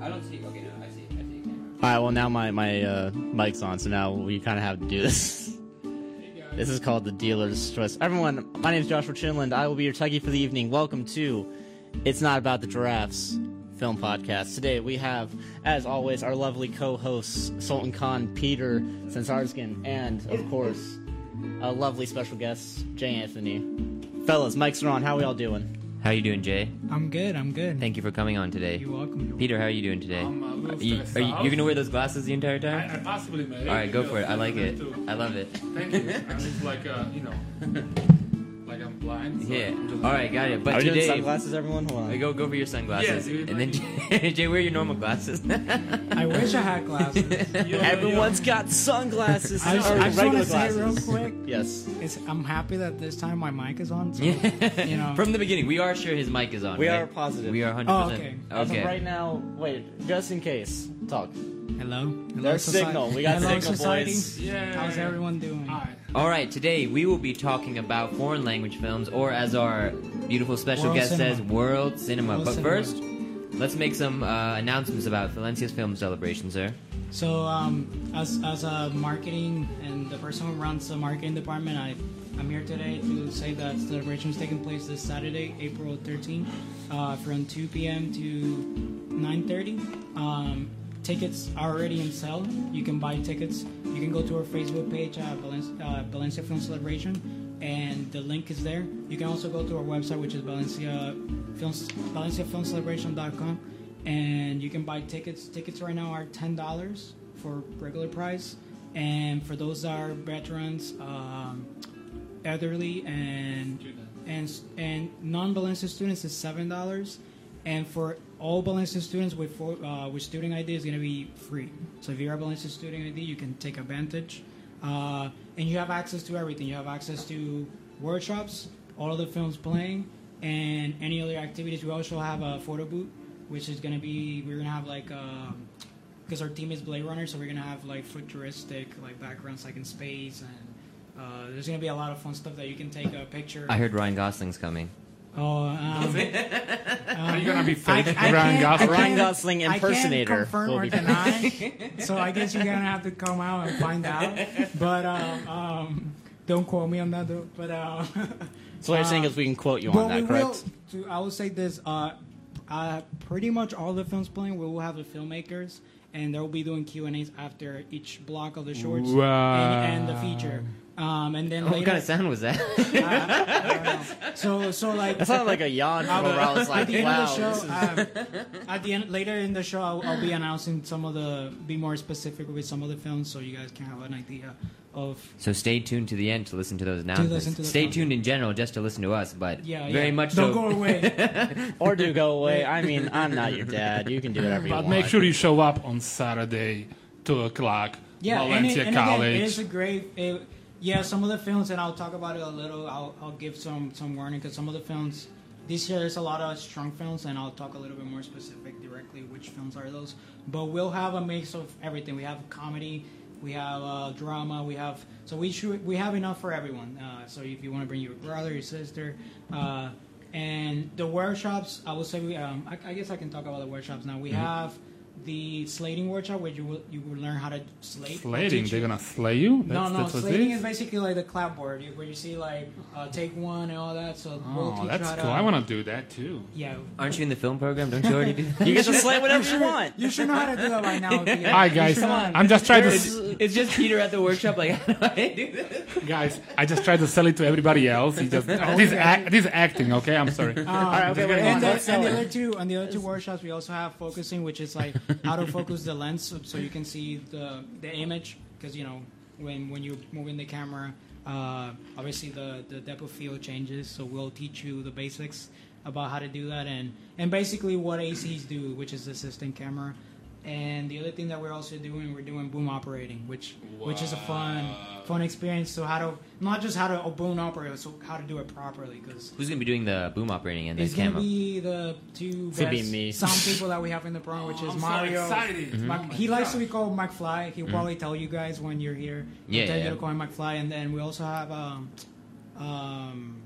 I don't see. Okay, no, I see. I see a camera. All right. Well, now my my uh, mic's on, so now we kind of have to do this. This is called the dealer's stress. Everyone, my name is Joshua Chinland. I will be your techie for the evening. Welcome to It's Not About the Giraffes film podcast. Today we have, as always, our lovely co-hosts Sultan Khan, Peter Sensarskin, and of course, a lovely special guest, Jay Anthony. Fellas, mics are on. How we all doing? How you doing, Jay? I'm good. I'm good. Thank you for coming on today. You're welcome. Peter, how are you doing today? I'm a little Are you, stressed are you, out. you're gonna wear those glasses the entire I, time? I possibly may. All right, go for it. I like it. Too. I love it. Thank you. I'm just like uh, you know, like I'm blind. So Yeah. I'm just- All right, got it. Are But we doing today, sunglasses, everyone? Hold Hey, on. go go for your sunglasses, Yeah, dude. and then Jay, Jay, wear your normal glasses. I wish I had glasses. Yo, yo, Everyone's got sunglasses. I just, or I just want regular to say real glasses. quick, Yes. it's, I'm happy that this time my mic is on. So, You know. From the beginning, we are sure his mic is on. We right? are positive. We are 100. Oh, okay. As of Okay. right now, wait, just in case, talk. hello. Hello, There's society. signal. We got hello, signal, society. boys. Yeah. How's everyone doing? All right. All right. Today we will be talking about foreign language films, or as our beautiful special World guest cinema. says, world cinema. World but cinema. first, let's make some uh, announcements about Valencia's film celebration, sir. So, um, as, as a marketing and the person who runs the marketing department, I, I'm here today to say that celebration is taking place this Saturday, April 13th, uh, from 2 p.m. to 9.30. Um, tickets are already in sale. You can buy tickets. You can go to our Facebook page, uh, Valencia, uh, Valencia Film Celebration, and the link is there. You can also go to our website, which is Valencia Films, valenciafilmcelebration.com and you can buy tickets. Tickets right now are ten dollars for regular price, and for those that are veterans, um, elderly, and and and non-Valencia students is seven dollars, and for all Valencia students with for, uh, with student ID is gonna be free. So if you're a Valencia student ID, you can take advantage, uh, and you have access to everything. You have access to workshops, all of the films playing, and any other activities. We also have a photo booth which is gonna be we're gonna have like because our team is Blade Runner, so we're gonna have like futuristic like backgrounds like in space and uh, there's gonna be a lot of fun stuff that you can take a picture. I heard Ryan Gosling's coming. oh, um, Are you gonna be I, I fake can't- Ryan I Gosling? Ryan can't- Gosling impersonator I can't confirm will or be- deny. so I guess you're gonna have to come out and find out. But um, um, don't quote me on that. though. But uh, So what you're saying is we can quote you on But we that, correct? will. To, I will say this: uh, uh, pretty much all the films playing, we will have the filmmakers, and they'll be doing Q and A's after each block of the shorts and, and the feature. Um, and then Oh, what later, uh, kind of sound was that? I don't know. so so like That sounded like a yawn from where I was at like, the wow. end of this is- the show, um, at the end later in the show, I'll, I'll be announcing some of the be more specific with some of the films, so you guys can have an idea of So stay tuned to the end to listen to those announcements. listen to the stay comments. tuned in general just to listen to us, but yeah. very yeah. much Don't so. go away. or do go away. I mean, I'm not your dad. You can do whatever you But want. make sure you show up on Saturday, two o'clock, yeah, and it- Valencia and again, College. it is a great. It, yeah, some of the films, and I'll talk about it a little. I'll, I'll give some some warning because some of the films this year there's a lot of strong films, and I'll talk a little bit more specific directly which films are those. But we'll have a mix of everything. We have comedy, we have uh, drama, we have so we should we have enough for everyone. Uh, so if you want to bring your brother, your sister. Uh, and the workshops, I will say, we, um, I, I guess I can talk about the workshops now. Mm-hmm. We have the slating workshop where you will you will learn how to slate. We'll Slating, teach they're you- gonna slay you. That's, no, no, that's what it slating is is. basically like the clapboard you- where you see like uh, take one and all that. So we'll Oh, teach you that's how cool. To, I wanna do that too. Yeah, Aren't you in the film program? Don't you already do that? you can just slay whatever you want. you should know how to do that by now. Theo. Hi You guys, should know. I'm just trying to. There's- s- It's just Peter at the workshop, like, how do I do this? Guys, I just tried to sell it to everybody else. He just this, act, this acting, okay? I'm sorry. Um, All Ah, right, okay, wait, and, hold on. the, Let's and the go. other two, on the other two workshops, we also have focusing, which is like how to focus the lens so- so you can see the the image, because you know when when you're moving the camera, uh, obviously the the depth of field changes. So we'll teach you the basics about how to do that, and and basically what ACs do, which is assistant camera. And the other thing that we're also doing, we're doing boom operating, which which is a fun fun experience. So how to not just how to oh, boom operate, so how to do it properly, because Who's going to be doing the boom operating and the it's gonna camera? be the two Could best be me. sound people that we have in the program, Oh, which is Mario. Mm-hmm. Mac- he likes to be called McFly. He'll probably tell you guys when you're here. He'll Mm-hmm. Yeah, tell yeah. you to call him McFly, and then we also have um, um,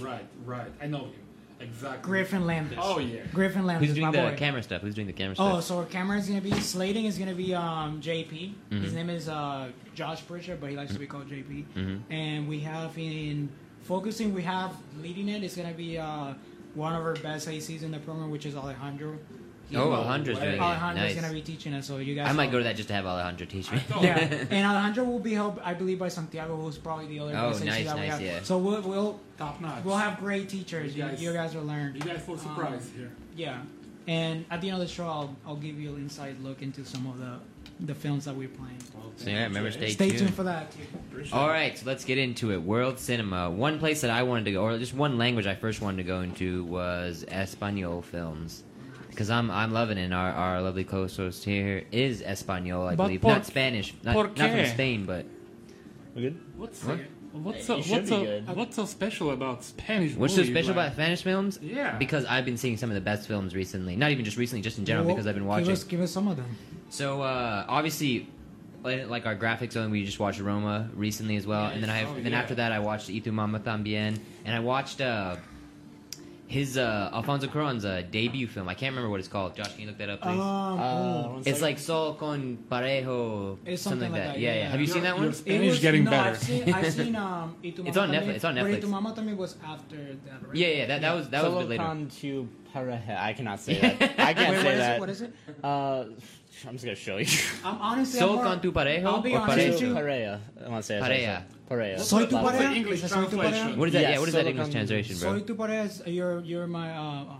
Right, right. I know him. Exactly. Griffin Landis. Oh, yeah. Griffin Landis. Who's doing my the boy. camera stuff? Who's doing the camera Oh, stuff? so our camera is gonna be Slating is gonna be um, JP. Mm-hmm. His name is uh, Josh Pritchard, but he likes to be called JP. Mm-hmm. And we have in focusing, we have leading it is gonna be uh, one of our best ACs in the program, which is Alejandro. He- Oh, Alejandro's doing it. Alejandro's Nice. gonna be teaching us. So you guys, I might will- go to that just to have Alejandro teach me. Yeah, and Alejandro will be helped, I believe, by Santiago, who's probably the other Oh, best AC nice, that we nice, have. yeah. So we'll we'll, Top notch. we'll have great teachers. You You guys- guys, you guys will learn. you guys for surprise here. Yeah, and at the end of the show, I'll, I'll give you an inside look into some of the the films that we're playing. so yeah, remember, stay, Stay tuned for that. Too. All right, so let's get into it. World cinema. One place that I wanted to go, or just one language I first wanted to go into, was Espanol films. Because I'm I'm loving it. And Our, our lovely co host here is Espanol, I But believe. por- not Spanish. Not, por not from qué? Spain, but. We good? What's What? what's Hey, so you should what's be so, good. what's so special about Spanish? What's so movies, special like- about Spanish films? Yeah. Because I've been seeing some of the best films recently. Not even just recently, just in general, Well, because I've been Give watching. us, give us some of them. So uh, obviously, like like our graphics, and we just watched Roma recently as well, and then I have, Oh, then yeah. after that I watched Y Tu Mama Tambien, and I watched uh, his uh, Alfonso Cuarón's uh, debut film. I can't remember what it's called. Josh, can you look that up, please? Um, Uh, oh. Uh, one it's second. like Sol con Parejo, It's something like that. Yeah, yeah. Have you seen You're- that one? you're- It Spanish was- getting no, better. I've seen, I've seen um, Y tu It's mamá on también, Netflix- it's on but Y Netflix. tu mamá también was after that, right? Yeah, yeah. That, that was that was a bit Solo later. con tu pareja. I cannot say that. I can't Wait, say what is that. it? What is it? Uh, I'm just gonna show you. I'm honestly. Sol I'm more, con tu parejo I'll be or honest Tu with you. parejo? pareja. I want to say it. Pareja. Pareja. Soy tu What's pareja? the English Is that soy tu translation? pareja? What is that? Yeah, yeah, what is that solo English con- translation, bro? Soy tu pareja. You're you're my uh, uh,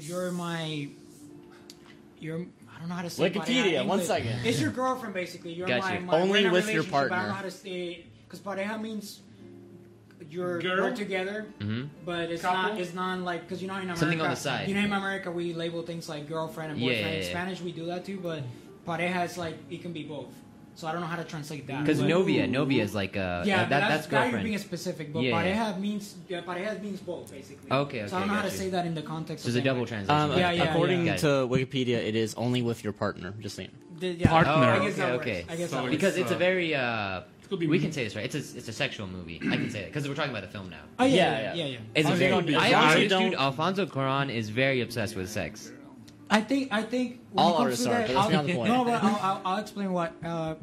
you're my you're. I don't know how to say. Wikipedia, pareja in one English. second. It's your girlfriend, basically. You're Gotcha. my, my Only we're in a with your relationship, partner. I don't know how to say because pareja means you're Girl? we're together, Mhm. but it's Couple? not it's not like because you know in America Something on the side. You know in America we label things like girlfriend and Yeah, boyfriend. yeah, In yeah. Spanish we do that too, but pareja is like it can be both. So I don't know how to translate that. Because but- novia, novia is like uh, that, yeah, but that's, that's that you're girlfriend. being specific, but Yeah, pareja yeah. means yeah, pareja means both basically. Okay, okay, So I don't know how got to you. say that in the context. so it's of a double language. Um, translation. Yeah, yeah, yeah. according Got it. to Wikipedia, it is only with your partner. Just saying. The- yeah, Partner. I guess that Okay, okay. works. I guess So that works. because It's, it's a uh, very uh, could be we mean. can say this right it's a, it's a sexual movie i can say that because we're talking about the film now Oh Yeah, yeah, yeah, yeah. yeah, yeah. it's a I'm very, gonna be i honest. honestly I dude don't- alfonso cuaron is very obsessed with sex I think I think when All it comes artists to are, that, but that's I'll- not the point. No, but I'll, I'll, I'll explain what uh,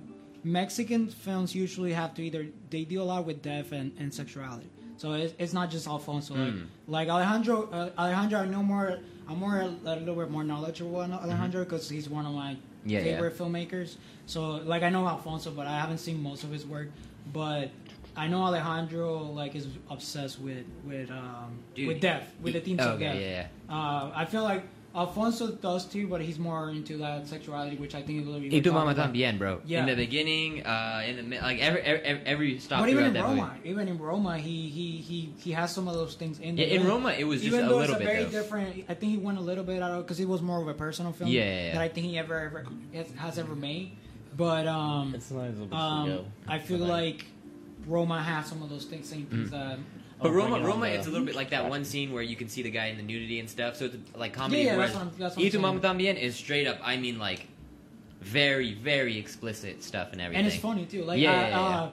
Mexican films usually have to either they deal a lot with death and, and sexuality. So it's, it's not just Alfonso. Like, like Alejandro, uh, Alejandro, I know more. I'm more a little bit more knowledgeable on Alejandro because he's one of my Yeah, yeah. favorite filmmakers. So like I know Alfonso, but I haven't seen most of his work. But I know Alejandro like is obsessed with with um, Dude, with death, with he- the themes of okay, death. yeah, yeah. Uh, I feel like Alfonso does too, but he's more into that sexuality, which I think is a little y bit. tu mama también bro Yeah. in the beginning uh, in the mi- like every every, every stop But throughout even in that movie Roma, even in Roma, he he he he has some of those things in yeah, there. in Roma, it was just even a though little it's bit a very though. different, I think he went a little bit out of because it was more of a personal film Yeah, yeah, yeah. that I think he ever ever has, has ever made. But um, um, I feel like Roma has some of those things, same Mm. things that. But Oh, Roma, bring it on Roma, the- it's a little bit like that one scene where you can see the guy in the nudity and stuff. So it's like comedy. Yeah, yeah, whereas that's what I'm- that's what Y I'm tu mama también saying. is straight up. I mean, like very, very explicit stuff and everything. And it's funny too. Like, Yeah, uh, yeah, yeah, yeah. Uh,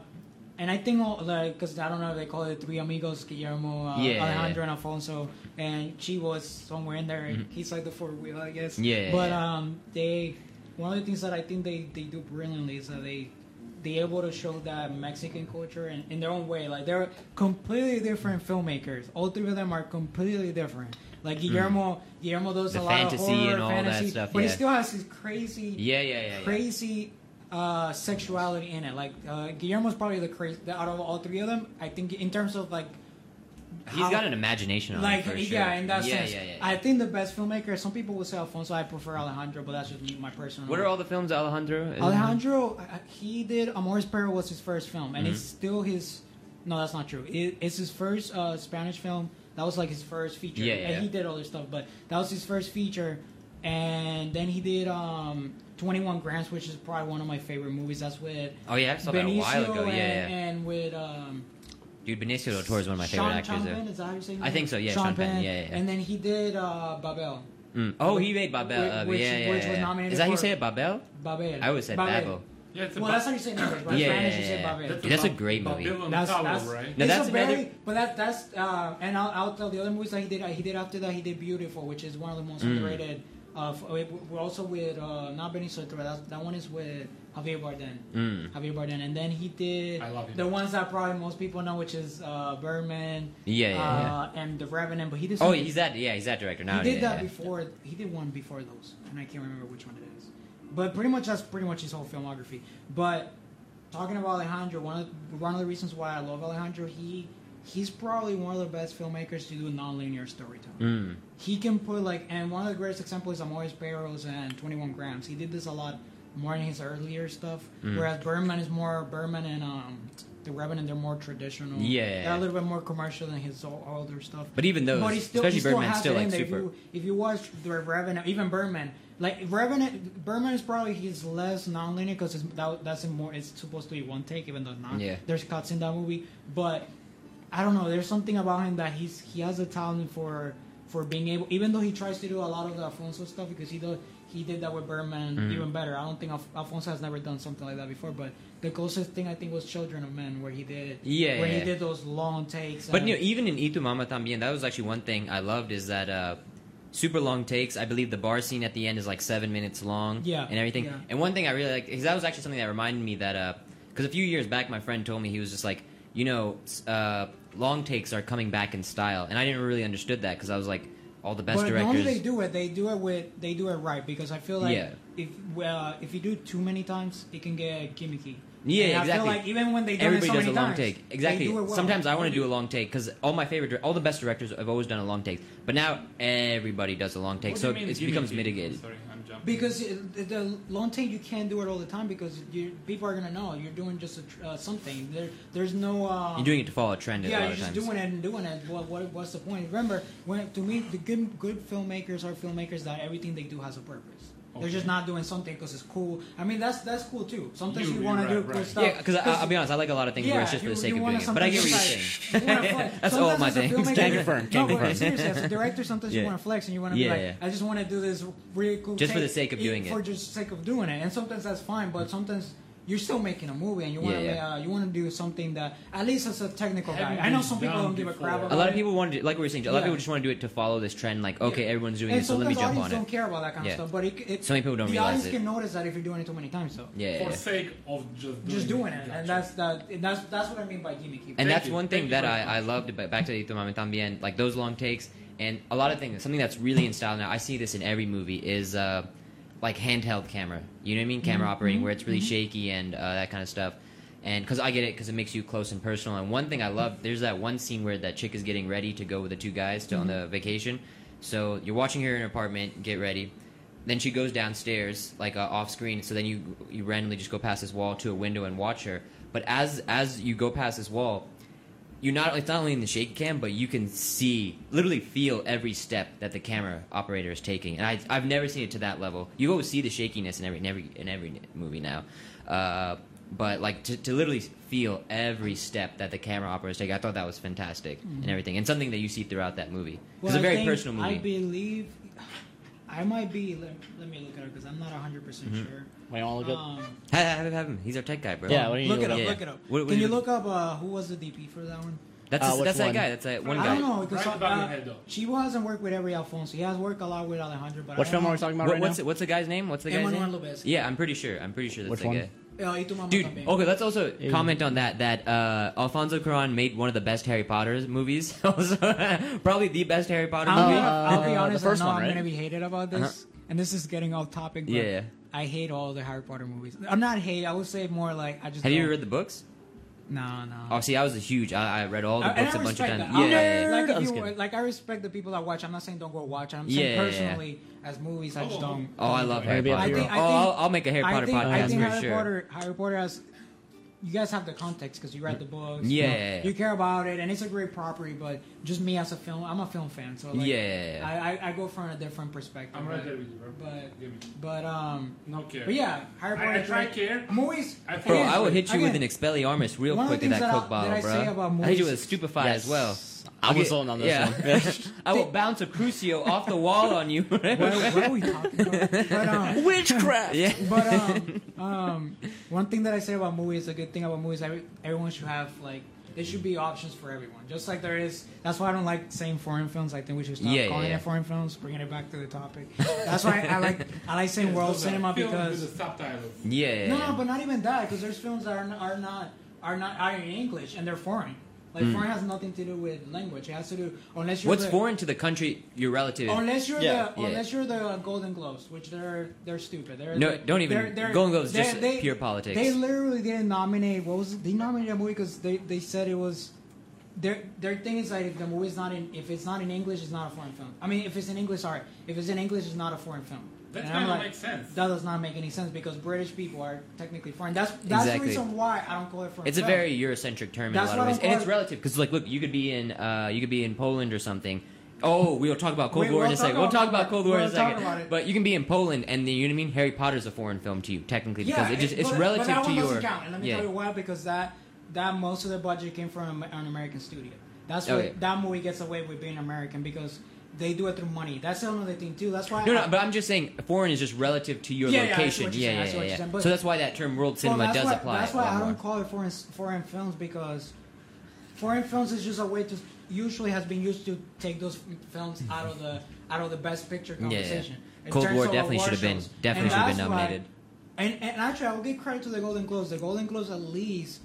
and I think all, like because I don't know if they call it three amigos Guillermo, uh, Yeah, yeah, Mm-hmm. Alejandro, and Alfonso, and she was somewhere in there. and He's like the fourth wheel, I guess. Yeah, yeah, But yeah. um, they one of the things that I think they they do brilliantly is that they they able to show that Mexican culture in, in their own way. Like they're completely different filmmakers. All three of them are completely different. Like Guillermo, Guillermo does Mm. The a lot fantasy of horror, and all that fantasy, stuff, but he yeah. still has his crazy Yeah, yeah, yeah, yeah. crazy uh, sexuality in it. Like uh, Guillermo's probably the crazy the, out of all three of them. I think in terms of like He's how- got an imagination on like him for sure. yeah, in that yeah, sense, Yeah, yeah, yeah. I think the best filmmaker. Some people will say Alfonso. I prefer Alejandro, but that's just me, my personal. What are all the films Alejandro? is in? Alejandro? uh, He did Amores Perros was his first film, and it's Mm-hmm. still his. No, that's not true. It, it's his first uh, Spanish film. That was like his first feature. Yeah, and yeah. he did other stuff, but that was his first feature. And then he did um, 21 Grams, which is probably one of my favorite movies. That's with Oh yeah, I saw that a Benicio while ago. and, Yeah, yeah. and with um, Dude, Benicio del Toro is one of my Sean, favorite Sean Penn, actors. is that how you say his I name? think so, yeah, Sean Penn, yeah, yeah, yeah. And then he did uh, Babel. though. Mm. Oh, he made Babel. Which- uh, which- yeah, yeah, which was yeah. nominated Is that how you for- say it, Babel? Babel. I always said Babel. Babel. Yeah, it's a Well, ba- that's how you say it in English, but in Yeah, Spanish you yeah, say yeah. Babel. That's- That's a great movie. Babylon That's, Tower, that's right? No, it's that's a another- very, but that that's uh, and I'll, I'll tell the other movies that he did. He did after that. He did Beautiful, which is one of the most Mm. underrated. Uh, f- we- we're also with uh, not Benny Soto, but that, that one is with Javier Bardem. Mm. Javier Bardem, and then he did I love him. the ones that probably most people know, which is uh, Birdman, Yeah, yeah, yeah. uh, and The Revenant. But he did oh, some- he's that. Yeah, he's that director now. he did yeah, that yeah. before. He did one before those, and I can't remember which one it is. But pretty much that's pretty much his whole filmography. But talking about Alejandro, one of the, one of the reasons why I love Alejandro, he he's probably one of the best filmmakers to do nonlinear storytelling. Mm. He can put like, and one of the greatest examples is Amores Perros and Twenty One Grams. He did this a lot more in his earlier stuff, Mm. whereas Berman is more Berman and um, the Revenant. They're more traditional. Yeah. they're a little bit more commercial than his o- older stuff. But even those, But he still, especially he still Birdman's has still it like in there. super. If you, if you watch the Revenant, even Birdman, like Revenant, Birdman is probably his less nonlinear because that, that's a more. It's supposed to be one take, even though it's not. Yeah. There's cuts in that movie, but I don't know. There's something about him that he's he has a talent for for being able. Even though he tries to do a lot of the Alfonso stuff because he does he did that with Birdman Mm-hmm. even better. I don't think Alf- Alfonso has never done something like that before. But the closest thing I think was Children of Men, where he did Yeah, where yeah. he did those long takes. But and- you know, even in Itu Mama Tambien, that was actually one thing I loved is that uh, super long takes. I believe the bar scene at the end is like seven minutes long. Yeah, And everything. yeah. And one thing I really like is that was actually something that reminded me that because a few years back, my friend told me he was just like, you know, s- uh, long takes are coming back in style, and I didn't really understood that because I was like, all the best but directors. normally they do it. They do it with they do it right because I feel like Yeah. if well if you do too many times, it can get gimmicky. Yeah, And I feel exactly. like even when they do Everybody it so does a many long times, take. they Exactly. do it well. Sometimes I want to do a long take because all my favorite, dir- all the best directors have always done a long take. But now everybody does a long take, What do so you it mean it becomes gimmicky? mitigated. Sorry, I'm jumping. because it- the- the long take you can't do it all the time because you, people are gonna know you're doing just a, tr- uh, something. There, there's no. Uh, You're doing it to follow a trend. a yeah, lot you're of just times. doing it and doing it. What, what, what's the point? Remember, when to me, the good, good filmmakers are filmmakers that everything they do has a purpose. They're just Okay. not doing something because it's cool. I mean, that's that's cool too. Sometimes You- you, want right, to do right. cool stuff. Yeah, because I'll be honest, I like a lot of things where it's just for the sake of doing wanna it. But I get what you're saying. sometimes you wanna flex. That's all Sometimes my as a thing. filmmaker- Can't confirm, can't no, confirm. But seriously, as a director, sometimes Yeah. you want to flex and you want to Yeah, be like, yeah. I just want to do this really cool Just for take the sake of e- doing it. For just sake of doing it, and sometimes that's fine. But sometimes. You're still making a movie, and you want to Yeah, yeah. uh, you want to do something that at least as a technical guy. Haven't I know been some people done don't give a before. crap. About A lot it. of people want to, like we were saying, a lot of Yeah. people just want to do it to follow this trend. Like, okay, everyone's doing and this, so let me sometimes jump audience on don't it. care about that kind Yeah. of stuff, but it, it, So many people don't the realize audience it. can notice that if you're doing it too many times. So Yeah, yeah, for yeah. sake of just doing just doing it, Gotcha. and that's that. And that's that's what I mean by gimmicky. and Thank that's you. one thing Thank you that very I, I loved about back to Ito Mame Tambien, like those long takes and a lot of things. Something that's really in style now. I see this in every movie is uh, like handheld camera. You know what I mean? Camera operating where it's really shaky and uh, that kind of stuff. And because I get it, because it makes you close and personal. And one thing I love, there's that one scene where that chick is getting ready to go with the two guys to on the vacation. So you're watching her in her apartment get ready. Then she goes downstairs, like uh, off screen. So then you you randomly just go past this wall to a window and watch her. But as as you go past this wall, you not it's not only in the shaky cam, but you can see, literally feel every step that the camera operator is taking. And I, I've never seen it to that level. You always see the shakiness in every in every in every movie now, uh, but like to, to literally feel every step that the camera operator is taking, I thought that was fantastic Mm-hmm. and everything, and something that you see throughout that movie. Well, it's a I very think- personal movie. I believe I might be. Let, let me look at it because I'm not 100 percent Mm-hmm. sure. Wait, I'll look up. Um, have, have, have him. He's our tech guy, bro. Yeah, what do you look it up. Yeah. Look it up. What- what do Can you- you look up uh, who was the DP for that one? That's Uh, a- which that's that one? guy. That's that one I guy. I don't know because Right above your uh, head, though. Chivo hasn't worked with every Alfonso. He has worked a lot with Alejandro. But Which I film don't are we talking about What- right what's now? it- what's the guy's name? What's the guy's Emmanuel name? Lopez. Yeah, I'm pretty sure. I'm pretty sure that's Which the one? guy. Uh, y tu mamá Dude, también. okay, let's also Ew. comment on that. That uh, Alfonso Cuarón made one of the best Harry Potter movies. also, probably the best Harry Potter I'm movie. gonna, I'll be uh, honest. the first I know one, I'm right? gonna be hated about this, and this is getting off topic. But Yeah, Uh-huh. yeah. I hate all the Harry Potter movies. I'm not hate. I would say more like I just. Have you don't- ever read the books? No, no. Oh, see, I was a huge. I, I read all the I- and books I a bunch of respect times. that. Yeah, I'm not- yeah, yeah. yeah. I'm Like, if just you, kidding. like I respect the people that watch. I'm not saying don't go watch. it. I'm Yeah, saying yeah, yeah. personally, as movies, I just Oh. don't. Oh, I love Harry Maybe Potter. I bro. think- I oh, think- I'll, I'll make a Harry Potter I think, I podcast think for Harry sure. Potter, Harry Potter has. You guys have the context because you read the books. Yeah, you, know, yeah, yeah. you care about it, and it's a great property. But just me as a film, I'm a film fan, so like, Yeah, yeah, yeah. I, I, I go from a different perspective. I'm right but- there with you, bro. But- Give me. But um, No care. but yeah, Harry I- Potter. I try great. care. Movies. I Bro, Yes, I will hit you with again, an Expelliarmus real one of quick the in that things that I- Coke bottle, that I bro. say about hit you movies- with a Stupefy as well. I was Okay, on on this yeah. one. I will bounce a Crucio off the wall on you. What, what are we talking about? But, um, Witchcraft. yeah. but um, Um, one thing that I say about movies, a good thing about movies, every, everyone should have like there should be options for everyone. Just like there is. That's why I don't like saying foreign films. I think we should stop Yeah, calling yeah. it foreign films. Bringing it back to the topic. That's why I like I like saying world cinema because the subtitles. Yeah. no, no, but not even that because there's films that are not, are not are not are in English and they're foreign. Like foreign has nothing to do with language. It has to do unless you're Hmm. Oh, What's the- foreign to the country your relative? Unless you're Yeah. the Yeah. unless you're the Golden Globes, which they're they're stupid. They're, No, they're- don't even- They're, they're, Golden Globes is they're- just pure politics. They literally didn't nominate. What was they nominated a movie because they, they said it was their their thing is like if the movie's not in if it's not in English, it's not a foreign film. I mean, if it's in English, sorry, if it's in English, it's not a foreign film. That And I'm kinda like, makes sense. That does not make any sense because British people are technically foreign. That's that's Exactly. the reason why I don't call it foreign. It's a film. very Eurocentric term in That's a lot what of ways, I'm and it's calling- relative because, like, look, you could be in, uh, you could be in Poland or something. Oh, we'll talk about Cold Wait, War in we'll a second. talk We'll about- talk about Cold War in a we'll talk about second. it. But you can be in Poland, and the, you know what I mean. Harry Potter's a foreign film to you, technically, because it just it's but- relative but that to one doesn't your. Count. And let me yeah. tell you why, because that that most of the budget came from an American studio. That's Oh, what yeah. that movie gets away with being American because they do it through money. That's another thing too. That's why No, I- no, but I'm just saying, foreign is just relative to your Yeah, yeah, I see what location. you're saying, I yeah, see yeah, what yeah. you're saying, but- so that's why that term world cinema Well, does why, apply. That's a lot why I more. don't call it foreign foreign films because foreign films is just a way to usually has been used to take those films out of the out of the best picture Yeah, yeah. conversation. in Cold terms War of definitely award should have been- shows. definitely And should have been that's why- nominated. and and actually, I will give credit to the Golden Globes. The Golden Globes at least.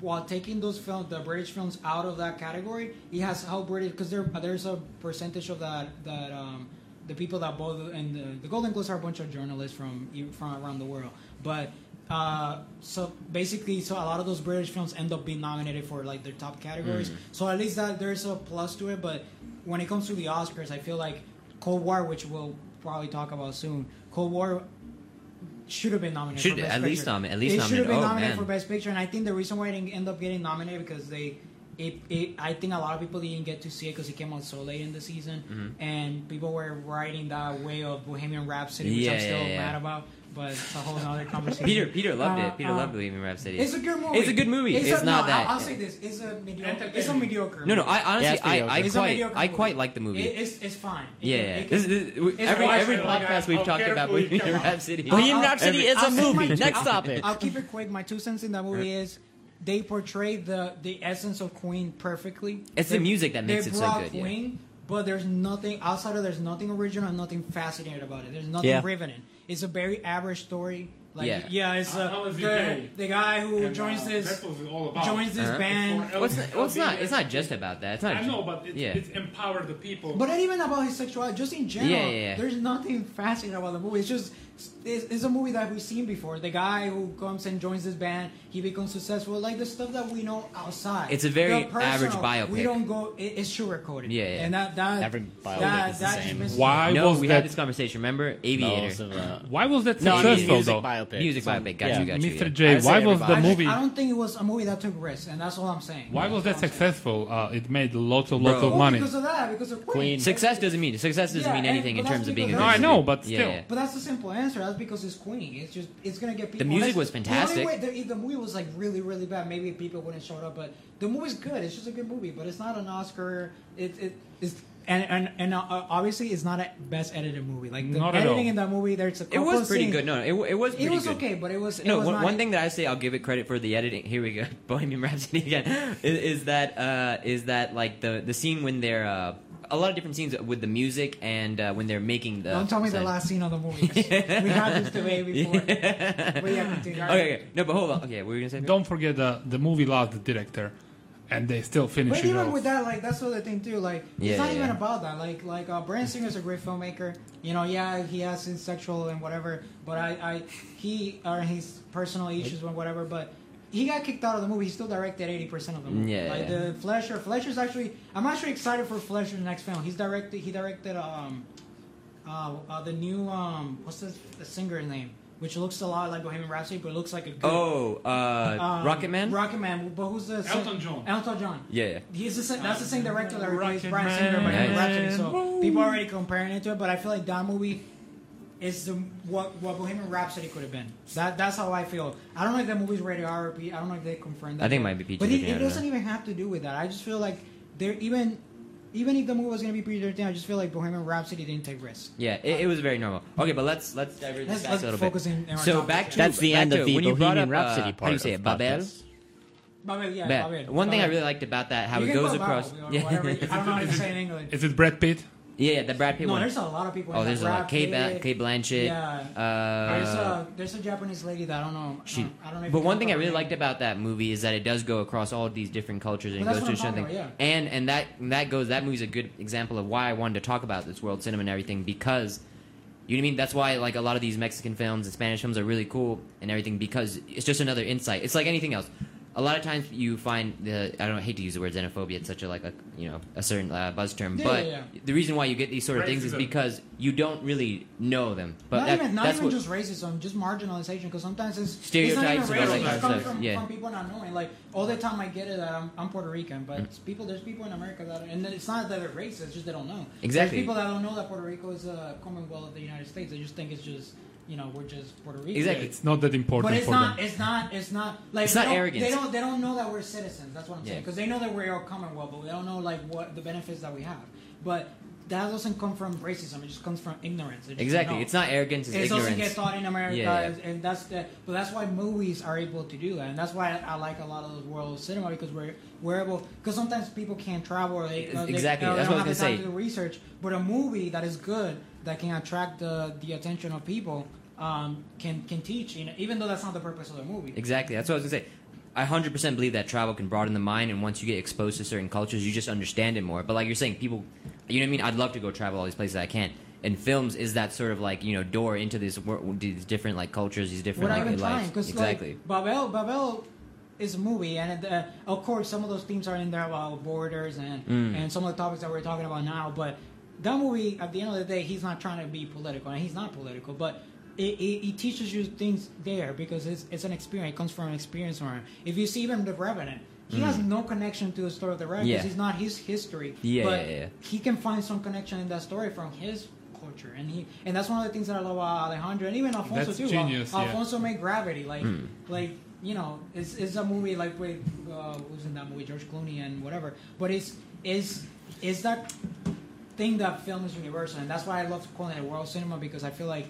While taking those films, the British films out of that category, it has helped British because there there's a percentage of that that um, the people that both and the, the Golden Globes are a bunch of journalists from e, from around the world, but uh, so basically, so a lot of those British films end up being nominated for like their top categories. So at least that there's a plus to it. But when it comes to the Oscars, I feel like Cold War, which we'll probably talk about soon, Cold War should have been nominated. Should- for Best at least Picture. nomi- at least it should have nominated. been Oh, nominated man. for Best Picture, and I think the reason why it didn't end up getting nominated because they. It, it, I think a lot of people didn't get to see it because it came out so late in the season, Mm-hmm. and people were riding that way of Bohemian Rhapsody, which I'm Yeah, still yeah, yeah. mad about. But it's a whole other conversation. Peter, Peter loved Uh, it. Peter uh, loved Bohemian Rhapsody. It's a good movie. It's a good movie. It's not a- no, that- I'll, I'll say this. It's a mediocre. It's a mediocre. No, no. movie. I honestly, Yeah, it's mediocre. I, I It's a quite, mediocre I movie. quite like the movie. It- it's it's fine. It yeah, yeah. can- it This, can- is- this, it's every fine. every Like, podcast "Oh, I'll we've talked carefully about Bohemian come on. Rhapsody. Bohemian I'll- Rhapsody every- is a I'll say movie. my- Next I'll- topic. I'll keep it quick. My two cents in that movie is they portray the the essence of Queen perfectly. It's They- the music that makes they it so brought good, yeah. Queen, but there's nothing outside of there's nothing original, nothing fascinating about it. There's nothing Yeah. riveting. It's a very average story. Like Yeah. yeah, it's How- uh, how is he the, gay? the guy who And, joins uh, this that's what it's all about. joins this Uh-huh. band. Before What's not, LB- well, it's not? It's not LBS. just about that. It's not. I ju- know, but it's, yeah. it's empower the people. But not even about his sexuality, just in general. Yeah, yeah, yeah. There's nothing fascinating about the movie. It's just it's, it's a movie that we've seen before. The guy who comes and joins this band, he becomes successful. Like the stuff that we know outside. It's a very The personal, average biopic. We don't go. It, it's sugarcoated. Yeah, yeah. And that that Every biopic that, is the that just same. misses- Why no, was we that? had this conversation. Remember, No, Aviator, it's of, uh, why was that no, I mean, successful music though? biopic. music Some- biopic. Got yeah. you, got you. Mr. yeah. J, I'd say why was the everybody. I, movie? I don't think it was a movie that took risks, and that's all I'm saying. Why was that That's all I'm saying. successful? Uh, it made lots of lots Bro. of money. Because of that, because of Queen. Success doesn't mean success doesn't Yeah, mean and- anything in but that's terms of being a. because- No, good I know, movie. but Yeah, still. yeah. But that's the simple answer. That's because it's Queen. It's just it's gonna get people. music that's- was fantastic. The, only way, the, the movie was like really really bad. Maybe people wouldn't show up, but the movie's good. It's just a good movie, but it's not an Oscar. It it is. And, and, and uh, obviously, it's not a best edited movie. Like the Not at editing all. in that movie, there's a It couple was pretty scenes- good. No, it, it was. Pretty it was good. okay, but it was it No, was one, not- one thing that I say I'll give it credit for the editing. Here we go, Bohemian Rhapsody again. Is, is that uh, is that like the the scene when they're uh, a lot of different scenes with the music and uh, when they're making the. Don't tell me the sound. last scene of the movie. we had this debate before. But yeah, continue. Okay, okay, no, but hold on. Okay, what were you gonna say? Don't forget the the movie lost the director, and they still finish But it even off. with that, like that's the other thing too. Like Yeah, it's not yeah, even yeah. about that. Like like uh, Brand Singer's a great filmmaker. You know, yeah, he has his sexual and whatever, but I, I he or his personal issues and whatever, but. He got kicked out of the movie. He still directed eighty percent of the movie. Yeah, like yeah. the Fletcher. Fletcher's actually. I'm actually excited for Fletcher's next film. He's directed. He directed um, uh, uh the new um, what's the, the singer's name, which looks a lot like Bohemian Rhapsody, but looks like a good, Oh, uh, um, Rocket Man. Rocket Man. But who's the sing- Elton John. Elton John. yeah, yeah. He's the same, that's the same director that replaced Rocket Brian Singer by Man. Bohemian Rhapsody, so people are already comparing it to it. But I feel like that movie is the what what Bohemian Rhapsody could have been. That that's how I feel. I don't know if that movie's rated R or P. I don't know if they confirmed that. I think it might yet. be PG, I But it, don't it know. doesn't even have to do with that. I just feel like they're even even if the movie was gonna be pretty dirty, I just feel like Bohemian Rhapsody didn't take risks. Yeah, it, it was very normal. Okay, but let's let's diverge this Let's- back let's a little focus bit. in- in our so topic. back to That's the back end to of the when you brought Bohemian up, uh, Rhapsody part. How do you say of it? the Babel. podcast. Babel, yeah, Babel. Babel, One thing I Babel. really liked about that how You it can goes go across. Babel, or Yeah. whatever. I don't know how to say it in English. Is it Brad Pitt? yeah, yeah, the Brad Pitt no, one. there's a lot of people. in oh, there's that a lot. rap, Kate, they- ba- Kate Blanchett. Yeah. there's Uh, a there's a Japanese lady that I don't know. she- I don't know. if but you one know thing I her really name. liked about that movie is that it does go across all these different cultures and Well, it that's goes to what I'm something. talking about, And and that and that goes. That movie's a good example of why I wanted to talk about this world cinema and everything because you know what I mean. That's why like a lot of these Mexican films and Spanish films are really cool and everything because it's just another insight. It's like anything else. A lot of times you find the I don't I hate to use the word xenophobia. It's such a like a you know a certain uh, buzz term, Yeah, but yeah, yeah. the reason why you get these sort of things is Racism. because you don't really know them. But not that- even, not that's what, even just racism, just marginalization. Because sometimes it's Stereotypes It's about, not even like, racism. It's coming stuff, from, yeah. from people not knowing. Like all the time, I get it that I'm, I'm Puerto Rican, but Mm. it's people there's people in America that, are, and it's not that they're racist, just they don't know. Exactly. There's people that don't know that Puerto Rico is a Commonwealth of the United States. They just think it's just you know we're just Puerto Rican. Exactly. It's not that important But it's for not. them. It's not. It's not. Like It's they not don't- arrogance. They don't. They don't know that we're citizens. That's what I'm saying. Yeah. Because they know that we're all Commonwealth, but they don't know like what the benefits that we have. But that doesn't come from racism. It just comes from ignorance. They just Exactly. don't know. It's not arrogance. It's, It's also ignorance. gets taught in America, Yeah, yeah. and- and that's the. But that's why movies are able to do that, and that's why I, I like a lot of those world cinema because we're we're able. Because sometimes people can't travel, or they, Ex- or they- exactly, or they that's don't what I was have the gonna time to do research. But a movie that is good that can attract the the attention of people um, can can teach. You know, even though that's not the purpose of the movie. Exactly. That's what I was gonna say. I hundred percent believe that travel can broaden the mind, and once you get exposed to certain cultures, you just understand it more. But like you're saying, people, you know what I mean? I'd love to go travel all these places I can't. And films is that sort of like you know door into this wor- these different like cultures, these different Without like, even trying, lives. because Exactly. like Babel, Babel is a movie, and it, uh, of course, some of those themes are in there about borders and Mm. and some of the topics that we're talking about now. But that movie, at the end of the day, he's not trying to be political, and he's not political, but. It, it, it teaches you things there because it's, it's an experience. It comes from an experience. Or if you see even the Revenant, he has no connection to the story of the Revenant. Mm. Yeah. because He's not his history. Yeah, but yeah, yeah. he can find some connection in that story from his culture, and he and that's one of the things that I love about Alejandro and even Alfonso That's too. genius, yeah. Alfonso made Gravity, like Hmm. like you know, it's, it's a movie like with uh, who's in that movie George Clooney and whatever. But it's is is that thing that film is universal, and that's why I love calling it world cinema because I feel like.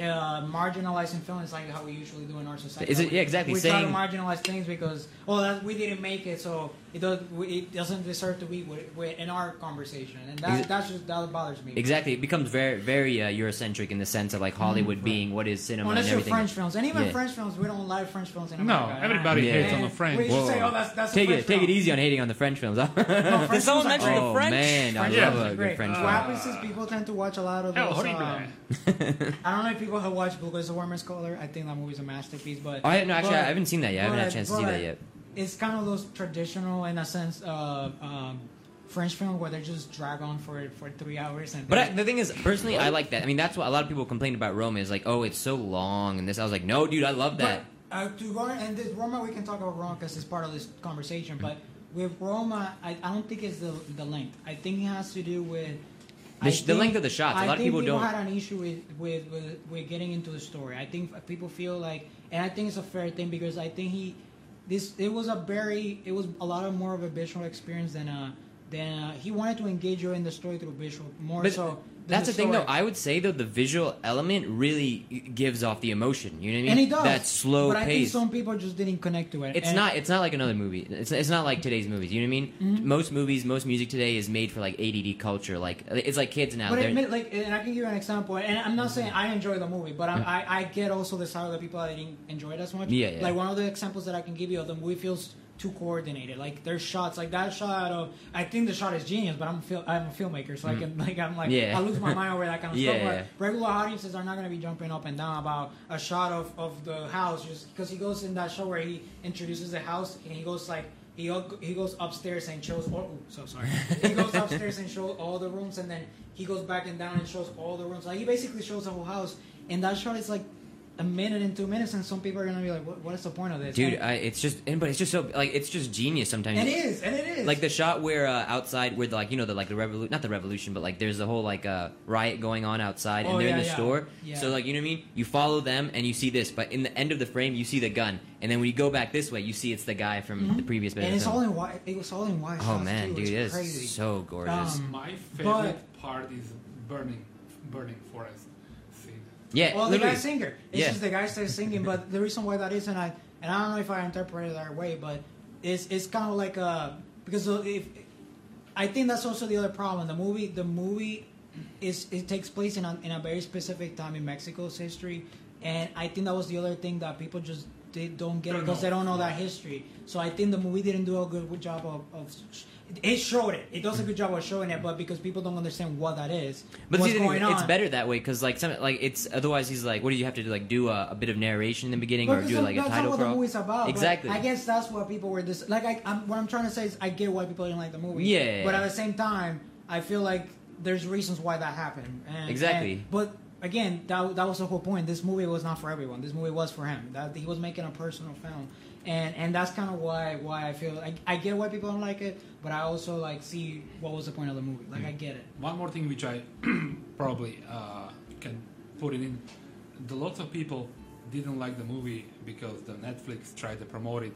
Uh, marginalizing film is like how we usually do in our society. Is it- yeah, exactly, We saying- try to marginalize things because oh, that, we didn't make it, so it does. we- It doesn't deserve to be with, with, in our conversation, and that, Exa- that's just that bothers me. Exactly. It becomes very very uh, Eurocentric in the sense of like Hollywood being what is cinema Mm-hmm. Unless and you're everything. French films, and even Yeah. French films, we don't like French films in No, America. everybody Yeah. hates on the And French. We Whoa. should say, oh, that's that's a Take French it, take it film. easy on hating on the French films. No, French Did someone films are mention great. oh the French? man, I French Yeah. films love are a great. Uh, good French What film. happens is people tend to watch a lot of Hell, those. horrible. um, I don't know if people have watched Google is the Warmest Color. I think that movie's a masterpiece, but Oh, I, no, actually, but- I haven't seen that yet. I haven't had a but- chance to see but that yet. It's kind of those traditional, in a sense, uh, um, French film where they just drag on for for three hours and. But I, they- the thing is, personally, I like that. I mean, that's what a lot of people complain about Roma is like, oh, it's so long and this. I was like, no, dude, I love that. But, uh, to Roma, and this Roma, we can talk about Roma because it's part of this conversation. But with Roma, I, I don't think it's the the length. I think it has to do with The I sh- the length of the shots. I A lot of think people don't- had an issue with with, with with getting into the story. I think people feel like, and I think it's a fair thing because I think he this it was a very it was a lot of more of a visual experience than a than a, he wanted to engage you in the story through visual more But so. than that's the, thing, story. though. I would say though, the visual element really gives off the emotion. You know what I mean? and he does that slow but I think pace. some people just didn't connect to it. It's And- not. It's not like another movie. It's, it's not like today's movies. You know what I mean? Mm-hmm. Most movies, most music today is made for like ADD culture. Like it's like kids now. But They're- admit, like, and I can give you an example. And I'm not saying I enjoy the movie, but I'm, I, I get also the side of the people that didn't enjoy it as much. Mm-hmm. Yeah, yeah. Like one of the examples that I can give you of the movie feels too coordinated. Like there's shots, like that shot of. I think the shot is genius, but I'm a fil- I'm a filmmaker, so I can like I'm like Mm. Yeah. I lose my mind over that kind of Yeah, stuff. but yeah. Regular audiences are not going to be jumping up and down about a shot of, of the house just because he goes in that show where he introduces the house and he goes like. He, go- he goes upstairs and shows. All, oh, so sorry. He goes upstairs and shows all the rooms, and then he goes back and down and shows all the rooms. Like he basically shows the whole house. And that shot is like a minute and two minutes, and some people are gonna be like, "What, what is the point of this?" dude. And- I, it's just, and- but it's just so like it's just genius sometimes. and it is, and it is. Like the shot where uh, outside, where the, like you know the like the revolution, not the revolution, but like there's a whole like uh, riot going on outside, Oh, and they're in yeah, the yeah. store. Yeah. So like you know what I mean? You follow them and you see this, but in the end of the frame, you see the gun, and then when you go back this way, you see it's the guy from the previous. bit of and it's film. all in white. It was all in white. Oh shots, man, too. dude, it's it's crazy. so gorgeous. Um, My favorite part is burning, burning forest scene. yeah, well, the literally. guy singer. It's Yeah. just the guy starts singing, but the reason why that is, and I and I don't know if I interpret it that way, but it's it's kind of like a because if I think that's also the other problem. The movie, the movie, is it takes place in a, in a very specific time in Mexico's history, and I think that was the other thing that people just they don't get it Don't because know. they don't know that history. So I think the movie didn't do a good job of. of it showed it. It does a good job of showing it, but because people don't understand what that is, But what's see, the thing, going is, on, it's better that way because like some like it's otherwise he's like, what do you have to do? Like do a, a bit of narration in the beginning or Because do like a that's not title what the crawl? movie's about. but Exactly. I guess that's what people were dis- like. I, I'm, what I'm trying to say is, I get why people didn't like the movie. Yeah. But at the same time, I feel like there's reasons why that happened. And, Exactly. and- but again, that that was the whole point. This movie was not for everyone. This movie was for him. That he was making a personal film, and and that's kind of why why I feel like I get why people don't like it, but I also like see what was the point of the movie. Hmm. Like I get it. One more thing which I probably uh, can put it in. The lots of people didn't like the movie because the Netflix tried to promote it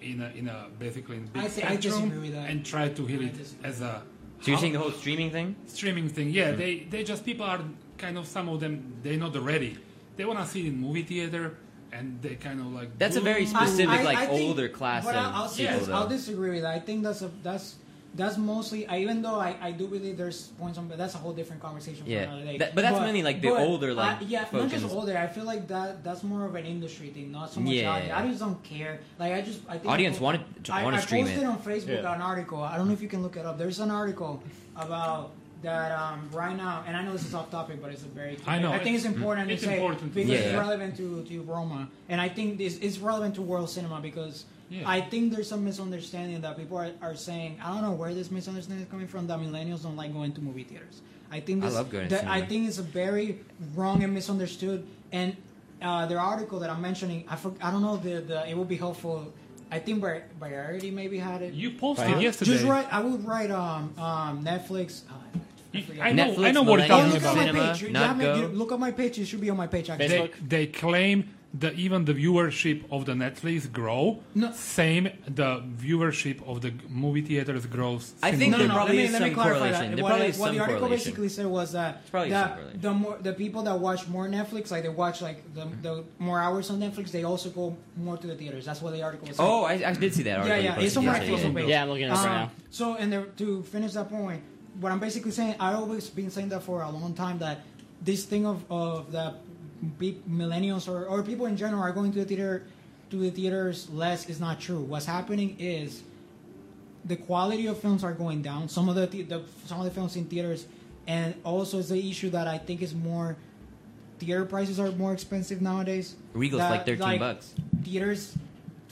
in a, in a basically in big I say- I spectrum disagree with that. and tried to heal I it disagree. as a so you're saying the whole Hmm. streaming thing? streaming thing. Yeah, they they just people are kind of some of them they're not ready. They want to see it in movie theater and they kind of like That's a very "Boo." I- specific, I- like I think- older class But of I'll, I'll, say people, this, though. I'll disagree with that. I think that's a that's that's mostly. I, even though I, I do believe there's points on, but that's a whole different conversation for Yeah. another day. That- but that's mainly, like, the older, I- like, yeah, folk not just and- older. I feel like that that's more of an industry thing, not so much. Yeah. audience. I just don't care. Like I just I think Audience I, wanted to- I, wanna I stream posted it. on Facebook Yeah. an article. I don't know if you can look it up. There's an article about. That um, right now, and I know this is off topic, but it's a very. I know. Mm-hmm. I think it's important It's to say important to because say. it's Yeah. relevant to, to Roma, and I think this is relevant to world cinema because Yeah. I think there's some misunderstanding that people are, are saying. I don't know where this misunderstanding is coming from. That millennials don't like going to movie theaters. I think I this, love going to that- I cinema. think it's a very wrong and misunderstood. And uh, their article that I'm mentioning, I for, I don't know the, the it would be helpful. I think Bar- Variety maybe had it. You posted Uh, yesterday. Just write. I would write um um Netflix. Uh, I You- forget. I know, I Netflix, know what you're talking Millennium Oh, look about. at my Cinema, page. You, not yeah, you go. look at my page. It should be on my page. Actually. they, they claim that even the viewership of the Netflix grow. No. Same, the viewership of the g- movie theaters grows. I think similar. there probably is some correlation. That. There what probably I- is what some the article correlation. basically said was that, probably some that correlation. the more the people that watch more Netflix, like they watch like the, the more hours on Netflix, they also go more to the theaters. That's what the article was. saying. Oh, I, I did see that yeah, article. yeah, you it's on my posted yesterday. Facebook page. Um, Yeah, I'm looking at it right now. So, and there, to finish that point, what I'm basically saying, I always been saying that for a long time that this thing of of that pe- millennials or, or people in general are going to the theater to the theaters less is not true. What's happening is the quality of films are going down. Some of the, the, the some of the films in theaters, and also it's the issue that I think is more theater prices are more expensive nowadays. Regal's That, like 13 bucks. Theaters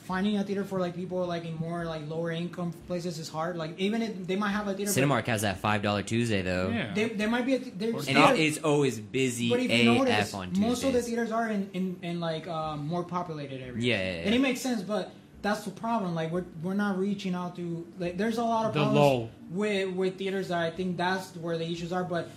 finding a theater for like people like in more like lower income places is hard. Like even if they might have a theater, Cinemark has that five dollar Tuesday though, Yeah. They, they might be. A th- there's and still- it is always E busy but if AF you notice, on Tuesdays. most of the theaters are in in, in like uh, more populated areas. Yeah, yeah, yeah. and it makes sense, but that's the problem. Like we're we're not reaching out to like. There's a lot of The problems low. with with theaters that I think that's where the issues are. But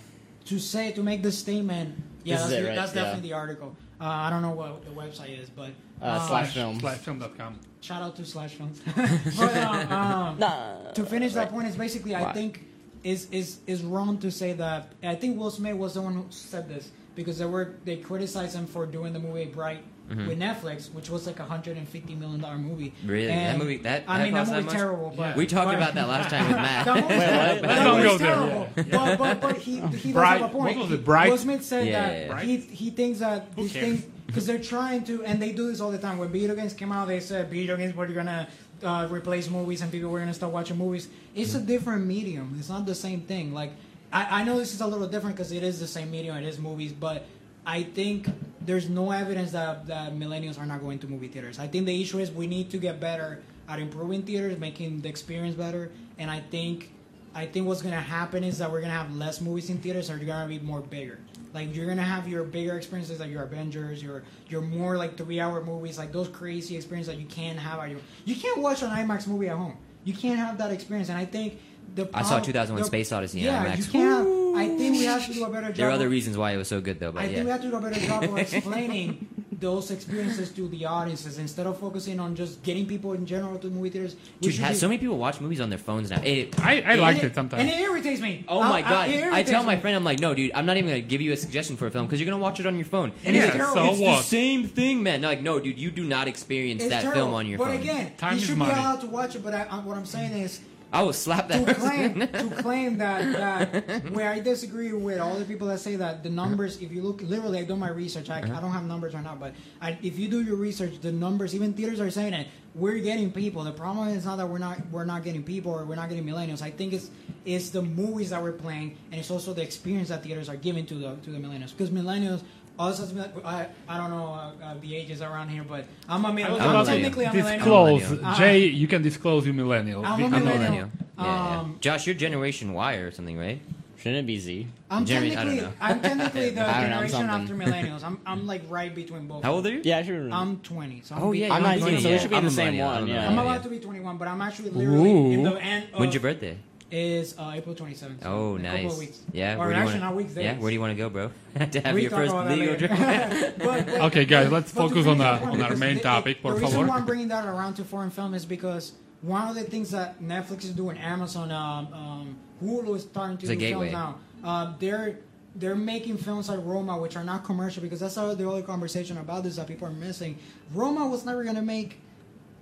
to say to make this statement, yeah, This is that's, it, right? that's Yeah. definitely the article. Uh, I don't know what the website is, but Uh, um, slash films. Slashfilm.com. shout out to slash films. but, um, um, Uh, to finish that point is basically I Why? think is is is wrong to say that I think Will Smith was the one who said this because they were they criticized him for doing the movie Bright Mm-hmm. with Netflix, which was like a hundred and fifty million dollar movie. Really? That And- movie- that- I that mean that cost that movie much? terrible, but we talked but- about that last time with Matt. That movie- Wait, what? that Don't movie go is there. terrible. But, but, but he, he Bright- does have a point. what was it, He- Bright? Will Smith said Yeah, that yeah, yeah. He, he thinks that Who these cares? things because they're trying to, and they do this all the time. When video games came out, they said video games were gonna uh, replace movies, and people were gonna start watching movies. It's a Mm-hmm. different medium. It's not the same thing. Like I, I know this is a little different because it is the same medium. It is movies, but I think there's no evidence that, that millennials are not going to movie theaters. I think the issue is we need to get better at improving theaters, making the experience better, and I think I think what's gonna happen is that we're gonna have less movies in theaters, or you're gonna be more bigger. Like you're gonna have your bigger experiences, like your Avengers, your your more like three-hour movies, like those crazy experiences that you can't have at your. You can't watch an IMAX movie at home. You can't have that experience, and I think the. I saw prob- 2001 the- Space Odyssey in Yeah, IMAX. you can't. Have, I think we have to do a better job. There are other of- reasons why it was so good though, but I think we yeah. have to do a better job of explaining those experiences to the audiences instead of focusing on just getting people in general to movie theaters. we Dude, should ha- be- so many people watch movies on their phones now. It, I, I liked and it sometimes. and it irritates me. oh I- my god! it I, irritates tell my me. friend, I'm like, no, dude, I'm not even gonna give you a suggestion for a film because you're gonna watch it on your phone. And yeah, it's terrible. so It's the what? same thing, man. Like, no, dude, you do not experience It's that terrible. film on your but phone. again, Time you is should money. be allowed to watch it. But I, I, what I'm saying is, I will slap that. to person. claim to claim that that where I disagree with all the people that say that the numbers, if you look literally, I do my research. I, I don't have numbers right now, but I, if you do your research, the numbers, even theaters are saying it. We're getting people. The problem is not that we're not we're not getting people or we're not getting millennials. I think it's it's the movies that we're playing, and it's also the experience that theaters are giving to the to the millennials because millennials. Us as, mil- I, I don't know uh, uh, the ages around here, but I'm a millennial. I'm about to technically, I'm a millennial. disclose. millennial. Jay, you can disclose you millennial. I'm a We- I'm millennial. millennial. Yeah, yeah. Um, Josh, you're Generation Y or something, right? Shouldn't it be Z? I'm Jeremy, I don't technically, know. I am I technically the don't know, I'm generation after something. millennials. I'm, I'm like right between both. How old are you? Yeah, I should remember. I'm 20. So I'm Oh, be- yeah, I'm I'm, not 19, between- so we should be I'm in a the same millennial, I one. don't know. Yeah. I'm about to be 21, but I'm actually literally in the Ooh. end. Of, When's your birthday? Is uh, April 27th. so Oh, in a Couple nice. of weeks. Yeah. Or where do you actually, wanna, not weeks. Yeah. days. Where do you want to go, bro? to have We your talk first about that legal later. drink. But- but- Okay, guys, let's but to focus on finish the- that point, on our because main the- topic, por The reason favor. why I'm bringing that around to foreign film is because one of the things that Netflix is doing, Amazon, um, um, Hulu is starting to It's a do gateway. films now. Uh, they're they're making films like Roma, which are not commercial, because that's all the other conversation about this that people are missing. Roma was never gonna make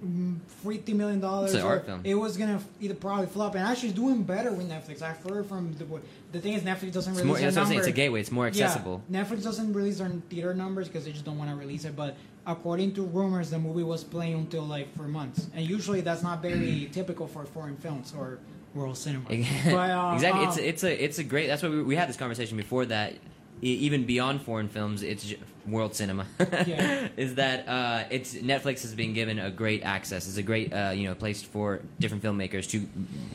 mm, fifty million dollars. It's an art film. It was gonna f- either probably flop, and actually it's doing better with Netflix. I've heard from the the thing is Netflix doesn't It's release more, their that's what I'm saying. It's a number. gateway. It's more accessible. Yeah, Netflix doesn't release their theater numbers because they just don't want to release it. But according to rumors, the movie was playing until like for months, and usually that's not very Mm. typical for foreign films or world cinema. But, uh, exactly. uh, It's a, it's a it's a great. That's why we, we had this conversation before that. e- Even beyond foreign films, it's ju- world cinema. Yeah. Is that uh, it's Netflix has been given a great access. It's a great uh, you know place for different filmmakers to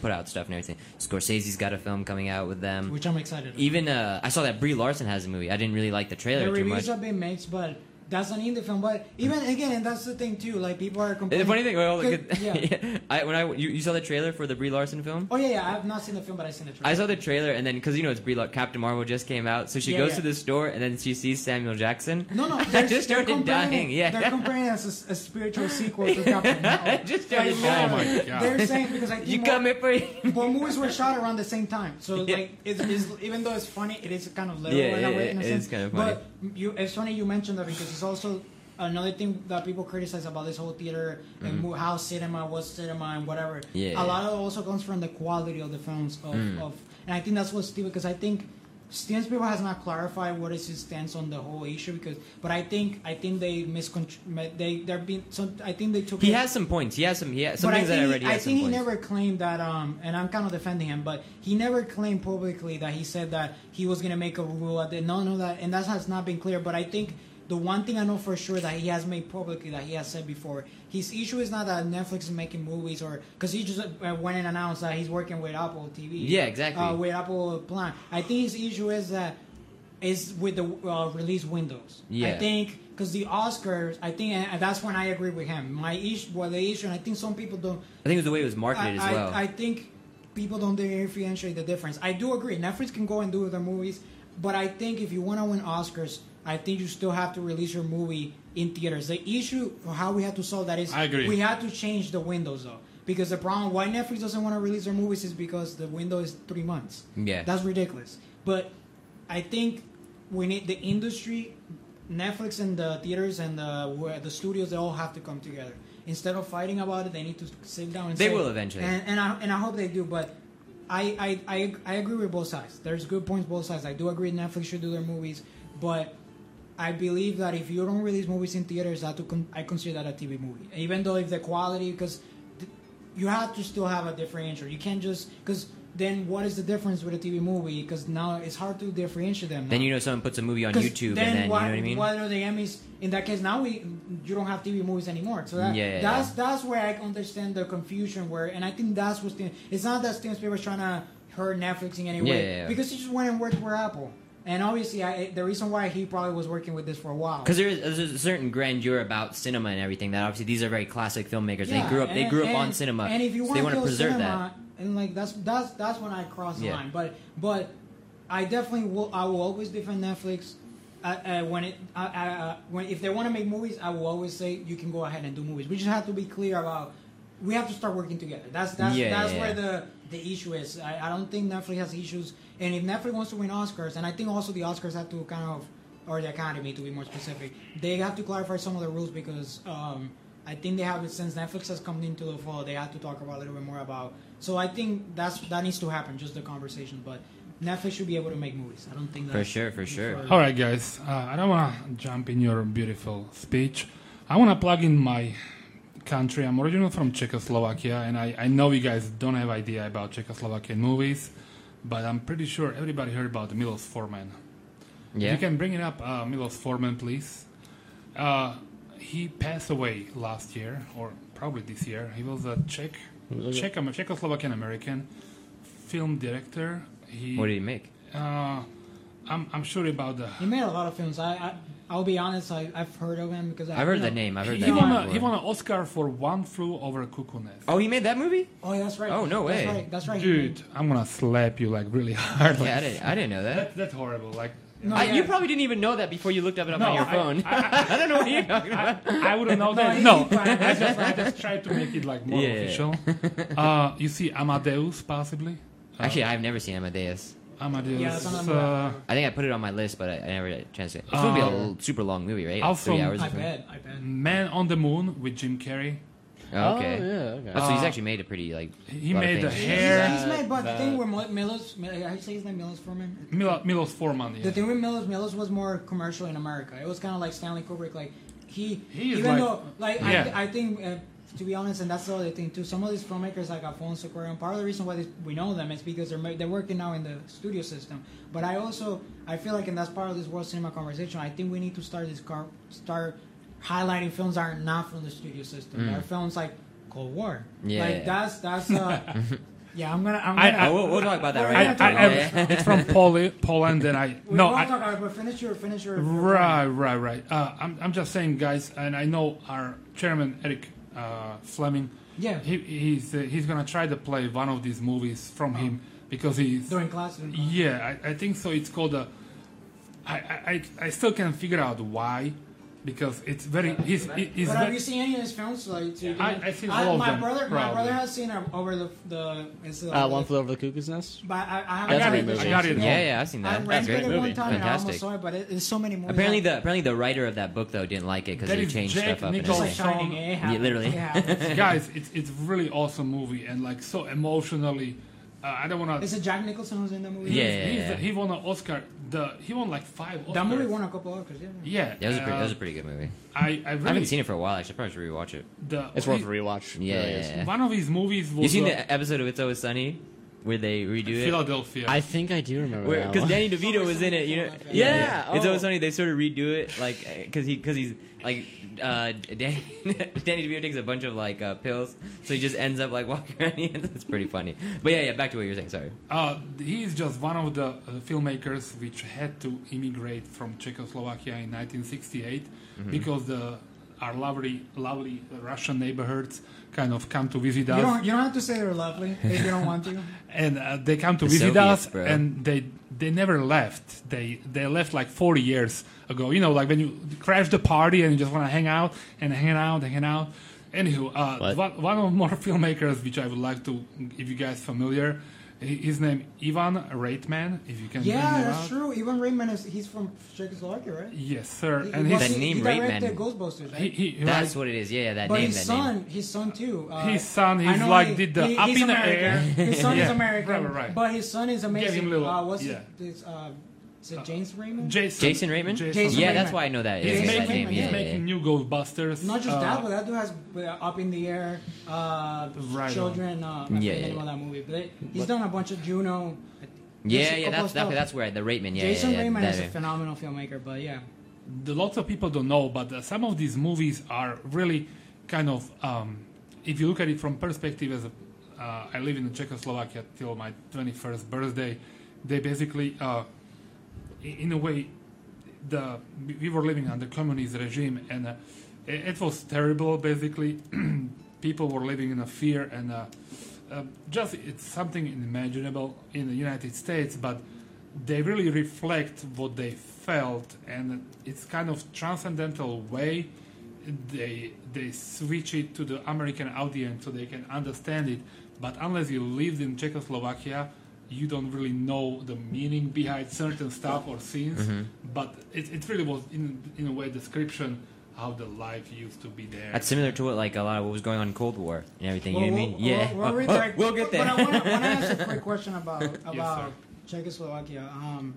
put out stuff and everything. Scorsese's got a film coming out with them. which I'm excited. About. Even uh, I saw that Brie Larson has a movie. I didn't really like the trailer the too much. reviews have been mixed, but that's an indie film. But even again, and that's the thing too. Like people are And complaining. the funny thing, well, good, Could- yeah. I, when I you, you saw the trailer for the Brie Larson film. Oh yeah, yeah. I have not seen the film, but I've seen the trailer. I saw the trailer, and then because you know it's Brie, Lar- Captain Marvel just came out, so she Yeah, goes yeah. to the store, and then she sees Samuel Jackson. No, no, I they're, just they're started comparing dying. it- Yeah, they're comparing it as a, a spiritual sequel to Captain Marvel. just started Like, dying. Oh, my literally, God. They're saying because I think You more- come here for Well, movies were shot around the same time, so Yeah. like, it's, it's, even though it's funny, it is kind of literal Yeah, in a yeah, way. yeah, in a it sense. is kind of But you, it's funny you mentioned that because it's also another thing that people criticize about this whole theater and mo- how cinema was cinema and whatever. Mm-hmm. Yeah, Mm. yeah. a lot of it also comes from the quality of the films of, of and I think that's what's stupid because I think. Steven Spielberg has not clarified what is his stance on the whole issue because, but I think I think they misconstru- they they're being so I think they took He it- has some points. He has some. He has some but I things think, that I he- already. I has some think he points. never claimed that, um, and I'm kind of defending him, but he never claimed publicly that he said that he was going to make a rule. At the, no, no, that, and that has not been clear. But I think the one thing I know for sure that he has made publicly that he has said before, his issue is not that Netflix is making movies or because he just uh, went and announced that he's working with Apple TV. Yeah, exactly. Uh, with Apple Plan. I think his issue is that is with the uh, release windows. Yeah. I think because the Oscars, I think, and that's when I agree with him. My issue, well, the issue, and I think some people don't. I think it was the way it was I, marketed as well. I, I think people don't differentiate the difference. I do agree. Netflix can go and do the movies, but I think if you want to win Oscars, I think you still have to release your movie in theaters. The issue for how we had to solve that is I agree. we had to change the windows though. Because the problem why Netflix doesn't want to release their movies is because the window is three months. Yeah. That's ridiculous. But I think we need the industry, Netflix and the theaters and the where the studios, they all have to come together. Instead of fighting about it, they need to sit down and They say- will eventually. And, and I and I hope they do, but. I, I, I, I agree with both sides. There's good points both sides. I do agree Netflix should do their movies, but I believe that if you don't release movies in theaters, that to con- I consider that a TV movie. Even though if the quality, because th- you have to still have a differentiator. You can't just because then what is the difference with a TV movie? Because now it's hard to differentiate them. then now. you know someone puts a movie on 'Cause YouTube, and then what, you know what I mean. What are the Emmys? In that case, now we you don't have TV movies anymore. So that, Yeah, yeah, that's that's where I understand the confusion. Where and I think that's what Steven, it's not that Steven Spielberg's trying to her Netflixing anyway Yeah, yeah, yeah. because she just went and worked for Apple. And obviously, I, the reason why he probably was working with this for a while Because there is there's a certain grandeur about cinema and everything that obviously these are very classic filmmakers. Yeah, they grew up they and- grew up on and- cinema. and if you so want they to want to preserve cinema, and like that's that's that's when I cross the Yeah. line. But but I definitely will. I will always defend Netflix. Uh, uh, when it uh, uh, when if they want to make movies, I will always say you can go ahead and do movies. We just have to be clear about we have to start working together. That's that's Yeah, that's yeah, where yeah. the the issue is. I, I don't think Netflix has issues, and if Netflix wants to win Oscars, and I think also the Oscars have to kind of or the Academy to be more specific, they have to clarify some of the rules because um, I think they have since Netflix has come into the fold, they have to talk about a little bit more about. So I think that's that needs to happen, just the conversation. But Netflix should be able to make movies. I don't think For that's sure, for sure. All right, guys. Uh, I don't want to jump in your beautiful speech. I want to plug in my country. I'm original from Czechoslovakia, and I, I know you guys don't have idea about Czechoslovakian movies, but I'm pretty sure everybody heard about Milos Forman. that. Yeah. If you can bring it up, uh, Milos Forman, please. Uh, he passed away last year, or probably this year. He was a Czech, Czech Czechoslovakian American film director. He, what do you make? uh, I'm, I'm sure about the He made a lot of films. I, I I'll be honest, I, I've heard of him because I, I've heard you the know- name. I've heard He that won, name. a, before. he won an Oscar for One Flew Over Cuckoo Nest. oh, he made that movie? Oh, yeah, that's right. Oh, no That's way. right, That's right. he Dude, I'm gonna slap you like really hard. Like, Yeah, I didn't, I didn't know that. that, that's horrible. Like, made- no, I, yeah. You probably didn't even know that before you looked up it up No, on your I- phone. I, don't know what you're talking about. I wouldn't know that. No, I just, I just tried to make it like more Yeah. official. Uh, you see Amadeus, possibly? Uh, Actually, I've never seen Amadeus. Amadeus. Yeah, that's another uh, I think I put it on my list, but I, I never had a chance to. It's gonna be a Uh, l- super long movie, right? Like also- three hours. or I something? bet. I bet. Man on the Moon with Jim Carrey. Oh, okay. Oh, yeah, okay. Oh, so he's Uh, actually made a pretty like. He lot of made the things. hair. He's, he's made, but the thing that- where Mil- Milos, Mil- I say his name Milos Forman. Mil- Milos Forman. Yeah. The thing with Milos, Milos was more commercial in America. It was kind of like Stanley Kubrick. Like he, He is even like- though, like I, yeah. I think, uh, to be honest, and that's the other thing too. Some of these filmmakers like Alfonso Cuarón. Part of the reason why they, we know them is because they're ma- they're working now in the studio system. But I also I feel like, and that's part of this world cinema conversation. I think we need to start this car start highlighting films that are not from the studio system. Mm. There are films like Cold War. Yeah. like that's that's. Uh, yeah, I'm gonna. I'm gonna I- I- Oh, we'll, we'll talk about that I- I, right I, after. I, yeah. it's from Poli- Poland, and I We no, won't I, talk about it, but finish your finish your. Right, right, right. Uh, I'm, I'm just saying, guys, and I know our chairman Eric uh, Fleming. Yeah. he, he's uh, he's gonna try to play one of these movies from him because he's. During class. During class. Yeah, I, I think so. It's called a. I, I I I still can't figure out why, because it's very he's he's. but have very- you seen any of his films? Like, so you Yeah, I- can- I've seen all of my them, Brother, my probably. brother has seen um, over the the. It's uh, Uh, over one the- flew over the cuckoo's nest. But I, I I haven't got seen it. this I yet. got it. yeah, yeah, I've seen I that. rented That's a it great one movie. time and I almost Fantastic. saw it, but it, there's so many movies. Apparently, I- the apparently the writer of that book though didn't like it because That they is changed Jack stuff up. and just like Nicholson. everything. Shining, eh? It happens, literally. it happens. guys, it's it's really awesome movie and like so emotionally. Uh, I don't wanna. Is it Jack Nicholson who's in the movie? he's- Yeah, yeah, he's- yeah. he won an Oscar. The he won like five. Oscars. That movie won a couple of Oscars. Yeah. Yeah, That was a pretty, uh, that was a pretty good movie. I I really I haven't seen it for a while. Actually, I probably should rewatch it. the It's worth a rewatch. Yeah. Really is. One of his movies was You seen uh, the episode of It's Always Sunny where they redo it? Philadelphia. I think I do remember that Because one. Danny DeVito was in it, you know. Yeah, yeah. it's Oh. always funny. They sort of redo it, like because he because he's like uh, Danny Danny DeVito takes a bunch of like uh, pills, so he just ends up like walking around. it's pretty funny. But yeah, yeah. Back to what you were saying. Sorry. Uh, he is just one of the uh, filmmakers which had to immigrate from Czechoslovakia in 1968 because the our lovely, lovely Russian neighborhoods kind of come to visit You us, don't. You don't have to say they're lovely if you don't want to. and uh, they come to The visit Soviets, us, bro. and they they never left. They they left like 40 years ago. You know, like when you crash the party and you just want to hang out and hang out and hang out. Anywho, uh, What? one, one of more filmmakers which I would like to, if you guys familiar. hi- His name Ivan Reitman, if you can bring Yeah, him that's out. true. Even Raymond is. He's from Czechoslovakia, right? Yes, sir. He- and he his, was- That he- name, he Raymond. directed Ghostbusters, right? he, he, That's right, what it is. Yeah, yeah. That But name. his That son, name. his son too. Uh, his son, I he's know like he- did the he- up he's in the air. American. His son is Yeah, American, right, right, right. but his son is amazing. little- uh, what's yeah. it? This, uh, is it James Raymond? Jason, Jason Raymond. Jason yeah, Raymond. that's why I know that. He's Yeah, yeah, that making, name. he's Yeah, yeah, yeah. making new Ghostbusters. Not just uh, that, but that dude has uh, up in the air uh, Right on. children. Uh, I forget Yeah, the name yeah. of that movie, but he's done a bunch of Juno. Just Yeah, a yeah, couple that's of that, stuff. that's where the Rateman. Yeah, Jason yeah, yeah, Raymond that- is a phenomenal filmmaker, but yeah, the, lots of people don't know, but uh, some of these movies are really kind of, um, if you look at it from perspective as a uh, I live in Czechoslovakia till my 21st birthday, they basically, uh, i- in a way, the we were living under communist regime and uh, it, it was terrible. Basically, people were living in a fear and uh, uh, just it's something unimaginable in the United States, but they really reflect what they felt and it's kind of transcendental way they they switch it to the American audience so they can understand it. But unless you lived in Czechoslovakia, you don't really know the meaning behind certain stuff or scenes. But it, it really was in in a way description how the life used to be there. That's similar to what like a lot of what was going on in Cold War and everything. You know what I mean? Well, yeah. we'll- Oh, we'll redirect- oh, we'll get there. But I want to ask a quick question about about sir. Czechoslovakia. Um,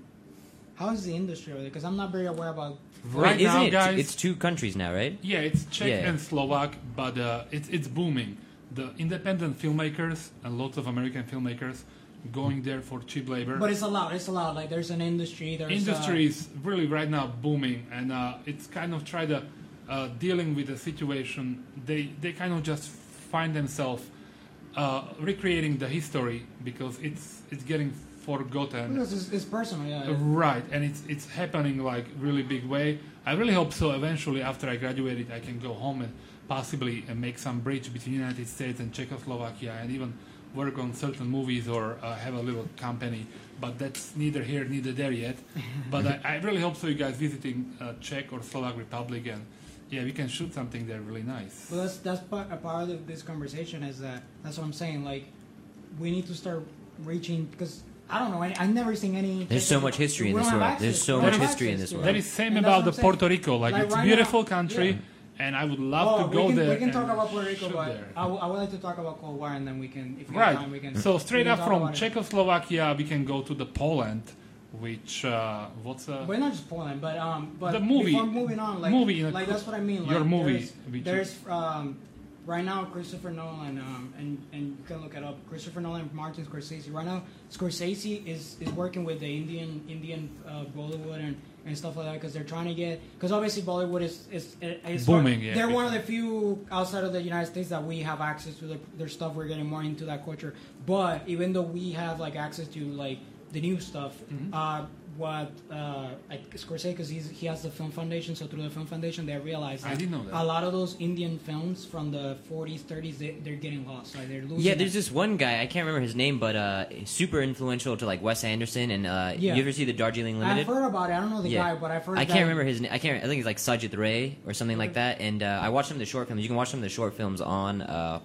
how is the industry over there? Because I'm not very aware about. Right Wait, isn't now, it? guys, It's two countries now, right? Yeah, it's Czech Yeah. and Slovak, but uh, it's it's booming. The independent filmmakers and lots of American filmmakers going there for cheap labor. But it's uh, allowed. It's allowed. Like there's an industry. There's Industry is really right now booming, and uh, it's kind of try to uh, dealing with the situation. They they kind of just find themselves uh, recreating the history because it's it's getting Uh, forgotten. no, it's, it's- it's personal. Yeah. Right, and it's it's happening like really big way. I really hope so. Eventually, after I graduated, I can go home and possibly uh, make some bridge between United States and Czechoslovakia, and even work on certain movies or uh, have a little company. But that's neither here neither there yet. but I, I really hope so. You guys visiting uh, Czech or Slovak Republic, and yeah, we can shoot something there really nice. Well, that's that's part, a part of this conversation is that that's what I'm saying. Like, we need to start reaching because I don't know. I, I've never seen any. There's so much history in We this don't world. have There's access- so we don't much have history in this access to world. That is it. same And that's about what the I'm saying. Puerto Rico. Like, Like, it's right beautiful now- country, yeah. and I would love to Oh, go we can, there. We can and talk about Puerto Rico, shoot but there. I, w- I would like to talk about Cold War, and then we can, if we Right. have time, we can. So we straight can up talk from about it. Czechoslovakia, we can go to the Poland, which uh, what's uh, Well, not just Poland, but um, but The movie. Before moving on, like, Movie in a like cou- that's what I mean. Like, your movie, There's, which- there's um, right now Christopher Nolan, um, and and you can look it up. Christopher Nolan, Martin Scorsese. Right now, Scorsese is is working with the Indian Indian uh, Bollywood and. And stuff like that because they're trying to get because obviously Bollywood is is, is Booming, yeah, They're one of because- the few outside of the United States that we have access to their, their stuff. We're getting more into that culture, but even though we have like access to like the new stuff, Mm-hmm. uh, what uh, like Scorsese, because he has the Film Foundation, so through the Film Foundation, they realize I didn't know that. a lot of those Indian films from the 40s, 30s, they, they're getting lost. Like they're losing. Yeah, that- there's this one guy I can't remember his name, but uh, super influential to like Wes Anderson and uh, Yeah. you ever see the Darjeeling Limited? I've heard about it. I don't know the Yeah. guy, but I've heard. I that- can't remember his name. I can't. I think it's like Sajid Ray or something like that. And uh, I watched some of the short films. You can watch some of the short films on. Uh,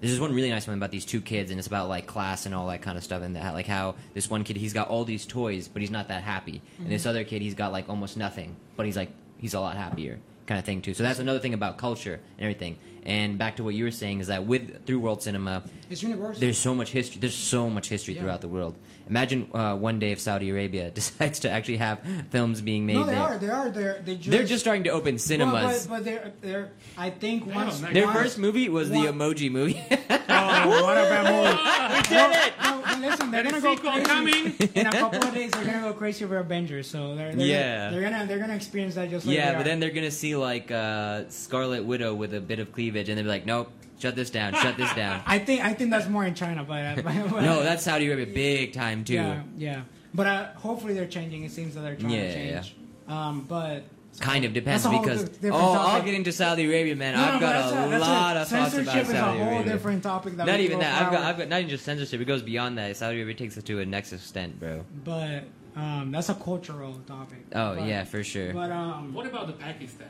there's this one really nice one about these two kids, and it's about like class and all that kind of stuff, and that, like how this one kid he's got all these toys, but he's not that happy, and Mm-hmm. this other kid he's got like almost nothing, but he's like he's a lot happier kind of thing too. So that's another thing about culture and everything. And back to what you were saying is that with through world cinema, It's universal. there's so much history. There's so much history Yeah. throughout the world. Imagine uh, one day if Saudi Arabia decides to actually have films being made no, they there. are. They are. They're. They just, They're just starting to open Well, cinemas. But, but they're. They're. I think Damn, once that Their once- first movie was the What? Emoji movie. Oh, what about No, no, but listen, they're gonna go sequel crazy. coming. In a couple of days, they're gonna go crazy over Avengers. So they're, they're Yeah. Gonna, they're gonna they're gonna experience that just like yeah, we but are. then they're gonna see like uh, Scarlet Widow with a bit of cleavage, and they'll be like, "Nope, shut this down, shut this down." I think I think that's more in China, but, uh, but, but no, that's Saudi Arabia big time too. yeah, yeah. But uh, hopefully they're changing. It seems that they're trying Yeah, to yeah, change. Um, but Kind of depends That's a whole because di- oh, different I'll topic. get into Saudi Arabia, man. I've but got a, that's that's lot of thoughts censorship about is Saudi a whole Arabia. different topic. That Not we even go that. I've forward. got, I've got not even just censorship. It goes beyond that. Saudi Arabia takes it to a next extent, bro. But um, that's a cultural topic. Oh But- yeah, for sure. But um, What about the Pakistan?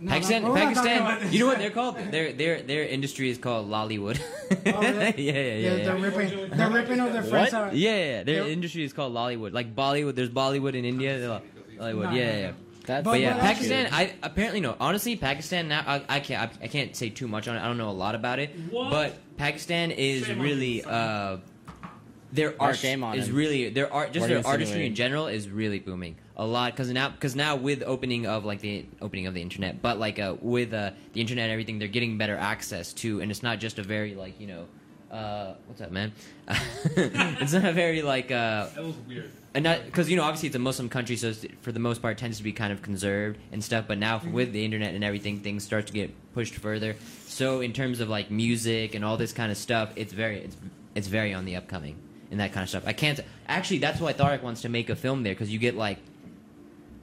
no, Pakistan, no, we're not talking about Pakistan. this. You know what they're called? Their their their industry is called Lollywood. yeah, Oh, really? yeah, yeah. They're, yeah. they're ripping. They're ripping off their friends. out. Yeah, yeah, yeah. Their They're- industry is called Lollywood. Like Bollywood. There's Bollywood in India. They're like- Lollywood. Yeah, No, no, yeah. no. yeah. That's But- But yeah, but actually- Pakistan. I apparently no. Honestly, Pakistan. Now I, I can't. I, I can't say too much on it. I don't know a lot about it. What? But Pakistan is Shame on you, really. son. Uh, their art shame on is him. really their art. Just What their is artistry anyway? in general is really booming a lot because now because now with opening of like the opening of the internet, but like uh, with uh, the internet and everything, they're getting better access to, and it's not just a very like you know Uh, what's up, man? it's not a very like uh, That was weird. and not because you know obviously it's a Muslim country, so it's, for the most part tends to be kind of conserved and stuff. But Mm-hmm. now with the internet and everything, things start to get pushed further. So in terms of like music and all this kind of stuff, it's very it's it's very on the upcoming and that kind of stuff. I can't actually. That's why Tharek wants to make a film there because you get like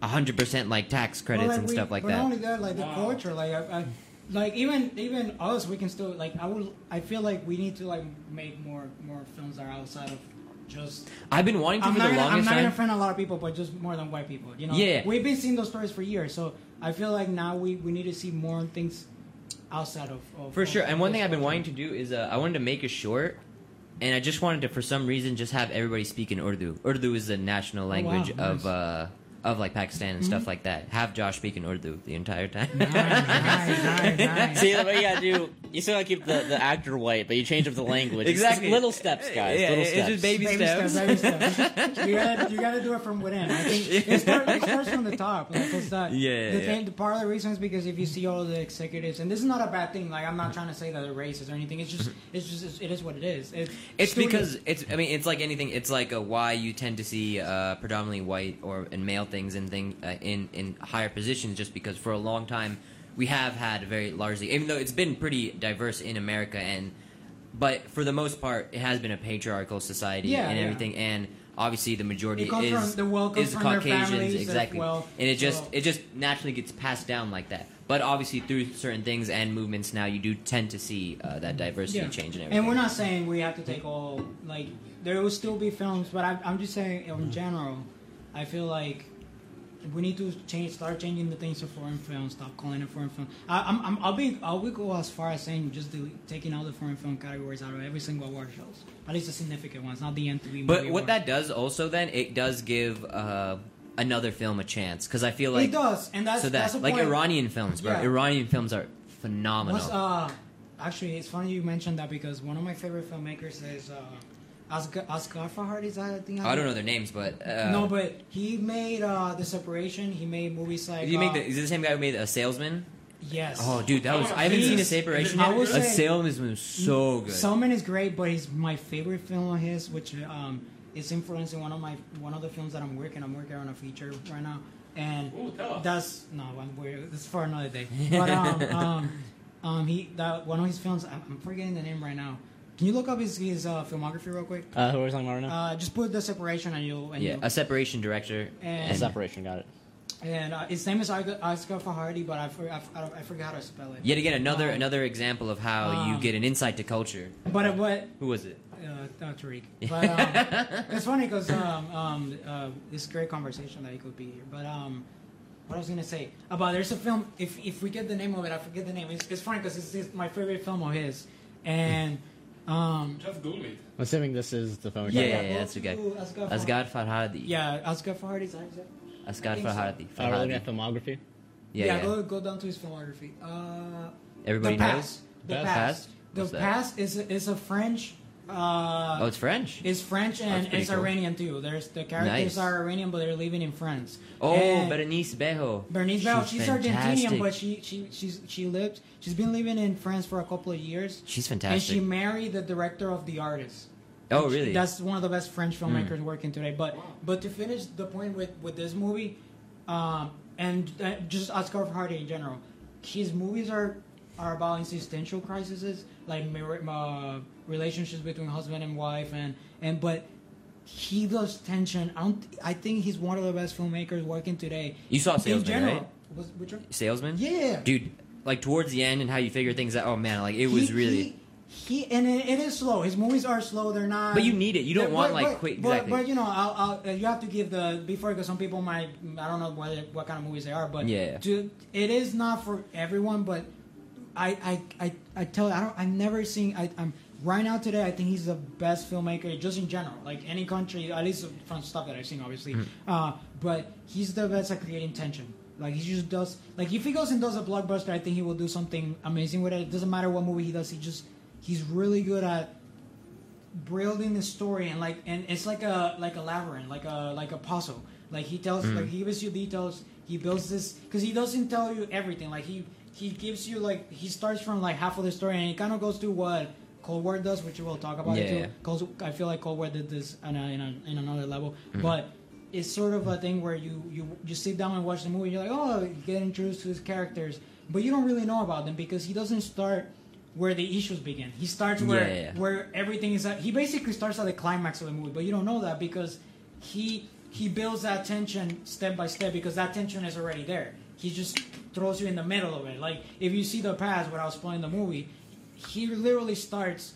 hundred percent like tax credits like and we- stuff like but that. Not only that, like the Wow. culture, like I, I, like even even us, we can still like I will. I feel like we need to like make more more films that are outside of just. I've been wanting to I'm for not the gonna, I'm longest not gonna time. offend a lot of people, but just more than white people. You know, Yeah. We've been seeing those stories for years, so I feel like now we we need to see more things outside of. of For of- sure. And one of thing I've been culture. wanting to do is uh, I wanted to make a short, and I just wanted to, for some reason, just have everybody speak in Urdu. Urdu is the national wow, language of nice. uh, of like Pakistan and stuff like that. Have Josh speak in Urdu the entire time. nice, nice, nice. See, the way you gotta do, you still gotta keep the, the actor white, but you change up the language. It's just Exactly. little steps, guys. Yeah, little it's steps. just baby, Baby steps. steps, baby steps. you gotta, you gotta do it from within. I think it, start, it starts from the top. Like, 'cause that- Yeah, the yeah. Thing, the part of the reason is because if you see all the executives, and this is not a bad thing. Like I'm not trying to say that they're racist or anything. It's just, it's just, it's, it is what it is. It's, It's studio- because it's. I mean, it's like anything. It's like a why you tend to see uh, predominantly white or and male things in thing uh, in in higher positions, just because for a long time we have had very largely, even though it's been pretty diverse in America, and but for the most part, it has been a patriarchal society Yeah, and yeah. everything, and obviously the majority It comes is from- the wealth comes is from their Caucasians families as exactly, well, and it just so- it just naturally gets passed down like that. But obviously, through certain things and movements now, you do tend to see uh, that diversity change and everything. And we're not saying we have to take all like there will still be films, but I, I'm just saying Mm. in general, I feel like we need to change, start changing the things to foreign films. Stop calling it foreign film. I, I'm, I'm, I'll be, I'll be go as far as saying just delete, taking all the foreign film categories out of every single award shows, at least the significant ones, not the MTV. But movie what award. that does also then it does give uh, another film a chance because I feel like it does, and that's so that that's a like point. Iranian films, bro. Yeah. Iranian films are phenomenal. What's, uh, actually, it's funny you mentioned that because one of my favorite filmmakers is uh, Asghar Asghar Farhadi. Is that I think I don't know their names, but uh, no, but he made uh, the separation. He made movies like. did you make uh, the, is it the same guy who made a salesman? Yes. Oh, dude, that was I haven't seen a He's- separation. I would yet. A say- salesman was so good. Selman is great, but he's my favorite film of his, which um, is influencing one of my one of the films that I'm working. I'm working on a feature right now, and Ooh, tell us. that's no, I'm weird. This is for another day. But um, um, um, he that one of his films. I'm I'm forgetting the name right now. Can you look up his, his uh, filmography real quick? Uh, who are we talking about right now? Uh, just put the separation and you'll and yeah, you'll, a separation director. And- Separation, got it. and uh, his name is Oscar, Oscar Fajardi, but I, for, I, I, I forgot how to spell it. Yet again, another Um, another example of how you um, get an insight to culture. But it, what Who was it? uh, not Tariq. But um, it's funny because um, um, uh, this great conversation that it could be here. But um, what I was gonna say about there's a film. If if we get the name of it, I forget the name. It's, it's funny because it's, it's my favorite film of his, and um, Just Google it. I'm assuming this is the phone. Yeah, yeah, yeah, well, that's the guy. ooh, Asghar Asghar Farhadi. yeah, Oscar Fajardi's. Isaac. I Asghar think so. Farhadi. Uh, we're looking at Farhadi. filmography. Yeah, yeah, yeah. Go, go down to his filmography. Uh, Everybody the past. knows. The Past. past. The What's that? past is is a French. Uh, Oh, it's French. It's French and pretty it's cool. Iranian too. There's the Nice. characters are Iranian, but they're living in France. Oh, and Berenice Bejo. Bernice Bell, she's Argentinian, fantastic. but she she she's she lived. She's been living in France for a couple of years, she's and fantastic. she married the director of The Artist. oh, Which- really? Hmm. That's one of the best French filmmakers working today. But but to finish the point with with this movie, um, and uh, just Oscar Hardy in general, his movies are are about existential crises, like mar- uh, relationships between husband and wife, and and but he does tension. I don't. I think he's one of the best filmmakers working today. you saw in Salesman, general, right? was which one? Salesman. Yeah. Dude, like towards the end and how you figure things out. Oh man, like it was He- really. He, he and it, it is slow. His movies are slow. They're not. But you need it. You don't They're- want, um, but- like, but- quick- But, exactly. but you know, I'll, I'll, uh, you have to give the before because some people might. I don't know what what kind of movies they are, but Yeah. to- it is not for everyone. But I I I, I tell you, I don't. I've never seen. I, I'm right now today. I think he's the best filmmaker, just in general, like any country, at least from stuff that I've seen, obviously. Mm-hmm. Uh, but he's the best at creating tension. Like he just does. Like if he goes and does a blockbuster, I think he will do something amazing with it. It doesn't matter what movie he does. He just he's really good at building the story and like and it's like a like a labyrinth like a like a puzzle like he tells like he gives you details he builds this because he doesn't tell you everything like he he gives you like he starts from like half of the story and he kind of goes through what Cold War does, which we'll talk about Yeah, it too. yeah. Cold, I feel like Cold War did this on a, in, a, in another level, but it's sort of a thing where you, you you sit down and watch the movie. You're like, oh, you get introduced to these characters, but you don't really know about them because he doesn't start where the issues begin. He starts where Yeah, yeah. where everything is at. He basically starts at the climax of the movie, but you don't know that because he he builds that tension step by step because that tension is already there. He just throws you in the middle of it. Like if you see the past without spoiling the movie, he literally starts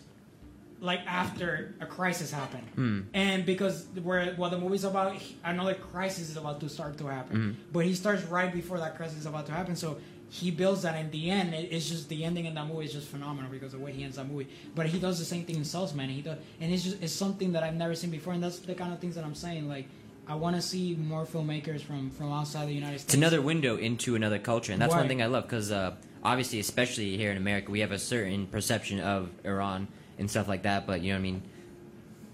like after a crisis happened, Hmm. and because where what the movie's about, he- another crisis is about to start to happen. Hmm. But he starts right before that crisis is about to happen, so he builds that. In the end, it- it's just the ending in that movie is just phenomenal because the way he ends that movie. But he does the same thing in Salesman. He does, and it's just it's something that I've never seen before, and that's the kind of things that I'm saying. Like, I want to see more filmmakers from from outside the United It's States. another window into another culture, and that's one Right. thing I love because uh, obviously, especially here in America, we have a certain perception of Iran and stuff like that. But you know what I mean.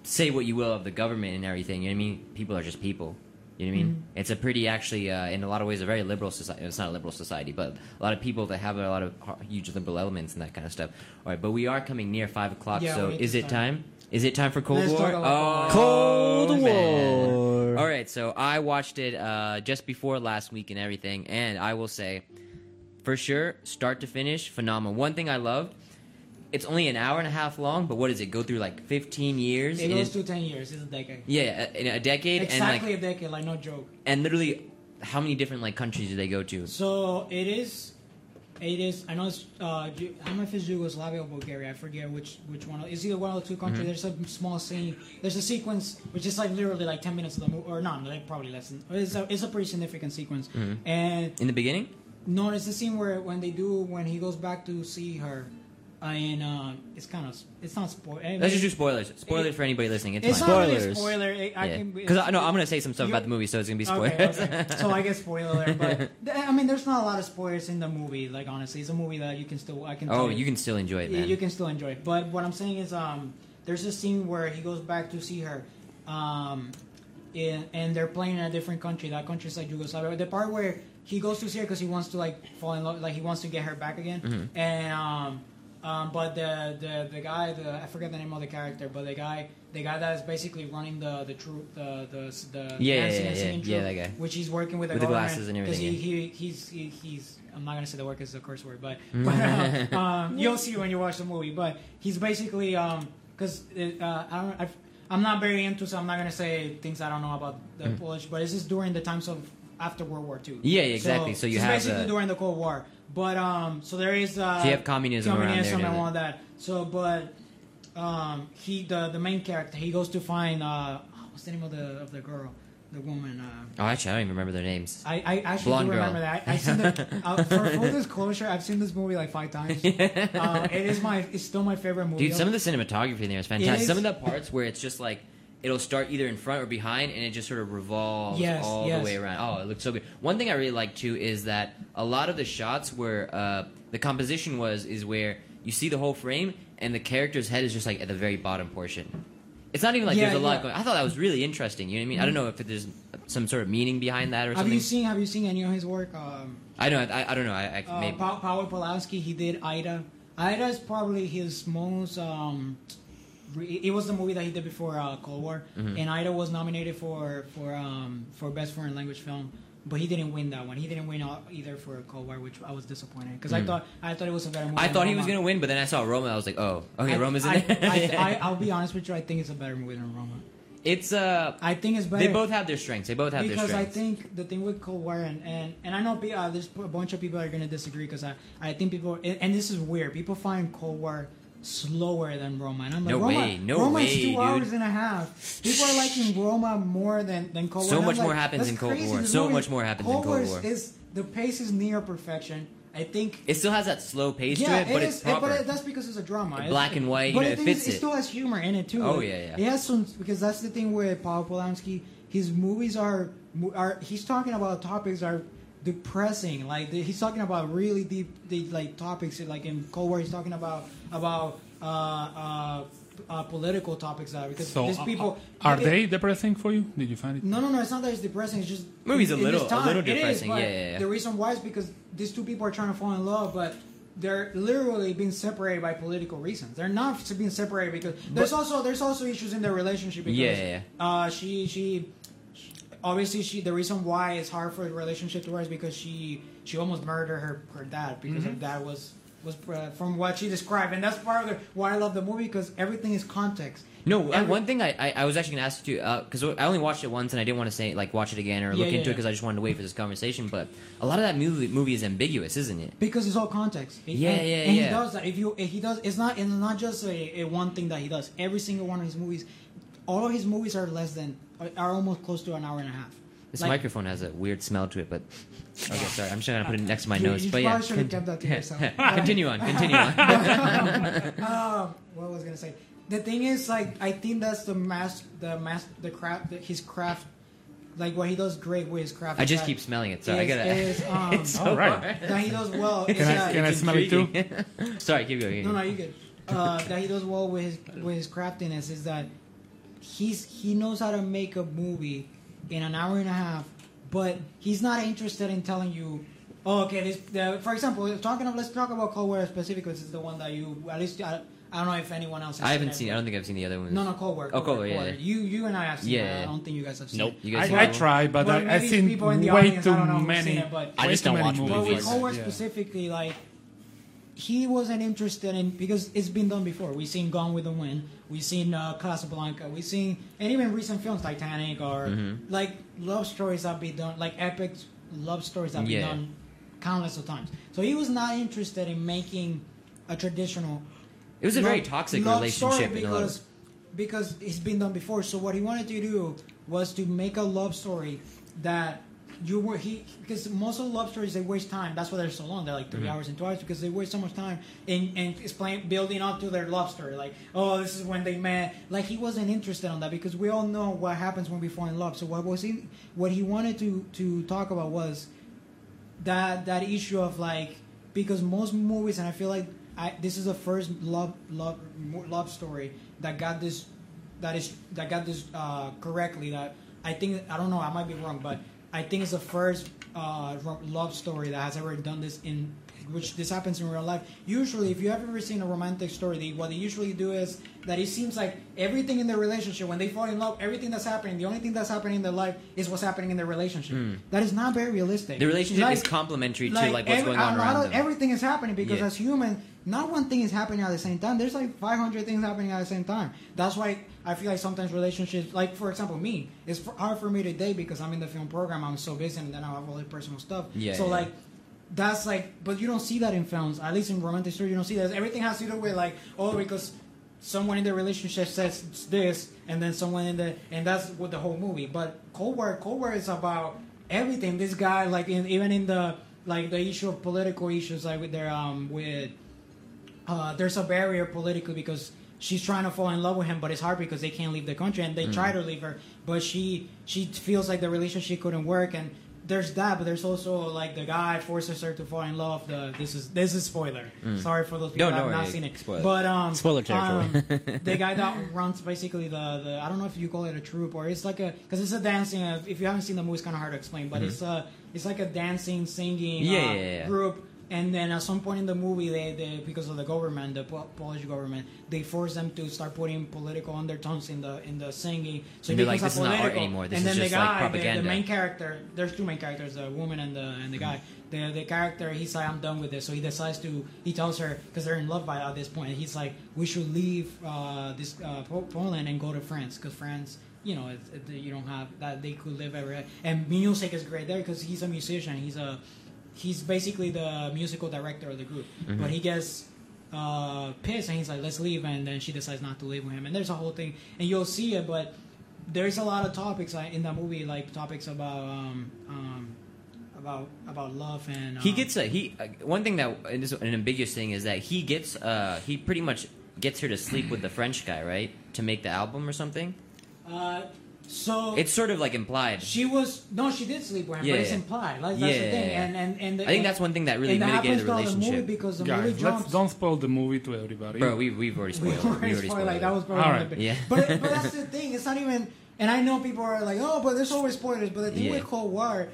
Say what you will of the government and everything. You know what I mean. People are just people. You know what I mean. Mm-hmm. It's a pretty, actually, uh, in a lot of ways, a very liberal society. It's not a liberal society, but a lot of people that have a lot of har- huge liberal elements and that kind of stuff. All right, but we are coming near five o'clock. Yeah, so we need is to it start. time? Is it time for Cold Let's War? talk about Cold Oh, War. man. All right, so I watched it uh, just before last week and everything, and I will say, for sure, start to finish, phenomenal. One thing I loved, it's only an hour and a half long, but what does it go through like 15 years? It in goes a- to ten years. It's a decade. yeah, uh, in a decade, Exactly and like, a decade. Like no joke. and literally, how many different like countries do they go to? So it is. It is. I know it's. Uh, Ju- I don't know if it's Yugoslavia or Bulgaria. I forget which which one. It's either one of the two Mm-hmm. countries. There's a small scene. There's a sequence which is like literally like ten minutes of the movie, or not, like probably less. Than, it's a it's a pretty significant sequence. Mm-hmm. And In the beginning, no, it's the scene where when they do when he goes back to see her, uh, and uh, it's kind of it's not spoil. let's just do spoilers. Spoilers for anybody listening. It's, It's fine. not really a Spoilers. spoiler. It, I yeah, can be- because I know I'm gonna say some stuff about the You- movie, so it's gonna be spoilers. Okay, okay. so I guess spoiler, alert, but th- I mean, there's not a lot of spoilers in the movie. Like honestly, it's a movie that you can still I can. oh, tell you can still enjoy it, you- man. you can still enjoy it. But what I'm saying is, um, there's a scene where he goes back to see her, um, in, and they're playing in a different country. That country's like Yugoslavia. The part where he goes to see her because he wants to like fall in love, like he wants to get her back again. Mm-hmm. And um, um, but the, the the guy, the I forget the name of the character, but the guy, the guy that is basically running the the troop, the the the Yeah, yeah, dancing yeah, and yeah. singing Yeah, troupe, that guy. which he's working with the, With the government, glasses and 'cause everything, he- he, he's he, he's I'm not gonna say the word 'cause it's a curse word, but, but uh, um, you'll see when you watch the movie. But he's basically um because uh, I don't I've, I'm not very into, so I'm not gonna say things I don't know about the Polish. But this is during the times of after World War II. Mm. Yeah, yeah, exactly. So you it's have basically the- during the Cold War. But um, so there is uh, So you have communism around there, communism and doesn't it? all that. So but um he the the main character he goes to find uh what's the name of the of the girl the woman. Uh, oh, actually, I don't even remember their names. I, I actually Blonde do girl. remember that. I, I've seen the, uh, for full disclosure, I've seen this movie like five times. Uh, it is my, it's still my favorite movie. Dude, some of the cinematography in there is fantastic. is- Some of the parts where it's just like it'll start either in front or behind, and it just sort of revolves Yes, all yes. the way around. Oh, it looks so good. One thing I really like too is that a lot of the shots where uh, the composition was is where you see the whole frame, and the character's head is just like at the very bottom portion. It's not even like Yeah, there's a lot yeah. going. I thought that was really interesting. You know what I mean? I don't know if there's some sort of meaning behind that or have something. you seen Have you seen any of his work? Um, I don't. I, I don't know. I, I uh, maybe. pa- Paolo Pawlowski, he did Ida. Ida is probably his most. Um, re- it was the movie that he did before uh, Cold War, Mm-hmm. and Ida was nominated for for um, for best foreign language film. But he didn't win that one. He didn't win uh, either for Cold War, which I was disappointed because I thought I thought it was a better movie. Hmm. I than thought he was Roma. gonna win, but then I saw Roma. I was like, oh, okay, I- Roma's in I, there. I, I, will be honest with you. I think it's a better movie than Roma. it's uh, I think it's better. They both have their strengths. They both have because their I strengths. think the thing with Cold War and and, and I know pe- uh, there's a bunch of people that are gonna disagree because I I think people and, and this is weird. People find Cold War slower than Roma, and I'm like, No Roma, way, no Roma way, is two dude. hours and a half. People are liking Roma more than than Cold So War. and I'm much more like, happens that's in Cold crazy. War. This So movie- much more happens in Cold Cold War. is- War. Is the pace is near perfection. I think it still has that slow pace to it, but it's it- proper. But it- that's because it's a drama. It's- Black and white, you But know, the it thing is, fits it it. still has humor in it too. Oh, Like, yeah, yeah. It has some because that's the thing with Paul Polanski. His movies are are he's talking about topics that are depressing. Like the, he's talking about really deep, deep like topics. Like in Cold War, he's talking about about uh, uh, uh, political topics that because So, these uh, people uh, are it- they depressing for you? Did you find it? no, no, no. It's not that it's depressing. It's just Movie's a in- in little- this a little It is, depressing, but yeah, yeah, yeah. The reason why is because these two people are trying to fall in love, but they're literally being separated by political reasons. They're not being separated because there's also there's also issues in their relationship. Because, Yeah, yeah, Uh, she she obviously she the reason why it's hard for the relationship to work is because she she almost murdered her her dad because Mm-hmm. her dad was was uh, from what she described, and that's part of the, why I love the movie because everything is context. No, uh Every- one thing I, I, I was actually gonna ask you because I only watched it once and I didn't want to say like watch it again or Yeah, look yeah, into it 'cause it because I yeah. just wanted to wait for this conversation. But a lot of that movie movie is ambiguous, isn't it? because it's all context. He- Yeah, and, yeah, and yeah. He does that. If you, if he does. It's not. It's not just a, a one thing that he does. Every single one of his movies, all of his movies are less than, are- are almost close to an hour and a half. This Like- microphone has a weird smell to it, but okay, sorry, I'm just gonna put it next to my You- nose. you but yeah, probably should have kept that to yourself. continue on, continue on. Um, what was I gonna say? The thing is, like, I think that's the mass, the mass, the craft, the, his craft, like what he does great with his craft. I is just that keep smelling it, sorry. I is- gotta. is, um, All right. that he does well. is Can I, that- can I smell it too? too? sorry, keep going. No, no, you good. Uh, that he does well with his with his craftiness is that he's he knows how to make a movie in an hour and a half, but he's not interested in telling you. Oh, okay. This, the, for example, talking of let's talk about Cold War specifically. This is the one that you at least I, I don't know if anyone else. Has I haven't it. seen. I don't think I've seen the other ones. No, no, Cold War. Oh, Cold War, yeah, yeah. You, you and I have seen. Yeah, it. yeah. I don't think you guys have seen. Nope. It. You guys I, I seen that one? try, but Well, I, I've maybe seen people in the way audience, I too don't know who's many. seen it, but- I way just too don't many watch But with movies. Cold War Yeah. specifically, like he wasn't interested in because it's been done before. We've seen Gone with the Wind, we've seen uh, Casablanca, we've seen and even recent films Titanic or like love stories that be done, like epic love stories that Yeah. be done countless of times. So he was not interested in making a traditional. It was a love- very toxic love relationship. story in a lot of- because because it's been done before. So what he wanted to do was to make a love story that you were he because most of the love stories they waste time. That's why they're so long. They're like 3 Mm-hmm. hours and two hours because they waste so much time in and explain building up to their love story. Like oh, this is when they met. Like he wasn't interested on that because we all know what happens when we fall in love. So what was he? What he wanted to to talk about was that that issue of like because most movies and I feel like I, this is the first love love mo- love story that got this that is that got this uh, correctly that I think I don't know I might be wrong but I think it's the first uh, ro- love story that has ever done this in which this happens in real life usually if you have ever seen a romantic story they, what they usually do is that it seems like everything in their relationship when they fall in love everything that's happening the only thing that's happening in their life is what's happening in their relationship that is not very realistic the relationship is Like- complementary to like what's every- going on a lot around of- them. Everything is happening because Yeah. as human, not one thing is happening at the same time. There's like 500 things happening at the same time. That's why I feel like sometimes relationships, like for example, me, it's f- hard for me today because I'm in the film program. I'm so busy and then I have all the personal stuff. Yeah, So yeah. like. That's like, but you don't see that in films. At least in romantic stories, you don't see that. Everything has to do with like, oh, because someone in the relationship says this, and then someone in the, and that's what the whole movie. But Cold War, Cold War is about everything. This guy, like, in, even in the like the issue of political issues, like with their um with uh, there's a barrier politically because she's trying to fall in love with him, but it's hard because they can't leave the country and they try to leave her, but she she feels like the relationship couldn't work and there's that, but there's also like the guy forces her to fall in love. The this is this is spoiler. Sorry for those people No, that no have not worry. seen it. Spoiler. But um, Spoiler territory. um, the guy that runs basically the, the I don't know if you call it a troupe or it's like a because it's a dancing. Uh, if you haven't seen the movie, it's kind of hard to explain, but it's a it's like a dancing, singing Yeah, uh, yeah, yeah. group. And then at some point in the movie, they, they because of the government, the Po- Polish government, they force them to start putting political undertones in the in the singing. So And it they're like, becomes "This is not art political." anymore. This and is then just, the like, guy, the- propaganda. the main character, there's two main characters, the woman and the and the guy. The Mm-hmm. the character, he's like, I'm done with this. So he decides to, he tells her because they're in love by at this point. And he's like, we should leave uh, this uh, Po- Poland and go to France because France, you know, it's, it, you don't have that they could live everywhere. And music is great there because he's a musician. He's a he's basically the musical director of the group, Mm-hmm. but he gets uh, pissed and he's like, let's leave. And then she decides not to leave with him. And there's a whole thing, and you'll see it, but there's a lot of topics like, in that movie, like topics about um, um, about about love and um, He gets a he. Uh, one thing that it is an ambiguous thing is that he gets uh he pretty much gets her to sleep with the French guy, right, to make the album or something. Uh, so It's sort of like implied. she was no, she did sleep with him, Yeah. but it's implied. Like that's Yeah. the thing, and and and I think that's one thing that really and that mitigated the happens throughout The relationship. movie because the movie Guys, let's jumps. don't spoil the movie to everybody. Bro, we we've already we spoiled. it. already spoiled, like that was probably Alright. the Yeah. but but that's the thing. It's not even. And I know people are like, oh, but there's always spoilers. But the thing Yeah. with Cold War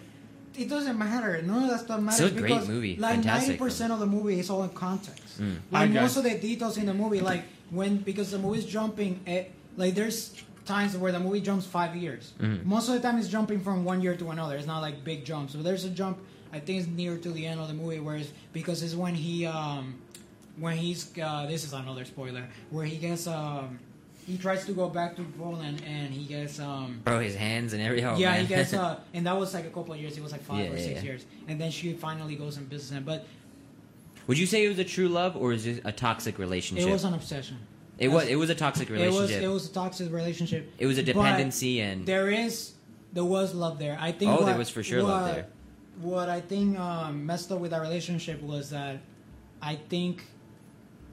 it doesn't matter. None of that stuff matters. Still a great because, movie. Like Fantastic Mm. percent of the movie is all in context. I Like got most you. of the details in the movie, like when because the movie's jumping, eh, like there's times where the movie jumps five years. Mm-hmm. Most of the time, it's jumping from one year to another. It's not like big jumps. But there's a jump. I think it's near to the end of the movie, where it's, because it's when he um when he's uh, this is another spoiler where he gets um he tries to go back to Poland and he gets um Bro, his hands and every. Oh, yeah, man. he gets uh, and that was like a couple of years. It was like five Yeah, or yeah, six yeah. years, and then she finally goes in business. And but Would you say it was a true love or is it a toxic relationship? it was an obsession. It was. It was a toxic It was relationship. it was a toxic relationship. It was a But dependency and There is there was love there. I think. Oh, what, there was for sure love what- there. What I think um, messed up with that relationship was that I think.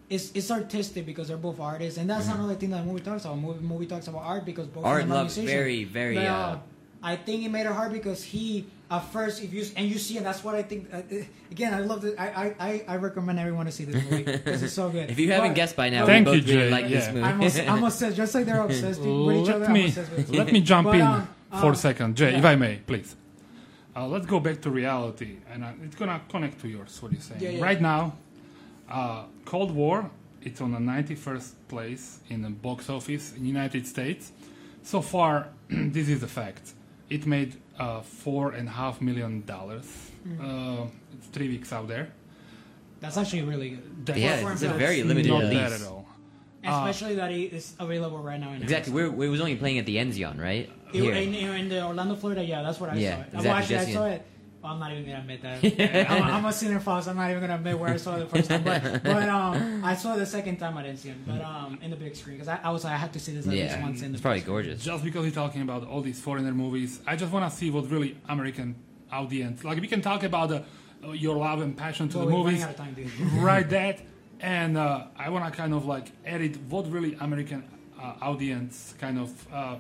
It's, it's artistic because they're both artists, and that's another thing that movie talks about. Movie, movie talks about art because both Mm-hmm. Art of them are loves musicians. very, very, But, um, uh, I think it made it hard because he at first if you and you see and that's what I think uh, uh, again I love it I, I- I I recommend everyone to see this movie this is so good if you haven't But guessed by now, Thank we you, both really Jay, like this yeah. movie. I'm, obs- I'm obsessed just like they're obsessed with each other Let I'm me, obsessed with let me jump But, in um, for um, a second. Jay, yeah. if I may, please. Uh, let's go back to reality, and uh, it's gonna connect to yours. What you're saying Yeah, yeah. right now, uh, Cold War, it's on the 91st place in the box office in United States. So far, this is a fact. It made uh, four and a half million dollars. Mm-hmm. Uh, it's three weeks out there. that's actually really good That's Yeah, it's a very not limited bad release. at all. especially that it is available right now in Exactly. We're, we was only playing at the Enzion, right? It- Here. in, in, in the Orlando Florida yeah that's what I Yeah, saw it exactly, well, actually I Jesse. saw it well, I'm not even gonna admit that I'm, a- I'm a cinephile so I'm not even gonna admit where I saw it the first time but, but um, I saw it the second time I didn't see it but um, in the big screen because I, I was like I had to see this at least yeah. once in the It's probably gorgeous. just because you're talking about all these foreigner movies, I just want to see what really American audience like. We can talk about the, uh, your love and passion to Well, the we're running movies, out of time, dude. write that, and uh, I want to kind of like edit what really American uh, audience kind of uh,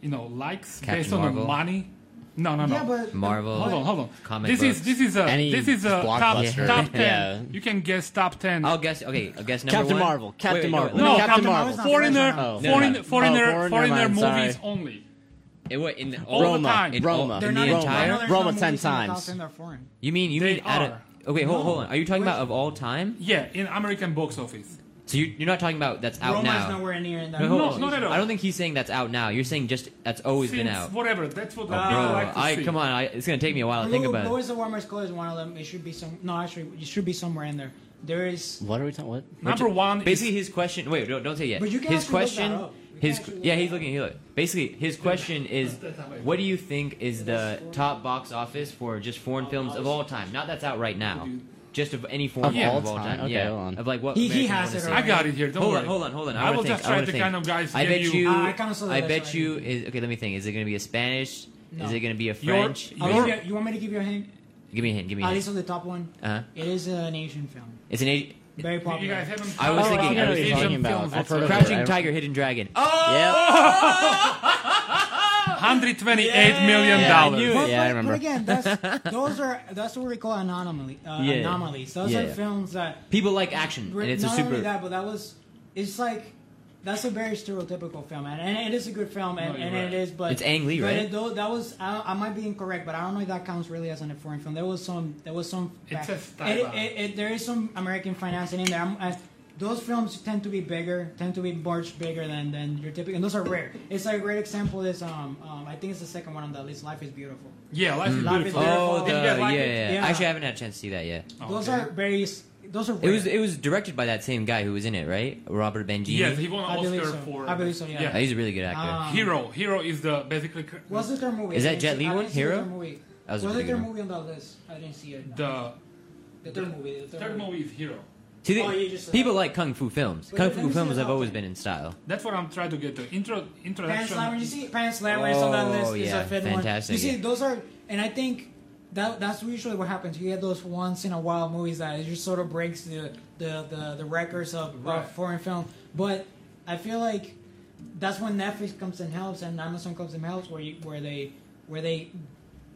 you know likes Captain based on Marvel. the money. No, no, no. yeah but Marvel. hold on, hold on. Comic this is books. this is a Any this is a top, blockbuster. top ten. Yeah. You can guess top ten. I'll guess. Okay, I'll guess number Captain one. Marvel, Captain Wait, wait, Marvel. no, Captain Captain Marvel. Marvel. Foreigner, Oh, never foreigner, mind. foreigner, Oh, foreigner, foreigner never mind, movies sorry. only. It, what, in the, All the Roma, time. In, Roma, in the Roma. entire. Roma 10 times. They're foreign. You mean you They mean out of, are. okay? Hold, No. hold on. Are you talking about Where's- of all time? Yeah, in American box office. So you, you're not talking about that's out Roma's now. nowhere near in that. No, hold No, on. not at all. I don't think he's saying that's out now. You're saying just that's always been Since out. Whatever. That's what Oh, I bro, like to I see. come on. I, it's gonna take me a while to Oh, think about it. Louis the Warmer's Club is one of them. It should be some. No, actually, it should be somewhere in there. There is. What are we talking? What? Number one. Basically, his question. Wait, don't, don't say yet. But you can his actually look question. that up. You can His actually look yeah, that he's up. looking. He look. Basically, his question is, what do you think is the top box office for just foreign films of all time? Not that's out right now. Just of any foreign Of film all of all time? time. Okay, yeah. hold on. Of like what He- he Americans has wanna it see. already. I got it here. Don't hold worry. on, hold on, hold on. I, I wanna will think, just I try wanna to think. kind of, guys, I give bet you- you. Ah, I kinda saw that I that's bet right. you. Is, okay, let me think. Is it going to be a Spanish? No. Is it going to be a Your- French? your- I'll give you, you want me to give you a hint? give me a hint. Give me a At least hint. on the top one. Uh-huh. It is an Asian film. It's an. Asian- Very You- You popular. guys haven't. I talked was thinking- about I was Asian thinking about- films I've heard of whatsoever. it. Crouching I- Tiger, Hidden Dragon. Oh, Yeah. 128 million Yeah, I knew dollars. it. Yeah, I remember. But again, that's, those are that's what we call anomaly, uh, Yeah. anomalies. Those Yeah. are films that people like action, Mm. and it's a not super. only that, but that was it's like that's a very stereotypical film, and, and it is a good film, and, No, you're and right. it is. But It's Ang Lee, but right? It, though, that was I, I might be incorrect, but I don't know if that counts really as a foreign film. There was some. There was some. It's a style. It, it, it, there is some American financing in there. I'm, I, those films tend to be bigger, tend to be much bigger than, than your typical, and those are rare. It's like a great example is um, um I think it's the second one on that list. Life is beautiful. Yeah, life is Life is beautiful. Oh, Beautiful. the, Did you guys yeah, like it? yeah, Yeah. Actually, I haven't had a chance to see that yet. Those Oh, Okay. are very. s- Those are. Rare. It was it was directed by that same guy who was in it, right? Robert Benji. Yes, he won I an believe Oscar so. for. I believe so, yeah. he's a really good actor. Um, Hero. Hero is the basically cr- Was it their movie? Is that I didn't Jet see- Li I one? didn't see Hero? their movie. That was Was, a pretty it their good one. movie on that list? I didn't see it. the the third movie. The third, third movie is Hero. See, they- Oh, you just said people that. like kung fu films. Wait, kung let fu me see films the have top always ten. been in style. That's what I'm trying to get to. Intro Pan Slammer. You introduction. see, Pan Slammer is on that Oh, list. It's yeah, a fifth fantastic, one. You see, yeah. those are, and I think that that's usually what happens. You get those once in a while movies that it just sort of breaks the the the, the records of of Right. foreign film. But I feel like that's when Netflix comes and helps, and Amazon comes and helps, where you, where they where they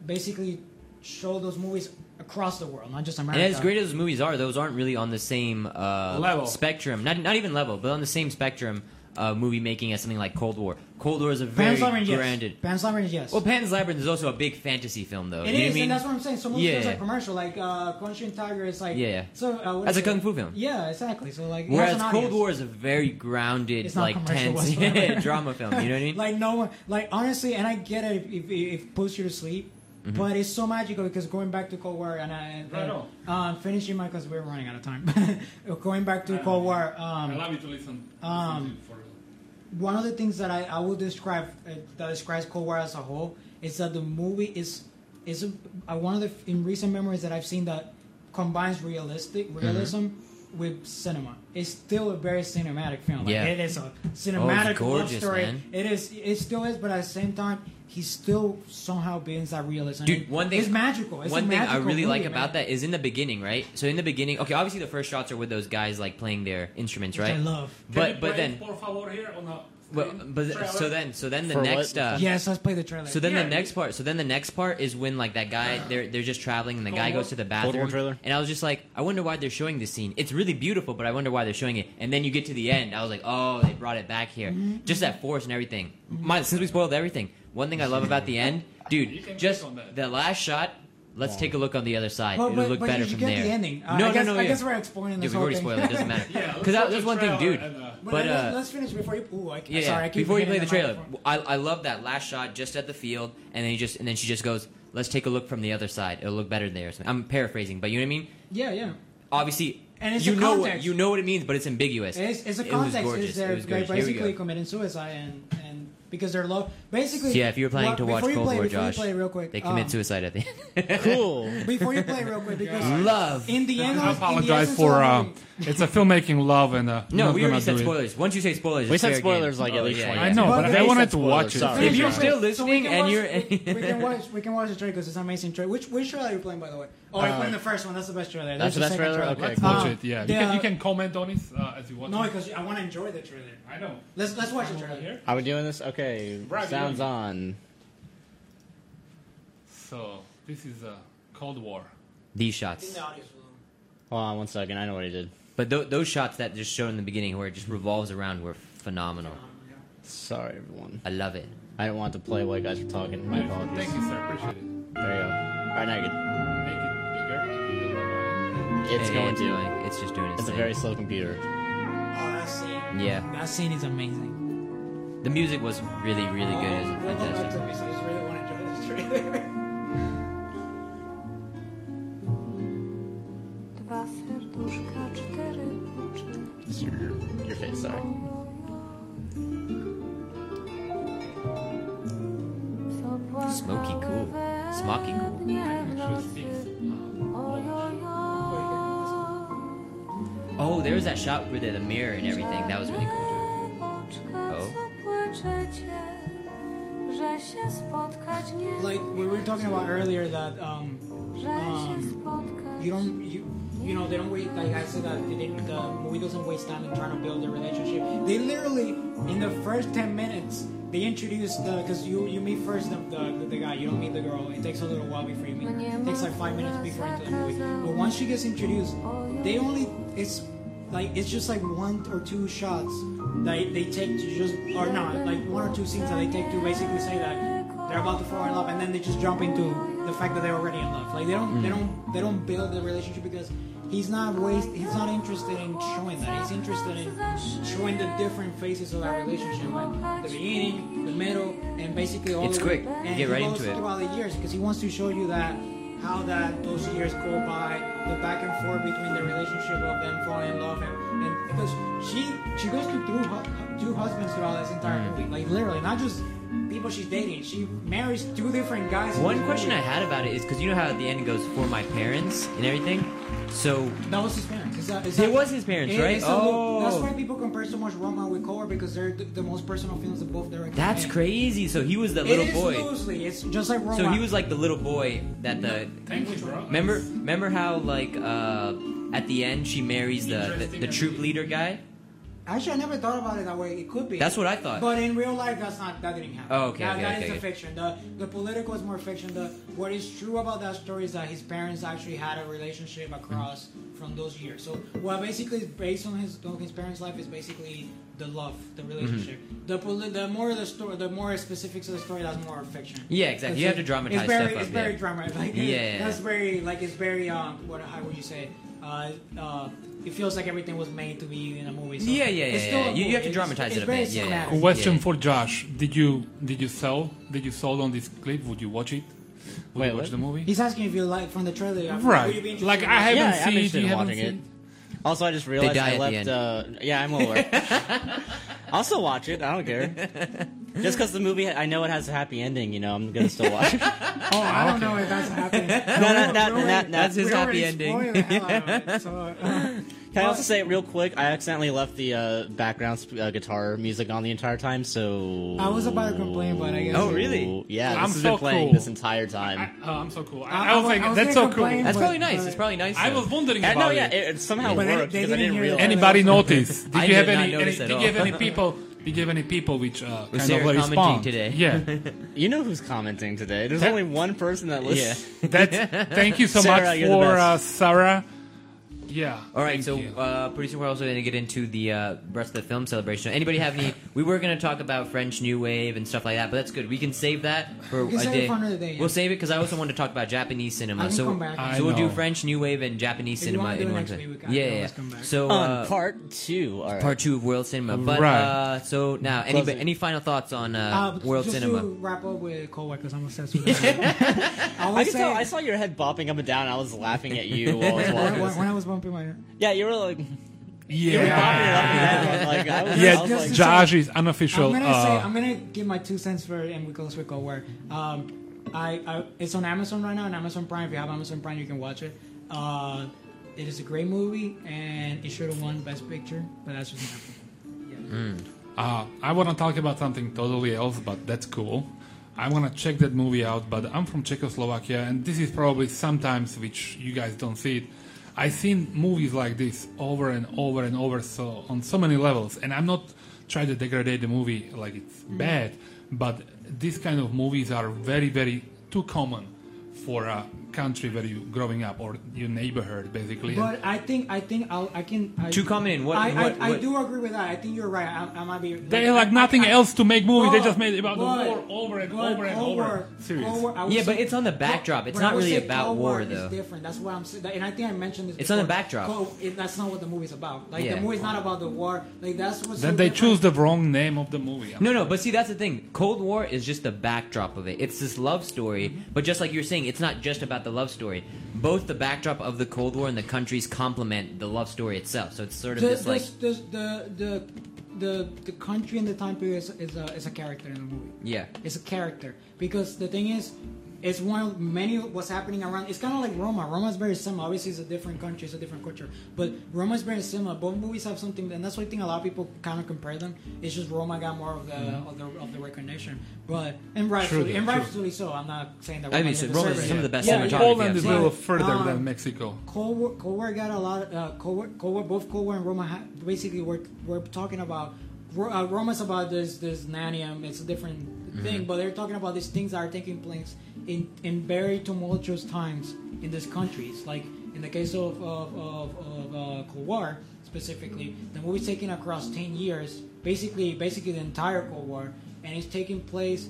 basically show those movies across the world, not just America. And as great as those movies are, those aren't really on the same uh, Level. spectrum. Not not even level, but on the same spectrum uh, movie making as something like Cold War. Cold War is a very Pan's Labyrinth, yes. grounded. Pan's Labyrinth, yes. Well, Pan's Labyrinth is also a big fantasy film, though. It you know what is, I mean? and that's what I'm saying. So movies Yeah. feels like commercial, like uh, Punching Tiger is like Yeah. So uh, what That's is a it? kung fu film. Yeah, exactly. So like, it has Whereas an Cold audience. War is a very grounded, It's not like commercial tense whatsoever. drama film. You know what I mean? like no one, like honestly, and I get it if if, if it puts you to sleep, Mm-hmm. but it's so magical because going back to Cold War and I Right uh, um, finishing my because we're running out of time. going back to Cold War, I um, love you to listen. um, listen to you for- one of the things that I, I would describe uh, that describes Cold War as a whole is that the movie is is a, uh, one of the f- in recent memories that I've seen that combines realistic Mm-hmm. realism with cinema. It's still a very cinematic film. Like, Yeah. Oh, it is a cinematic love gorgeous, story. man. It is it still is, but at the same time, he still somehow brings that realism. Dude, one thing it's magical. It's a one thing I magical really movie, like about man, that is in the beginning, right? So in the beginning, okay, obviously the first shots are with those guys like playing their instruments, which right? I love. Can you But but play then por favor here on the well, screen? but Trailer? so then so then the For what? next uh, yes, let's play the trailer. So then Yeah. the next part. So then the next part is when like that guy they're they're just traveling and the guy Cold War- goes to the War bathroom. trailer? And I was just like, I wonder why they're showing this scene. It's really beautiful, but I wonder why they're showing it. And then you get to the end. I was like, oh, they brought it back here. Just that force and everything. My, since we spoiled everything, one thing I love about the end, You can dude, just click on that. the last shot. Let's take a look on the other side. Well, It'll but, look but better you from get there. the ending. Uh, no, I guess, no, no, I yeah. guess we're explaining Dude, this we've whole already thing. spoiled it. It doesn't matter. Yeah, let's Because watch there's the one thing, trailer dude. and, uh, But, But, let- uh, let's finish before you. Ooh, I, Yeah, sorry, I keep before you play hitting the mic. trailer, I, I love that last shot just at the field, and then you just and then she just goes, "Let's take a look from the other side. It'll look better there." or something. I'm paraphrasing, but you know what I mean. Yeah, yeah. Obviously, And it's you a know what context. you know what it means, but it's ambiguous. It's, it's a It was context. gorgeous. Is they're, It was they're gorgeous. Here we basically go. committing suicide and, and because they're low. Basically, yeah, if you were planning what- to watch before you Cold play, War, before Josh, you play real quick, they commit um, suicide at the end. Cool. Before you play real quick, because Love. in the end, I of- in the apologize essence for of uh, the movie- it's a filmmaking love and uh, No, not we gonna already said do it. spoilers. Once you say spoilers, We it's said fair spoilers game. like Oh, at least yeah, twice. yeah. I know, Well, but they I said wanted to spoilers, watch it. sorry. If you're So still we listening can and watch- you're- we, we can watch we can watch the trailer because it's an amazing trailer. Which which trailer are you playing by the way? Oh, I'm Uh, playing the first one. That's the best trailer. that's There's the a best second trailer? Okay, Let's cool. watch Um, it. Yeah, you they can, you are- can comment on it uh, as you watch. No, it. because I want to enjoy the trailer. I know. Let's let's watch the I'm over trailer. here. Are we doing this? Okay. Right, Sounds yeah. on. So this is a Cold War. These In shots, the audience room. Hold on one second. I know what I did. but th- those shots that just shown in the beginning, where it just revolves around, were phenomenal. Sorry, everyone. I love it. I didn't want to play while you guys were talking. My apologies. Thank you, sir. Appreciate it. There you go. All right, now you're good. Make it bigger. It's It- going to. like, it's just doing its It's a thing. very slow computer. Oh, that scene. yeah. That scene is amazing. The music was really, really good. It was fantastic. Dwa serduszka, cztery oczy. Your face, Tak. sorry. Smoky cool. Smoky cool. Tak. Oh, there was that shot with the, the mirror and everything. That was really cool. Oh. O. Że się spotkać nie Like we were talking about earlier that um że się um, spotkać you don't you you know they don't wait like I said that they didn't, the movie doesn't waste time in trying to build a relationship. They literally in the first ten minutes they introduce the because you you meet first the, the the guy you don't meet the girl. It takes a little while before you meet. Her. It takes like five minutes before into the movie. But once she gets introduced, they only it's like it's just like one or two shots that they take to just or not like one or two scenes that they take to basically say that they're about to fall in love and then they just jump into the fact that they're already in love like they don't Mm. they don't they don't build the relationship because he's not waste he's not interested in showing that he's interested in showing the different phases of that relationship like the beginning the middle and basically all It's the quick. and You he get right goes into it. throughout the years because he wants to show you that how that those years go by the back and forth between the relationship of them falling in love and, and because she she goes through two, hu- two husbands throughout this entire Mm. movie like literally not just people she's dating she marries two different guys in One this question I movie. had about it is because you know how at the end it goes for my parents and everything. So that was his parents is that, is It that- was his parents, it- right? it's a loop. Oh. that's why people compare so much Roma with Cora because they're the, the most personal feelings of both directors that's And crazy. So he was the it little is boy. loosely it's just like Roma So he was like the little boy that the. Thank you, bro. Remember, remember how like uh, at the end she marries the the, the troop leader guy. Actually, I never thought about it that way. It could be. That's what I thought. But in real life, that's not that didn't happen. Oh, okay, That, okay, that okay, is a okay. fiction. The the political is more fiction. The what is true about that story is that his parents actually had a relationship across from those years. So what basically is based on his on his parents' life is basically the love, the Mm-hmm. relationship. The poli- the more the story, the more specifics of the story, that's more fiction. Yeah, exactly. You That's have to it. dramatize it's very, stuff It's up, very yeah. drama. Like, Yeah. that's very like it's very um what how would you say uh uh it feels like everything was made to be in a movie. So Yeah, yeah, it's yeah, still a yeah. You- you movie. have to It's- dramatize it's it a very bit, yeah, yeah. cinematic. Wha- Question Yeah. for Josh: Did you did you sell did you sold on this clip? Would you watch it? Would Wait, you watch what? the movie? He's asking if you like from the trailer. uh, would you be Right. interested Like in I watching haven't yeah, seen I'm interested it. You in haven't watching seen it. Also, I just realized die at I the left. end. Uh, yeah, I'm aware. I'll still watch it. I don't care. Just because the movie, I know it has a happy ending. You know, I'm gonna still watch it. Oh, I don't okay. know if that's happening. No, no, no, no, no, Oh, That's his We already happy ending. spoiled the hell out of it, so, uh, Can I also say real quick? I accidentally left the uh, background sp- uh, guitar music on the entire time, so I was about to complain, but I guess- Oh, really? Yeah, this I'm has so been playing cool. this entire time. Uh, I, oh, I'm so cool. I, I- I was I like, was that's gonna so cool. complain. I That's probably nice. But- It's probably nice. though. was wondering Uh, about no, yeah, it. it, it somehow But they- worked they because I didn't didn't hear realize. it. Anybody notice? Did I you have did not any? any notice did at you all. have any people? Did you have any people which uh, Was kind there of commenting respond today? Yeah, You know who's commenting today? There's only one person that yeah. listens. that's. Thank you so Sarah, much you're the for best. uh, Sarah. Yeah. All right, thank so you. uh, pretty soon we're also going to get into the uh, rest of the film celebration. Anybody have any? We were going to talk about French New Wave and stuff like that, but that's good. We can save that for We can a save it day. for another day, yeah. We'll save it because I also want to talk about Japanese cinema. I can so come back. Uh, I so we'll do know. French New Wave and Japanese If you cinema wanna do in it one next time. week, we can yeah, yeah. always come back. So on uh, part two. All right. part two of World Cinema. But Right. uh, so now, any Close it. any final thoughts on Uh, uh, but World just Cinema? to wrap up with Cold because I'm obsessed with it. I I was can tell. I saying, saw your head bopping up and down. I was laughing at you while I was watching when, this. when I was bumping my Yeah, you were like, you were bopping it up yeah. and down. Like, I was, I Yeah, was like, just- Josh is I'm unofficial. gonna uh, say I'm gonna give my two cents for and we close with Cold War. Um, I, I it's on Amazon right now on Amazon Prime. If you have Amazon Prime, you can watch it. Uh, it is a great movie and it should have won Best Picture, but that's just happened. Uh, I want to talk about something totally else, but that's cool. I want to check that movie out, but I'm from Czechoslovakia, and this is probably sometimes which you guys don't see it. I've seen movies like this over and over and over, so on so many levels. And I'm not trying to degrade the movie like it's bad, but these kind of movies are very, very too common for a country where you're growing up or your neighborhood, basically. But I think I think I'll, I can. I, Too common in what- I, I, what- I what- do agree with that. I think you're right. I, I might be. they have like nothing I- I- else to make movies. they But- just made about but- the war over and but over and Cold over. War- Serious. Cold War, I would Yeah, but say- it's on the backdrop. But- It's but not I would really say about Cold war, is though. different. That's what I'm saying. And I think I mentioned this. It's on the before. backdrop. Cold- it- that's not what the movie's about. Like Yeah. the movie's not about the war. Like that's what's. Then so they different. choose the wrong name of the movie. No, no, but see, that's the thing. Cold War is just the backdrop of it. It's this love story, Mm-hmm. but just like you're saying, it's not just about the love story. Both the backdrop of the Cold War and the countries complement the love story itself. So it's sort of The, this like, the, the, the, the, the country and the time period is, is, a, is a character in the movie. yeah, It's a character because the thing is, it's one of many what's happening around. It's kind of like Roma. Roma's very similar. Obviously, it's a different country, it's a different culture, but Roma's very similar. Both movies have something, and that's why I think a lot of people kind of compare them. It's just Roma got more of the Mm-hmm. of the, of the recognition, but and rightfully True, and true. rightfully so. I'm not saying that. I Roma mean, didn't so Roma deserve is it. some of the best Yeah, cinematography yeah. Poland I've is a seen. little But, further um, than Mexico. Cold War, Cold War got a lot of uh, Cold, War, Cold War, both Cold War and Roma ha- basically were, were talking about Ro- uh, Roma's about this this nanium. It's a different thing, but they're talking about these things that are taking place in in very tumultuous times in these countries. Like in the case of of, of, of uh, Cold War specifically, the movie's taking across ten years, basically basically the entire Cold War, and it's taking place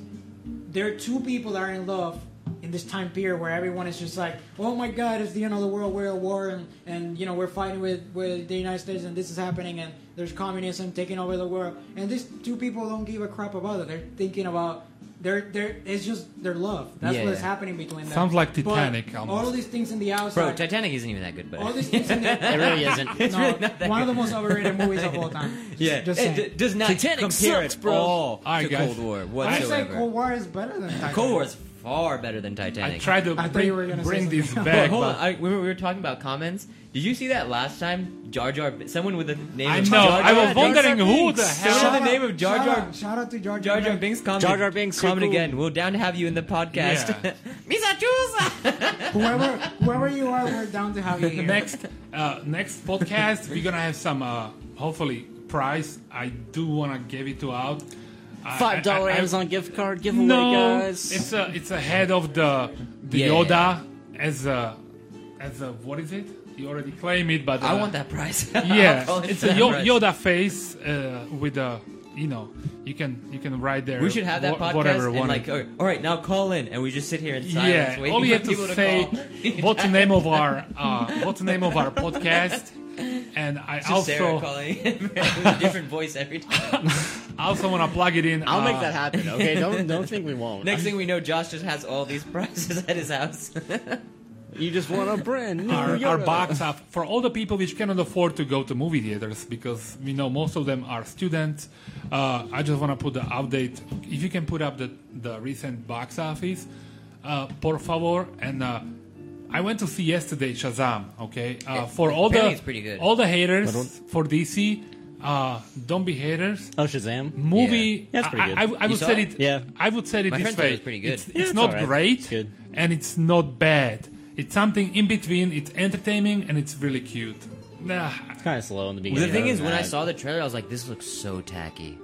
there are two people that are in love in this time period where everyone is just like, oh my god, it's the end of the world, we're at war, and, and you know, we're fighting with, with the United States, and this is happening, and there's communism taking over the world. And these two people don't give a crap about it. They're thinking about, they're, they're, it's just their love. That's Yeah, what's yeah. happening between them. Sounds like But Titanic All almost. these things in the outside. bro, Titanic isn't even that good, but all these things in the it really isn't. no, one of the most overrated movies of all time. Just- yeah, just it saying. d- does not Titanic compare sucks, at bro. all All right, to guys. Cold War I say whatsoever. Cold War is better than Titanic. Cold War is far better than I Titanic. tried to I thought bring, you were gonna say bring this something. back, But hold on, but I, we, were, we were talking about comments. Did you see that last time? Jar Jar, someone with the name. I of know. Jar I Jar was wondering who the Shout hell. out the name of Jar shout Jar. out- shout out to Jar Jar Jar Binks. Binks comment. Jar Jar Binks, you're comment cool. again. We're down to have you in the podcast. Yeah. Misa Chusa. whoever whoever you are, we're down to have you here. Next, uh, next podcast, we're gonna have some uh, hopefully prize. I do wanna give it to out. I- Five dollar I- I- Amazon gift card giveaway, No, guys. it's a it's a head of the the Yeah. Yoda as a as a what is it? you already claim it, but uh, I want that prize. Yeah, it's a Yo- Yoda face uh, with a you know you can you can write there. We should have that wha- podcast whatever and one. like, all right, now call in, and we just sit here in silence yeah, waiting all you for have to people to say call. what's the name of our uh, what's the name of our podcast, and I It's just Sarah also calling with a different voice every time. I also want to plug it in. I'll make uh, that happen. Okay, don't don't think we won't. Next thing we know, Josh just has all these prizes at his house. you just want a brand new Our, our Yoda. box up for all the people which cannot afford to go to movie theaters because we know most of them are students. Uh, I just want to put the update. If you can put up the, the recent box office, uh, por favor. And uh, I went to see yesterday Shazam. Okay, uh, for all the apparently it's pretty good. all the haters for DC, uh, don't be haters. Oh Shazam! Movie, Yeah. That's pretty I- I, I, good. I would saw say it? it. Yeah. I would say it My this friend said it way. was pretty good. It's, Yeah, it's it's not alright. great, It's good. and it's not bad. It's something in between. It's entertaining and it's really cute. Nah, It's kind of slow in the the beginning. thing is, when I Other saw the trailer, I was like, this looks so tacky.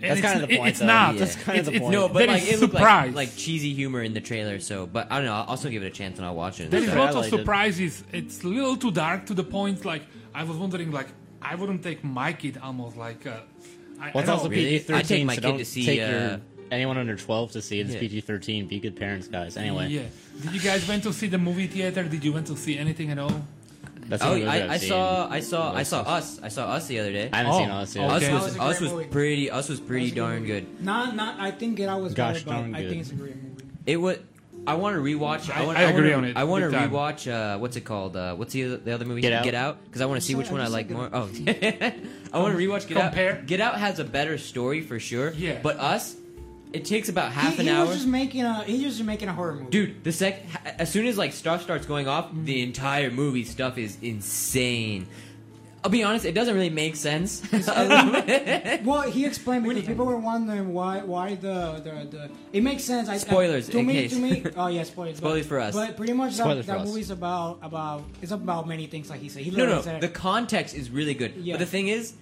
and it's, kind of the it- point, It's though. not. That's kind It's- of the it's- point. No, but there like is it looked surprise. like, like cheesy humor in the trailer. So, but I don't know. I'll also give it a chance and I'll watch it. there is I lots of liked it. surprises. It's a little too dark to the point. Like I was wondering, like I wouldn't take my kid almost like. Uh, I, I Well, it's don't- also Really? PG I take thirteen. my so kid don't to see, take uh, your, anyone under twelve to see it. It's Yeah. PG thirteen. Be good parents, guys. Anyway, Yeah. Did you guys went to see the movie theater? Did you went to see anything at all? that's the Oh, only movie I've I, I seen. saw, I saw, I saw Versus- us. I saw us the other day. I haven't Oh, seen Us yet. okay. Us That was, was a us great was movie. pretty. Us was pretty was a good darn movie. good. Not, not. I think it was Gosh bad, but darn I good. think it's a great movie. It was. I want to rewatch. I, I- want, I agree wanna, on it, I want big to time. rewatch. Uh, what's it called? Uh, what's the other, the other movie? Get Out? Get Out. Because I want to see said- which one I I just like said more. Oh, I want to rewatch Get Compare. Out. Get Out has a better story for sure. Yeah. But Us, it takes about half he, an he hour. was just making a. He was just making a horror movie. Dude, the sec as soon as like stuff starts going off, the entire movie stuff is insane. I'll be honest, it doesn't really make sense. A little bit. Well, he explained because people were wondering why why the the, the it makes sense. I, Spoilers, I, to in me, case. to me. Oh yeah, spoilers. but- Spoilers for us. But pretty much Spoilers that, for that us. movie's about about it's about many things. Like he said, he no, literally no, said the context is really good. Yeah. But the thing is,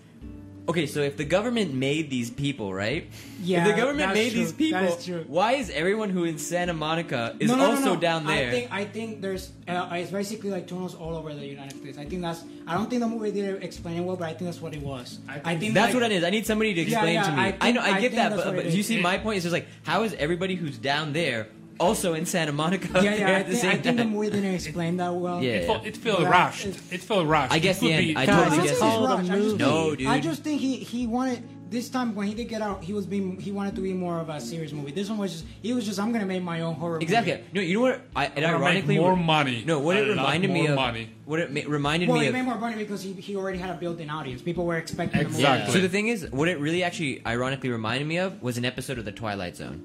okay, so if the government made these people, right? Yeah, If the government that's made true. these people, That is true. why is everyone who in Santa Monica is No, no, no, also no. down there? I think I think there's uh, it's basically like tunnels all over the United States. I think that's I don't think the movie did explain it well, but I think that's what it was. I think, That's like- what it is. I need somebody to Yeah, explain yeah, to me. I I, think- know, I, I get think that, that's but, what it but you is. see, my point is just like, how is everybody who's down there also in Santa Monica up Yeah, there yeah. I at the think, same I think the time? movie didn't explain that well. Yeah. It, felt, it felt Yeah. rushed. It felt rushed. I guess It could the end- be- I No, totally I get it. don't think it's Call it a rushed. I just movie. think- No, dude. I just think he he wanted this time when he did get out, he was being he wanted to be more of a serious movie. This one was just he was just I'm gonna make my own horror. Exactly. No, you know what? I, and I'm gonna make ironically, more money. No, what A it lot reminded me more of. money. What it ma- reminded Movie. Well, me of. he made more money because he, he already had a built-in audience. People were expecting Exactly. So the thing is, what it really actually ironically reminded me of was an episode of The Twilight Zone.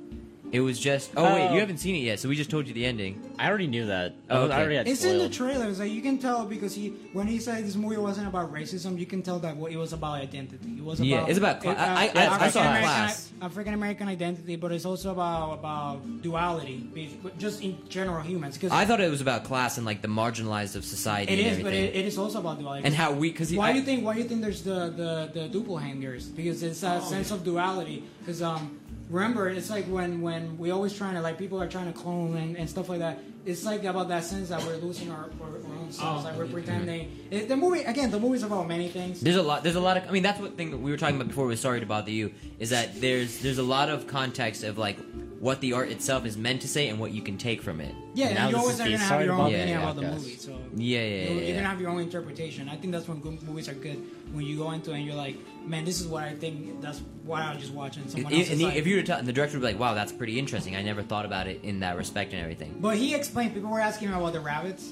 It was just. Oh, wait, Oh. you haven't seen it yet, so we just told you the ending. I already knew that. I Oh, was- okay. I already had the movie. It's in the spoiled. trailers. Like you can tell because he when he said this movie wasn't about racism, you can tell that well, it was about identity. It was about eh, Yeah, it's about cla- I- I- I- I saw African-American- class. African American identity, but it's also about about duality, be- just in general humans. Because I thought it was about class and like the marginalized of society. It and is, but everything. it, it is also about duality. and how we because why do you think? Why do you think there's the the, the duple hangers? Because it's a sense of duality. Because um, remember, it's like when when we always trying to like people are trying to clone and, and stuff like that. It's like about that sense that we're losing our, our, our own selves, like we're pretending. It, the movie again, the movie's about many things. There's a lot. There's a lot of. I mean, that's what thing that we were talking about before. Was sorry to bother you. Is that there's there's a lot of context of like what the art itself is meant to say and what you can take from it. Yeah, Now and you this always is are the gonna have Sorry your own About opinion Me about the podcast. movie. So Yeah, yeah, yeah, you're, yeah. you're gonna have your own interpretation. I think that's when good movies are good. When you go into it and you're like, man, this is what I think. That's why I just watch and someone else If, is and the, like, if you were to tell, the director would be like, "Wow, that's pretty interesting. I never thought about it in that respect and everything." But he explained. People were asking him about the rabbits,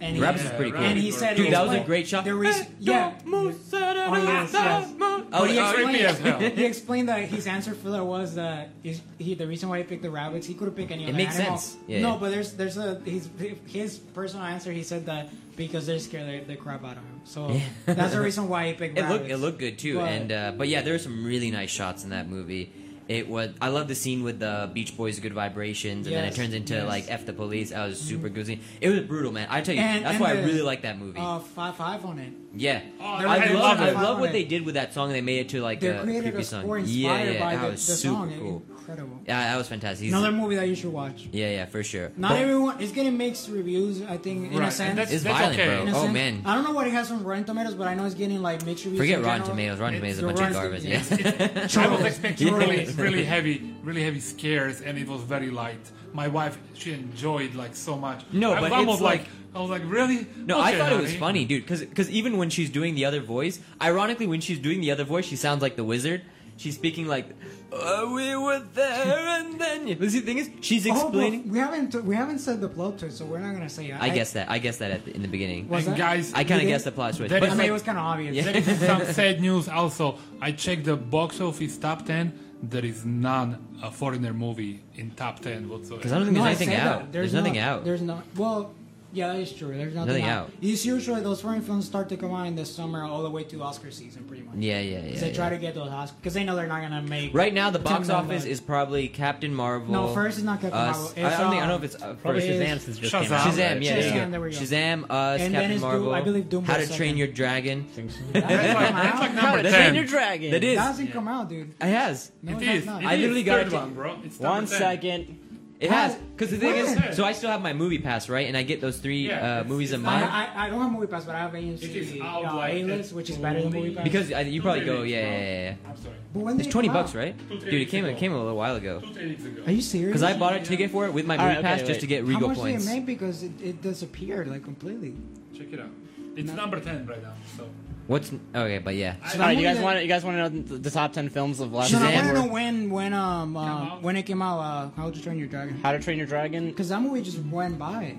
and he, Rabbits is pretty cool. And he said, Dude, he that was a explained great shot. The reason, yeah. Oh, yes, yes. Oh, Oh, But he creepy as hell. explained, he explained that his answer for that was that is he the reason why he picked the rabbits. He could have picked any It other makes animal. sense. Yeah, no, yeah. but there's there's a his his personal answer. He said that because they're scared the, the crap out of him. So that's the reason why he picked. It rabbits. looked it looked good too, But- and uh, but yeah, there were some really nice shots in that movie. It was I love the scene with the Beach Boys' "Good Vibrations," and then it Yes, turns into yes. like "F the Police." That was a super good scene. It was brutal, man. I tell you, And- that's and why I the- Oh. really like that movie. Uh, five five on it. Yeah, they're I, like- love, I I love love it. what they did with that song. They made it to like They a created creepy a song. score yeah, inspired yeah, by that the, the was super song. cool. Incredible. Yeah, that was fantastic. He's- Another movie that you should watch. yeah, yeah, for sure. Not But everyone. It's getting mixed reviews. I think in Right, a and sense. that's- It's violent, okay. bro. In a Oh sense. man, I don't know what it has on Rotten Tomatoes, but I know it's getting like mixed reviews. forget in Rotten general. Tomatoes. Rotten Tomatoes is a Your bunch of Rotten garbage. Yeah. Tomatoes. I was expecting Yeah. Oh, really, really heavy, really heavy scares, and it was very light. My wife, she enjoyed like so much. No, I was but almost it's like- I was like, really? No, I Okay, thought it was honey. funny, dude. Because even when she's doing the other voice, ironically, when she's doing the other voice, she sounds like the wizard. She's speaking like, oh, we were there, and then. But see, the thing is, she's Oh, but explaining. we haven't we haven't said the plot twist, so we're not gonna say. I guess that. I guess that at the, in the beginning. Was And that- guys, I kind of did- guessed the plot twist. that I But, is mean, like- it was kind of obvious. Yeah. There is some sad news also. I checked the box office top 10. There is none a foreigner movie in top 10 because I don't whatsoever. think No, I there's anything said out. that. There's, not- nothing out. There's not. Well, yeah, that is true. There's nothing, Nothing out. out. It's usually those foreign films start to come out in the summer, all the way to Oscar season, pretty much. yeah, yeah, yeah. 'Cause they yeah. try to get those Oscars because they know they're not gonna make. Right now, the box Tim Nolan. office is probably Captain Marvel. No, first is not Captain us- Marvel. I, It's, I don't think, I don't know um, if it's uh, Probably first. It Shazam is- since Oh, it just Shazam. came out. Shazam, yeah, Shazam, yeah. there we go. Shazam, us, And then Captain it's Doom- Marvel. I believe Doom How was to Train second. Your Dragon. That That's hasn't like, come that's out. like How number to Train 10. Your It Dragon. That That is. hasn't come out, dude. It has. No, it has is. not. It I is. literally got Third it. one, bro. It's number One 10. second. It How? has. Because the thing Where? is, so I still have my movie pass, right? And I get those three Yeah, uh, it's- movies a it's month. I, I, I don't have movie pass, but I have AMC It is out uh, like A-list, that. which is better than movie pass. because I, you probably go, Two yeah, yeah, movies, yeah. yeah. I'm sorry. but when It's they twenty come bucks, out- right? Two, three Dude, it came weeks it ago. came a little while ago. Two, three weeks ago. Are you serious? Because I bought a ticket for it with my All movie right, pass okay, just to wait. get How Regal much points. did it make? Because it, it disappeared like completely. Check it out. It's number 10 right now. So What's okay, but yeah. I- All right, you movie guys that- want you guys want to know the, the top ten films of last So year? I want to know when when um Come uh, out. when it came out. Uh, How to Train Your Dragon? How to Train Your Dragon, Because that movie just went by,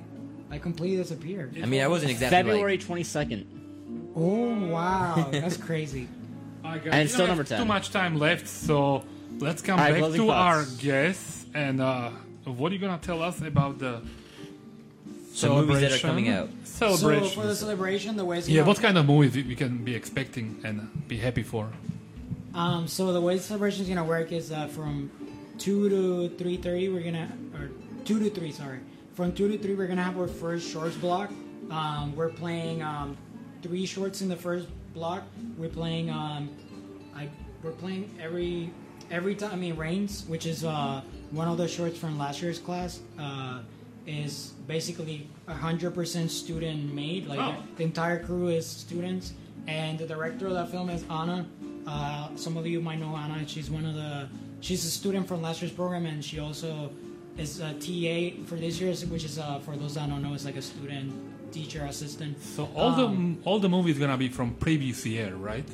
like completely disappeared. I mean, I wasn't exactly February twenty second. Oh wow, that's crazy. I got, And it's you know, still number there's 10. Too much time left, so let's come All right, back closing to thoughts. our guests and uh, what are you gonna tell us about the Some movies that are coming out. So Celebration. for the celebration, the way it's yeah, gonna- what kind of movies we- we can be expecting and be happy for? Um, so the way the celebration is gonna work is uh, from two to three thirty. We're gonna or two to three. Sorry, from two to three, we're gonna have our first shorts block. Um, we're playing um, three shorts in the first block. We're playing um, I we're playing every every time. I mean, rains, which is uh, one of the shorts from last year's class. Uh, is basically 100% student made. Like Oh. the entire crew is students, and the director of that film is Anna. Uh, some of you might know Anna. She's one of the. She's a student from last year's program, and she also is a TA for this year's, which is uh, for those that don't know, is like a student teacher assistant. So all Um, the all the movies gonna be from previous year, right?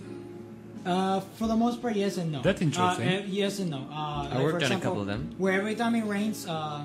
Uh, for the most part, yes and no. That's interesting. Uh, uh, yes and no. Uh, I worked on a couple of them. Where every time it rains, uh,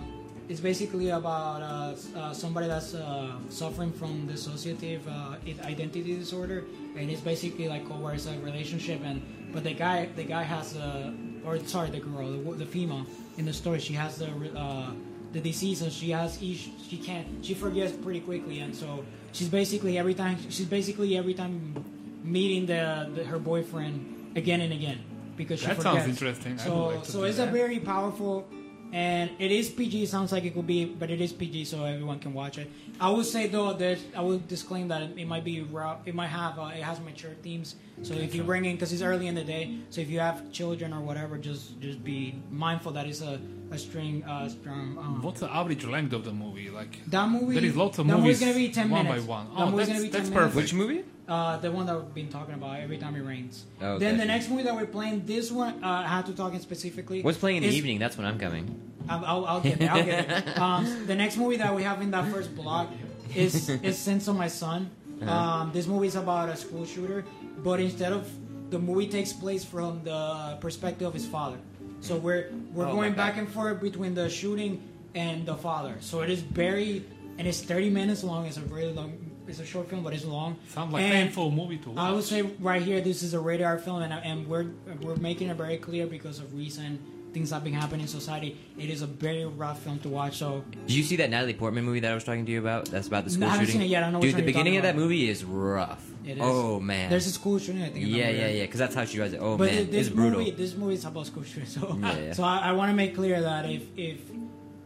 it's basically about uh, s- uh, somebody that's uh, suffering from dissociative uh, i- identity disorder, and it's basically like where it's a relationship, and but the guy, the guy has a, or sorry, the girl, the, wo- the female in the story, she has the. re- Uh, the disease and she has each she can't she forgets pretty quickly and so she's basically every time she's basically every time meeting the, the her boyfriend again and again because she That forgets. sounds interesting. I So, would like to so do it's that. a very powerful, and it is PG. Sounds like it could be, but it is PG, so everyone can watch it. I would say though that I would disclaim that it, it might be ra- it might have uh, it has mature themes. So if you bring in because it's early in the day, so if you have children or whatever, just just be mindful that it's a a string uh, strong. Um, What's the average length of the movie? Like that movie. there is lots of that movies. movie's gonna be ten one minutes. by one. that Oh, that's, movie's gonna be ten that's minutes. perfect. Which movie? Uh, the one that we've been talking about every time it rains. Oh, okay. Then the next movie that we're playing, this one, uh, I have to talk in specifically. What's playing in the is- evening? That's when I'm coming. I'll, I'll, I'll get there. I'll get there. Um, the next movie that we have in that first block is is Sense of My Son. Uh-huh. Um, this movie is about a school shooter, but instead of the movie takes place from the perspective of his father. So we're we're Oh, going my back God. and forth between the shooting and the father. So it is very and it's 30 minutes long. It's a really long. It's a short film, but it's long. Sounds like And- painful movie to watch. Eh, I would say right here, this is a radar film, and, and we're we're making it very clear because of recent things that have been happening in society. It is a very rough film to watch. So Did you see that Natalie Portman movie that I was talking to you about? That's about the No, school I haven't shooting. seen it yet. I don't know which Dude, one the you're beginning of that talking about. movie is rough. it is. Oh man. there's a school shooting. I think. in that yeah, movie, yeah, right? yeah. Because that's how she writes it. Oh But man, this it's brutal. movie, this movie is about school shooting. So, Yeah, yeah. so I, I want to make clear that if if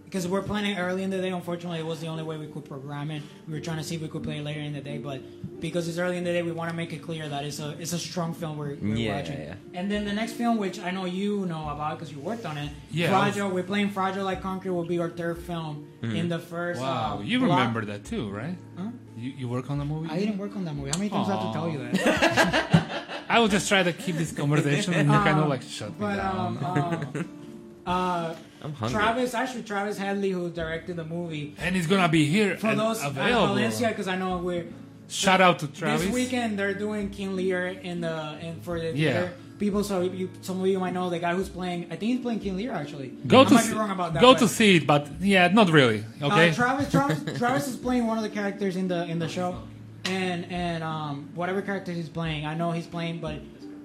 because we're playing it early in the day. Unfortunately, it was the only way we could program it. We were trying to see if we could play it later in the day, but because it's early in the day, we want to make it clear that it's a it's a strong film we're, we're Yeah, watching. yeah. And then the next film, which I know you know about because you worked on it, Yeah, I was- Fragile. We're playing Fragile Like Concrete will be our third film Mm-hmm. in the first. Wow, uh, you block- remember that too, right? Huh? You, you work on the movie? I didn't work on that movie. How many times do I have to tell you that? I will just try to keep this conversation and you kind of Um, like shut me But down. um, um, uh, I'm hungry. Travis, actually Travis Hadley, who directed the movie. and it's gonna be here For and those at available. Valencia, because I know we're Shout out to Travis. this weekend they're doing King Lear in the in for the Yeah. theater. people. So you, some of you might know the guy who's playing. I think he's playing King Lear actually. Go I to might see, be wrong about that. go but- to see it, but yeah, not really. Okay. Uh, Travis, Travis, Travis is playing one of the characters in the in the show, and and um whatever character he's playing, I know he's playing, but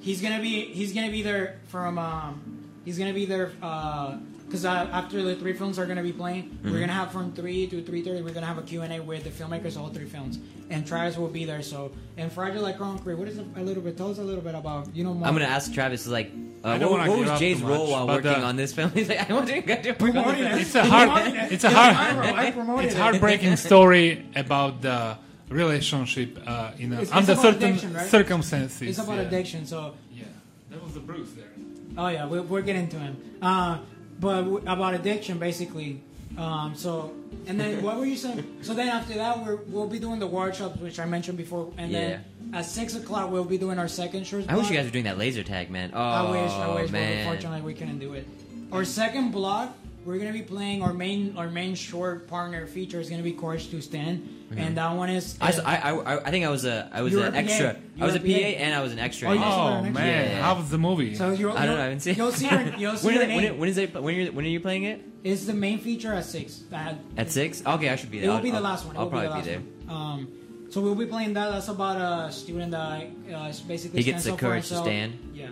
he's gonna be he's gonna be there from um he's gonna be there uh because uh, after the three films are gonna be playing, Mm-hmm. we're gonna have from three to three thirty, we're gonna have a Q and A with the filmmakers of all three films, and Travis will be there. So and Fragile Like Concrete, what is it, a little bit? Tell us a little bit about you know more. I'm gonna ask Travis like, uh, I don't what, wanna what give was up Jay's too role much, while but, working uh, on this film? He's like, I want to get to work on Promoting this it's a film. it. hard, Promoting it. it's a hard, I wrote- I promoted it's it. heartbreaking story about the relationship uh, in a, It's- it's under about certain addiction, right? circumstances. It's about yeah. addiction, so Yeah, that was the Bruce there. Oh yeah, we're, we're getting to him. Uh, but w- about addiction, basically. Um, so and then what were you saying? So then after that, we're, we'll be doing the workshops, which I mentioned before, and then at six o'clock we'll be doing our second short. I wish block. you guys were doing that laser tag, man. Oh, I wish, I wish, man. but unfortunately we couldn't do it. Our second block, we're gonna be playing our main our main short partner feature is gonna be Courage to Stand, and that one is. Mm-hmm. I, s- I, I- I think I was a I was You were an a PA. extra. You I was were a PA a PA. and I was an extra. Oh, in you it. saw Oh that next man, year. how was the movie? so you'll, I don't you'll- know. I haven't seen. You'll see her. You'll see when, are her they, when, name. are- when is it? When are you, when are you playing it? It's the main feature at six. At, At six? Okay, I should be there. It will I'll- be the I'll- last one. It I'll will probably be, the there. last One. Um, so we'll be playing that. That's about a student that uh, basically He gets stands the up for courage to himself. stand. Yeah,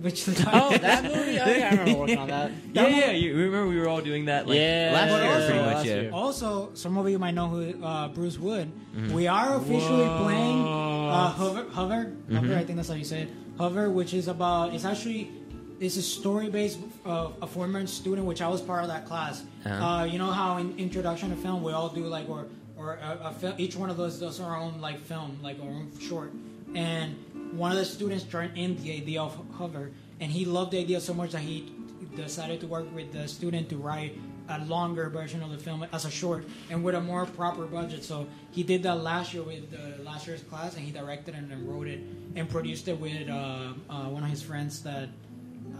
which the Oh, that movie? Oh, yeah, I remember working on that. Yeah, yeah. You remember we were all doing that like Yeah, last year, also- pretty much. last Yeah. year. Also, some of you might know who uh, Bruce Wood. Mm-hmm. We are officially What? playing uh, Hover, Hover, Mm-hmm. Hover. I think that's how you say it. Hover, which is about it's actually it's a story based of a former student, which I was part of that class. Uh-huh. Uh, you know how in introduction to film we all do like or or a, a fil- each one of us does our own like film, like our own short, and one of the students turned in the idea of Hover, and he loved the idea so much that he decided to work with the student to write a longer version of the film as a short and with a more proper budget. So he did that last year with uh, last year's class, and he directed and then wrote it and produced it with uh, uh, one of his friends that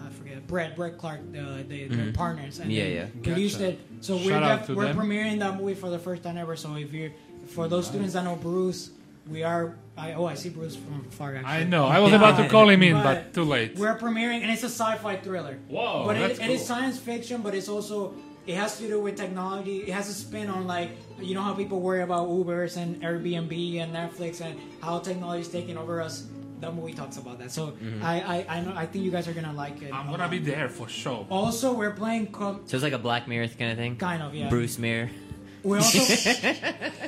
I forget, Brett Brett Clark, the, the, their partners, and Mm-hmm. Yeah, they yeah. produced Gotcha. it. So we're Shout out def- to we're them. premiering that movie for the first time ever. So if you're for those students that know Bruce, we are. I, oh, I see Bruce from far. Actually. I know. I was about to call him in, But- but too late. We're premiering, and it's a sci-fi thriller. Whoa, But it, that's it is cool. science fiction, but it's also it has to do with technology. It has a spin on like you know how people worry about Ubers and Airbnb and Netflix and how technology is taking over us. That movie talks about that. So I, I I know I think you guys are gonna like it. Mm-hmm. I'm gonna be there for sure. Also, we're playing com- So it's like a Black Mirror kind of thing. kind of yeah. Bruce Mirror. We're also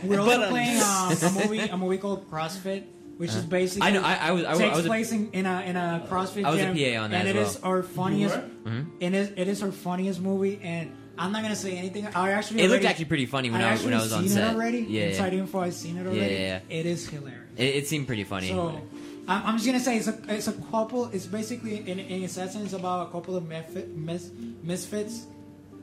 we're also playing um, a movie a movie called CrossFit, which is basically Uh-huh. I know. I, I was. I, was- takes I was. A, place in, in a in a CrossFit I was a gym, PA on that as and it is well. Mm-hmm. our funniest. were? It is it is our funniest movie, and I'm not gonna say anything. I actually it looked already- actually pretty funny when I I, was when I was on seen set. it already. Yeah, yeah. Inside Info, I've seen it already. yeah, It is hilarious. It, it seemed pretty funny. So I'm, I'm just gonna say it's a it's a couple. It's basically in in its essence about a couple of misfit, mis, misfits,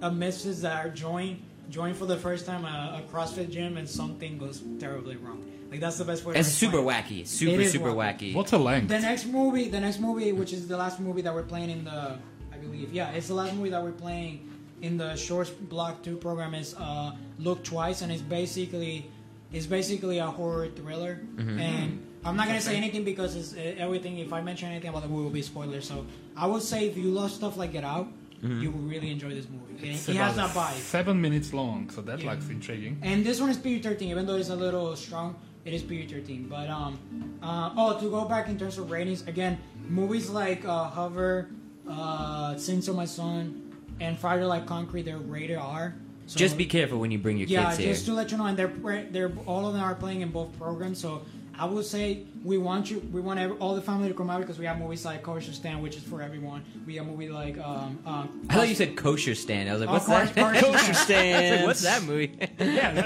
uh, misfits that are joined joined for the first time a, a CrossFit gym and something goes terribly wrong. Like that's the best way. to it's explain super it. wacky. Super is super wacky. wacky. What's a length? The next movie, the next movie, which is the last movie that we're playing in the, I believe, yeah, it's the last movie that we're playing in the Shorts Block Two program is uh, Look Twice, and it's basically, it's basically a horror thriller, and. I'm not gonna say anything because it's uh, everything. If I mention anything about the movie, will be spoilers. So I would say if you love stuff like Get Out, you will really enjoy this movie. It, It's it has that about vibe. Seven minutes long, so that's Yeah. like intriguing. And this one is PG 13, even though it's a little strong, it is PG 13. But, um, uh, oh, to go back in terms of ratings, again, movies like uh, Hover, uh, Sins of My Son, and Friday Like Concrete, they're rated R. So, just be careful when you bring your Yeah, kids just here. to let you know, and they're, pre- they're all of them are playing in both programs, so I would say we want you, we want every, all the family to come out because we have movies like Kosher Stand, which is for everyone. We have movie like um, um, I thought you said kosher stand. I was like, Oh, what's Kar- that? Kar- I was Kosher like, stands. what's that movie?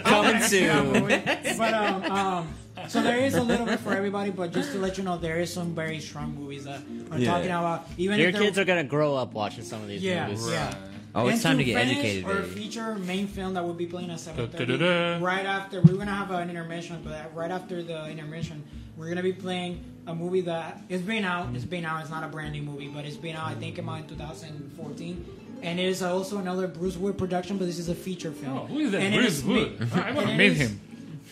Coming soon. but um, um, so there is a little bit for everybody. But just to let you know, there is some very strong movies that are Yeah. talking about even Your if they're- kids are gonna grow up watching some of these yeah, movies. yeah. oh, it's time And to get finish educated. Our baby. feature main film that will be playing at seven thirty. Da-da-da-da. Right after we're gonna have an intermission, but right after the intermission, we're gonna be playing a movie that it's been out. It's been out. It's not a brand new movie, but it's been out. I think about in 2014, and it is also another Bruce Wood production. But this is a feature film. Oh, who is that? And it Bruce is Wood. ma- I want to and it meet is- him.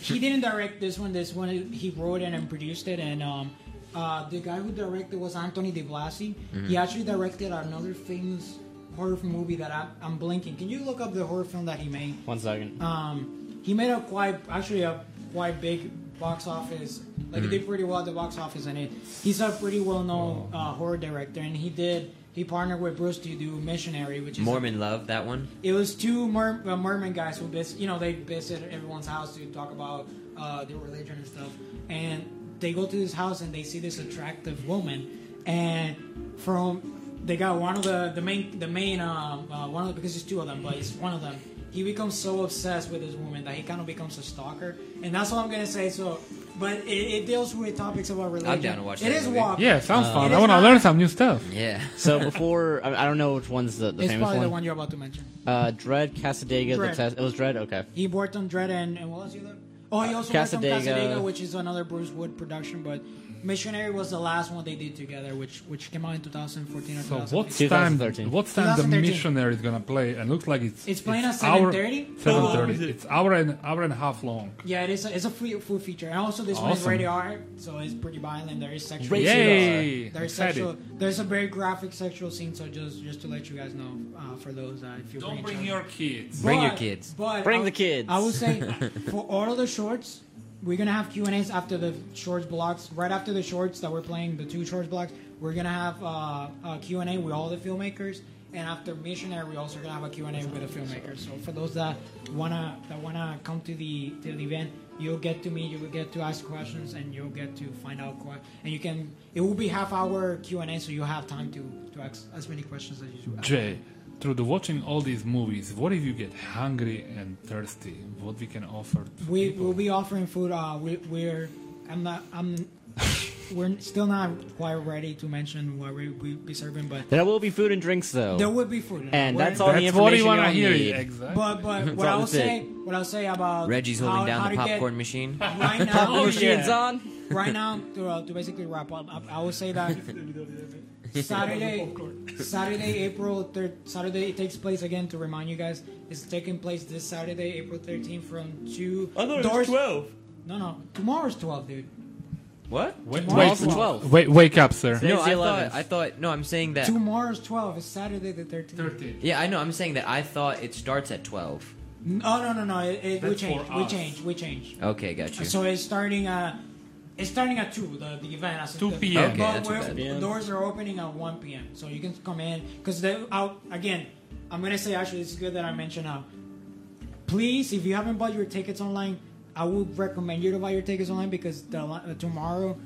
He didn't direct this one. This one he wrote it and produced it, and um, uh, the guy who directed was Anthony De Blasi. He actually directed another famous horror movie that I, I'm blinking. Can you look up the horror film that he made? One second. Um, he made a quite actually a quite big box office. Like he did pretty well at the box office, and it, he's a pretty well known uh, horror director. And he did he partnered with Bruce to do Missionary, which is a- Mormon love, that one. it was two mer- uh, Mormon guys who, vis- you know, they visit everyone's house to talk about uh, their religion and stuff. And they go to this house and they see this attractive woman. And from they got one of the the main the main um, uh, one of the, because it's two of them, but it's one of them. He becomes so obsessed with this woman that he kind of becomes a stalker, and that's all I'm gonna say. So, but it, it deals with topics about religion. down to watch It that is movie. wild. Yeah, sounds fun. I it is want to not- learn some new stuff. Yeah. So before, I, I don't know which one's the, the It's famous probably one. the one you're about to mention. Uh, Dread Casadega. The Dredd. test. It was Dread. Okay. He worked on Dread and, and what was the other? Oh, he also Casadega. worked on Casadega, which is another Bruce Wood production. But Missionary was the last one they did together, which which came out in 2014 or So 2015. what time? 2013. What time the 2013. missionary is gonna play? And looks like it's It's playing at hour- 7:30? Seven Oh, is thirty. It's hour and hour and a half long. Yeah, it is. A, it's a full, full feature, and also this one is Awesome. rated R, so it's pretty violent. There is sexual. Rated Yay! R. There's Excited. sexual. There's a very graphic sexual scene. So just just to let you guys know, uh, for those uh, if you Don't bring child- your kids. Bring your But- kids. But Bring I- the kids. I would say for all of the shorts, we're gonna have Q and A's after the shorts blocks. Right after the shorts that we're playing, the two shorts blocks, we're gonna have uh, a Q and A with all the filmmakers. And after Missionary, we also gonna have a Q and A with the filmmakers. So for those that wanna that wanna come to the to the event, you'll get to meet, you'll get to ask questions, and you'll get to find out. Qu- and you can it will be half hour Q and A, so you'll have time to to ask as many questions as you. Jay, through the watching all these movies, what if you get hungry and thirsty? What we can offer? to We people? will be offering food. Uh, we, we're I'm not I'm we're still not quite ready to mention what we we be serving, but There will be food and drinks though. there will be food. And We're- that's all- That's what you information wanna you'll hear. need. Exactly. But but what all I will that's it. say what I'll say about Reggie's how- holding how down the to get- popcorn machine. right now. Oh, machine's on. right now to, uh, to basically wrap up I, I will say that saturday saturday april 3rd saturday it takes place again to remind you guys it's taking place this saturday april 13th from 2 I thought it was 12 no no tomorrow's 12 dude What? wait, Tomorrow's wait, 12. wait, wake up, sir. Today's No, the I thought 11th. I thought no, I'm saying that tomorrow's 12 it's saturday the 13th Yeah, I know, I'm saying that I thought it starts at 12. no Oh, no no no it, it, we That's change for we us. change we change Okay, got you. so it's starting uh it's starting at 2, the, the event. I said 2 the- p.m. Okay, But that's what we're- that is. doors are opening at 1 p.m. So you can come in. Because again, I'm going to say actually, it's good that I mentioned how. Please, if you haven't bought your tickets online, I would recommend you to buy your tickets online because the, li- uh, tomorrow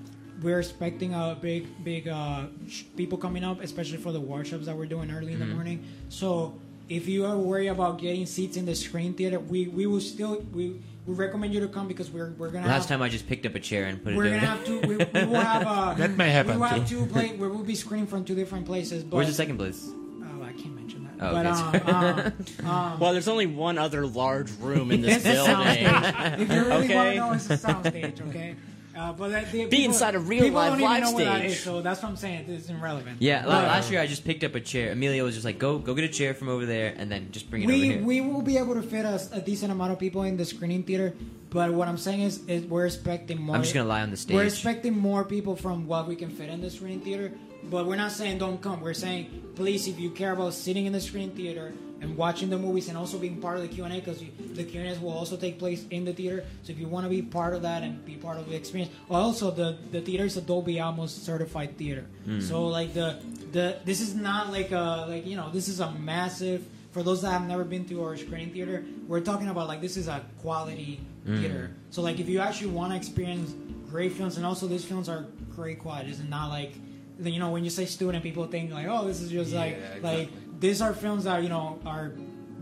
we're expecting a big, big uh, sh- people coming up, especially for the workshops that we're doing early Mm-hmm. in the morning. So if you are worried about getting seats in the screen theater, we, we will still we, we recommend you to come because we're, we're gonna have Last time I just picked up a chair and put it we're over gonna there. have to. We, we will have. Uh, That may happen We will have too. two play. We will be screening from two different places. But Where's the second place? Oh, I can't mention that. Oh, but okay. um, um, um, Well, there's only one other large room in this it's a building. soundstage. If you really want Okay. to know, it's a soundstage. Okay. Uh, but that, the, Be people- inside a real people live don't even live know what that stage. is, so that's what I'm saying. It's irrelevant. Yeah, la- But last year I just picked up a chair. Emilio was just like, "Go, go get a chair from over there, and then just bring it over We here." we will be able to fit a, a decent amount of people in the screening theater. But what I'm saying is, is we're expecting more. I'm just gonna lie on the We're stage. expecting more people from what we can fit in the screen theater, but we're not saying don't come. We're saying please, if you care about sitting in the screen theater and watching the movies and also being part of the Q and A, because the Q and A's will also take place in the theater. So if you want to be part of that and be part of the experience, also the the theater is a Dolby Atmos certified theater. Hmm. So like the the this is not like a like you know this is a massive. For those that have never been to our screen Hmm. theater, we're talking about like this is a quality theater. So like if you actually want to experience great films, and also these films are great quality. It's not like you know when you say student, people think like, oh, this is just Yeah, like like exactly. these are films that you know are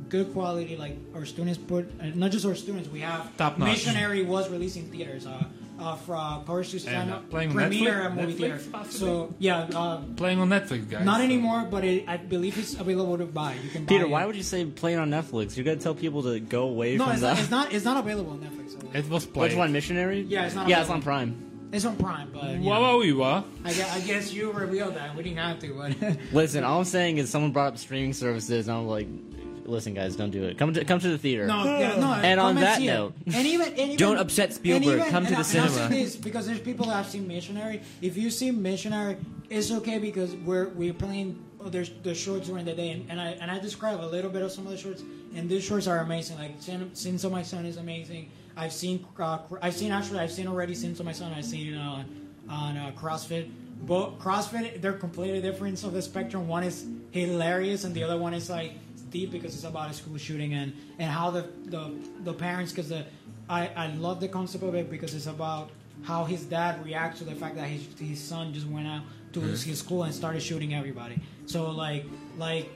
good quality. Like our students put, uh, not just our students, we have Top notch. Missionary was releasing theaters. Uh, uh, for uh, Power Suicide And, uh, playing on premiere Netflix- at movie Netflix theater. possibly? So yeah, uh, Playing on Netflix, guys. not anymore, but it, I believe it's available to buy. You can Peter, buy why it. would you say playing on Netflix? You're gonna tell people to go away No, from it's that. not, it's not. It's not available on Netflix. So. It was played. Uh, Which one, Missionary? Yeah, it's not Yeah, on- it's on Prime. It's on Prime, but you know. Wow, wow, I guess, I guess you revealed that. We didn't have to, but Listen, all I'm saying is someone brought up streaming services, and I'm like, listen, guys, don't do it. Come to come to the theater. no, yeah, no. And come on that see it. note- and even, and even Don't upset Spielberg. and even- Come to and the I- and I'll cinema. say this because there's people that have seen Missionary. If you see Missionary, it's okay because we're we're playing oh, there's the shorts during the day, and, and I and I describe a little bit of some of the shorts, and these shorts are amazing. Like Sin, Sins of My Son is amazing. I've seen uh, cr- I've seen actually I've seen already Sins of My Son. I've seen uh, on uh, CrossFit. Both CrossFit, they're completely different of the spectrum. One is hilarious, and the other one is like it's deep because it's about a school shooting and and how the the, the parents because the I, I love the concept of it because it's about how his dad reacts to the fact that his, his son just went out to his, his school and started shooting everybody so like like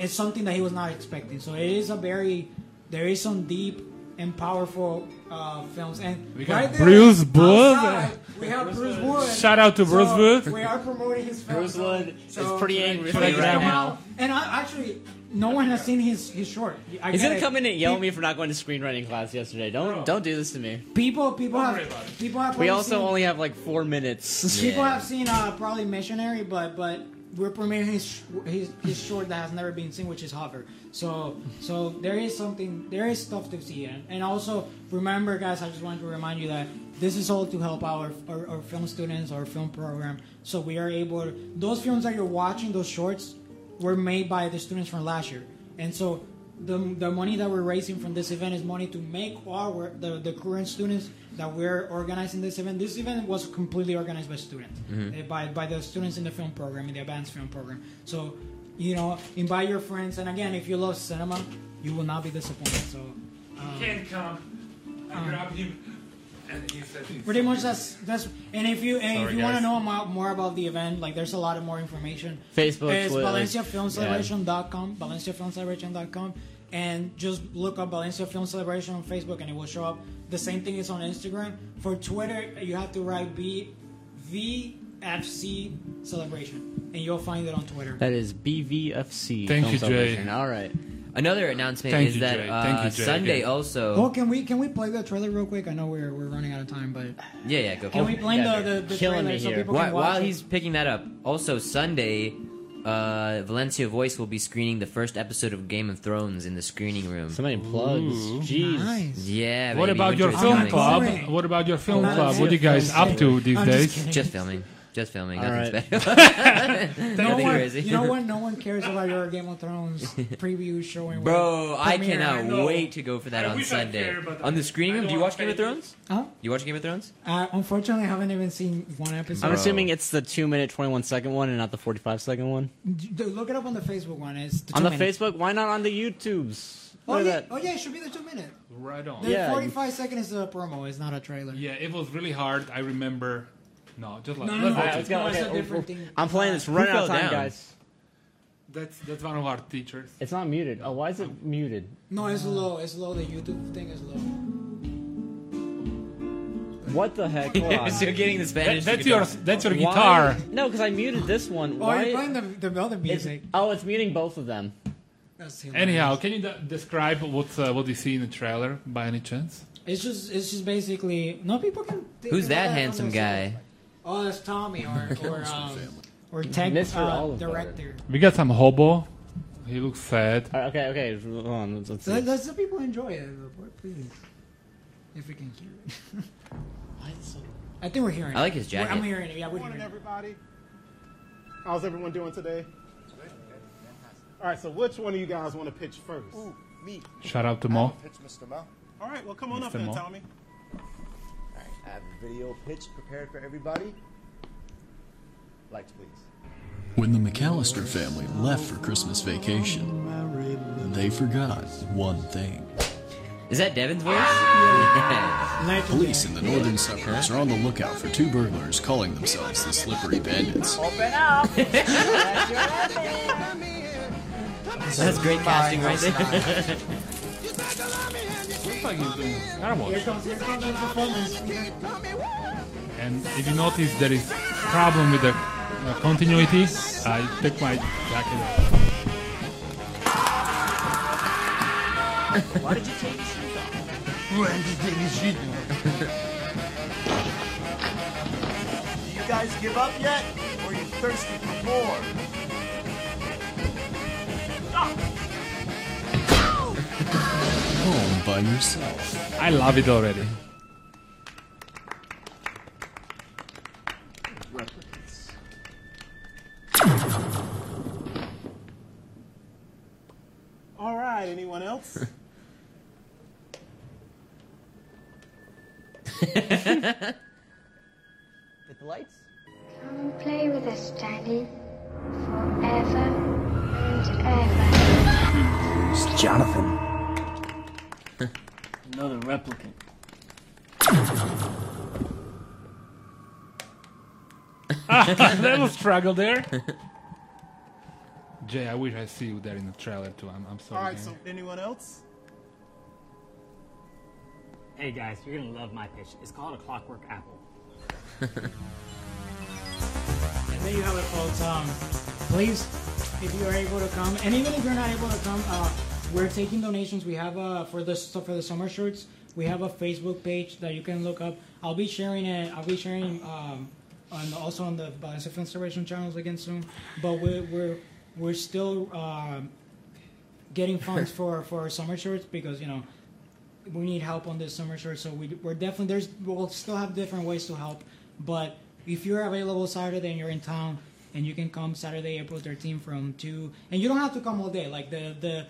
it's something that he was not expecting so it is a very there is some deep and powerful uh, films and We got there Bruce Wood. outside, we have Bruce Wood Shout out to So, Bruce Wood. we are promoting his film Bruce Wood is pretty angry right now. and I, actually, no one has seen his his short. I He's get gonna it. come in and yell at me for not going to screenwriting class yesterday. Don't don't do this to me. People, people have worry about it. people have. We probably also seen, only have like four minutes. people Yeah. have seen uh, probably missionary, but but we're promoting his sh- his his short that has never been seen, which is Hover. So so there is something, there is stuff to see, and, and also remember, guys, I just wanted to remind you that this is all to help our our, our film students, our film program, so we are able. Those films that you're watching, those shorts, were made by the students from last year, and so the, the money that we're raising from this event is money to make our the, the current students that we're organizing this event. This event was completely organized by students, eh, by by the students in the film program, in the advanced film program. So, you know, invite your friends, and again, if you love cinema, you will not be disappointed. So, um, Can't come. I grabbed him, and he said, pretty much that's that's. And if you and Sorry, if you want guys. to know mo- more about the event, like there's a lot of more information. Facebook, It's Twitter. valenciafilmcelebration.com, valenciafilmcelebration.com, and just look up Valencia Film Celebration on Facebook and it will show up. The same thing is on Instagram. For Twitter, you have to write B VFC Celebration, and you'll find it on Twitter. That is BVFC. Thank Film you, Jay. Celebration. All right. Another announcement Thank is you, that Jay. uh, Thank you, Jay, Sunday again. also. Oh, can we can we play the trailer real quick? I know we're, we're running out of time, but Yeah, yeah, go. can for we it. play Oh, yeah, the, the, you're the killing trailer me so here. people While, can watch while it? he's picking that up, also Sunday, uh, Valencia Voice will be screening the first episode of Game of Thrones in the screening room. So many plugs. Ooh. Jeez. nice. Yeah. What baby, about your winter's is film coming. coming. club? Sorry. What about your film Oh, club? that's What it. you guys That's up it. to these I'm just days? kidding. Just filming. Just filming. All Nothing right. special. No Nothing one, crazy. You know what? No one cares about your Game of Thrones preview showing. Bro, I Premiere. cannot know. wait to go for that I on wish I Sunday. cared, but on the I- I screening room, don't do you wanna watch Game of pay. Thrones? Huh? You watch Game of Thrones? Uh, unfortunately, I haven't even seen one episode. I'm Bro. assuming it's the two minute, 21 second one and not the 45 second one. D- d- Look it up on the Facebook one. It's the on two the minute. Facebook? Why not on the YouTubes? Oh Look yeah, at that. oh yeah, it should be the two minute. Right on. The Yeah. 45 second is a promo. It's not a trailer. Yeah, it was really hard. I remember. No, just like No, no, no. let's watch Alright, it. let's go. No, it's Okay, a different oh, oh. thing. I'm playing this running out fell of time, down? guys. That's that's one of our teachers. It's not muted. Oh, why is it muted? No, it's low. It's low. The YouTube thing is low. Oh, What the heck? Hold on. Still getting the That, Spanish. that's your that's your Why- guitar. No, because I muted this one. Oh, Why? you're playing the, the other it's- music. oh, it's muting both of them. That's hilarious. Anyhow, can you de- describe what uh, what you see in the trailer by any chance? it's just it's just basically no people can. think Who's about that on handsome their cell guy? phone. Oh, that's Tommy or or um, or tech Mr. uh, Oliver. director. We got some hobo. He looks sad. All right, okay, okay. Hold on. Let's, let's So let- see. let's the people enjoy it. Please, if we can hear it. I think we're hearing. I it. like his We're- I'm jacket. hearing it. Yeah, we're Morning, hearing it. everybody. How's everyone doing today? All right, so which one of you guys want to pitch first? me. Shout out to I Mo. have a pitch, Mr. Mo. All All right, well, come on Mr. up then, Mo. Tommy. right, I have a video pitch prepared for everybody. Lights, please. When the McAllister family left for Christmas vacation, they forgot one thing Is that Devin's voice? Police in the northern suburbs are on the lookout for two burglars calling themselves the Slippery Bandits. Open up. That's great casting right there. Here comes, here comes the performance. And if you notice there is problem with the uh, continuity, I take my jacket off. Why did you take your shoes off? Why did you take your shoes off? Do you guys give up yet? Or are you thirsty for more? Home by yourself. I love it already. All right, anyone else? Hit the lights. Come and play with us, Daddy. Forever and ever. It's Jonathan. Another replicant. Little struggle there. Jay, I wish I see you there in the trailer too. I'm, I'm sorry. All right, man. so anyone else? Hey guys, you're gonna love my pitch. It's called a Clockwork Apple. And there you have it, folks. Um, please, if you are able to come, and even if you're not able to come, uh, we're taking donations. We have uh, for the so for the summer shirts. We have a Facebook page that you can look up. I'll be sharing it. I'll be sharing um, on also on the Balance of Inspiration channels again soon. But we're we're we're still um, getting funds for for our summer shirts because you know we need help on this summer short, so we, we're definitely there's we'll still have different ways to help. But if you're available Saturday and you're in town and you can come Saturday, April 13th from two, and you don't have to come all day. Like the the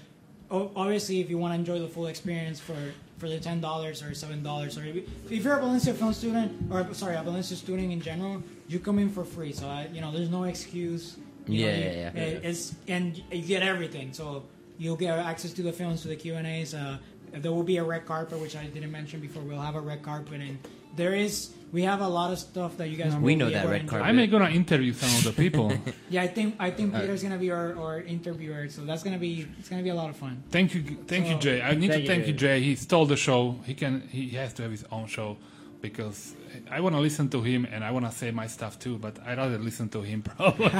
o- obviously if you want to enjoy the full experience for for the ten dollars or seven dollars or if if you're a Valencia film student or sorry a Valencia student in general, you come in for free. So I, you know there's no excuse. You know, Yeah, you- eh, yeah, yeah. it- It's and you get everything. So you'll get access to the films, to the Q and A's. Uh, there will be a red carpet, which I didn't mention before. We'll have a red carpet, and there is we have a lot of stuff that you guys. We will know be that able to red enjoy. carpet. I may gonna interview some of the people. Yeah, I think I think Peter's gonna be our, our interviewer, so that's gonna be it's gonna be a lot of fun. thank you, thank you, So- Jay. I need Oh, Thank to you, thank you, Jay. He stole the show. He can. He has to have his own show because I want to listen to him and I want to say my stuff too. But I'd rather listen to him probably.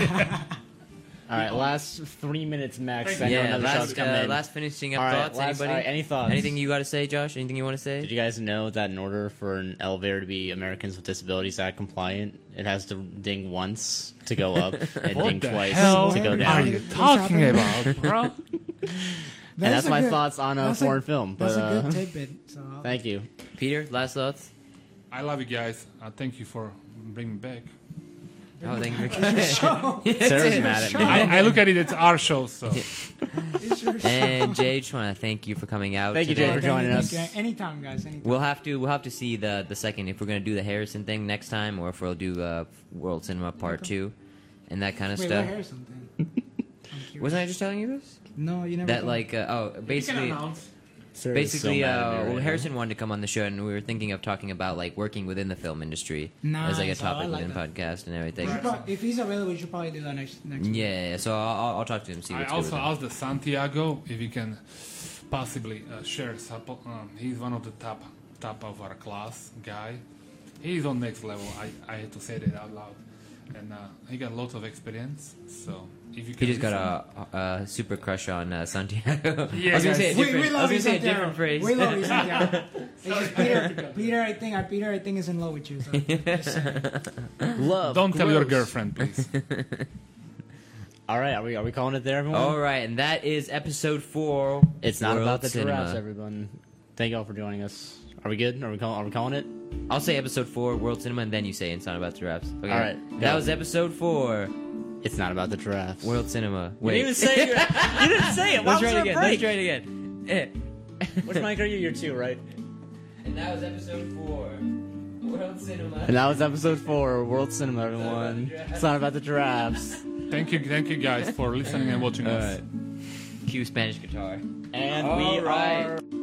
All right, last three minutes max. I know yeah, another shot's last, coming uh, in. last finishing up All right, thoughts. last- anybody? all right, any thoughts? Anything you got to say, Josh? Anything you want to say? Did you guys know that in order for an elevator to be Americans with Disabilities Act compliant, it has to ding once to go up and What ding the twice hell to go are down? you talking about, bro? And that's my thoughts on a that's a- foreign film. But that's a good uh, tidbit. So thank you. Peter, last thoughts. I love you guys. Uh, thank you for bringing me back. Oh, thank you. Oh, Sarah's mad at me. I, I look at it. It's our show, so. and Jay, just want to thank you for coming out. Thank you, Jay, today. for joining us. Yeah, anytime, guys. Anytime. We'll have to we'll have to see the the second if we're gonna do the Harrison thing next time or if we'll do uh, World Cinema Part Two, and that kind of Wait, stuff. what hair is something? Wasn't I just telling you this? No, you never. that told me. like uh, oh basically basically uh, well, Harrison wanted to come on the show and we were thinking of talking about like working within the film industry as like a Nice. Oh, I topic like within podcast and We everything. should prob- if he's available, we should probably do that next next. Yeah, yeah, yeah. so I'll, I'll- I'll talk to him see I what's also good with him. asked the Santiago if he can possibly uh, share supple. Um, he's one of the top top of our class guy. He's on next level. I, I had to say that out loud, and uh, he got lots of experience. So if you He can, just got listen- a, a super crush on uh, Santiago. Yeah, I was gonna guys. say a We- different, We I was love gonna say you, a Santiago. different phrase. We love you, Santiago. It's just Peter, Peter, I think, I, Peter, I think is in love with you. So. Just saying. Love. Don't tell your grows. girlfriend, please. All right, are we are we calling it there, everyone? All right, and that is episode four. It's not World about the Cinema. giraffes, everyone. Thank y'all for joining us. Are we good? Are we calling? Are we calling it? I'll say episode four, World Cinema, and then you say it's not about giraffes. Okay. All right, That go. was episode four, It's not about the giraffes. World Cinema. You Wait. didn't even say it. You didn't say it. Why Let's was try it there a again. break? Let's try it again. Eh. Which mic are you? You're two, right? And that was episode four, World Cinema. And that was episode four, World Cinema, everyone. It's not about the giraffes. thank you, thank you guys for listening and watching us. Cue Spanish guitar. And All we right. are.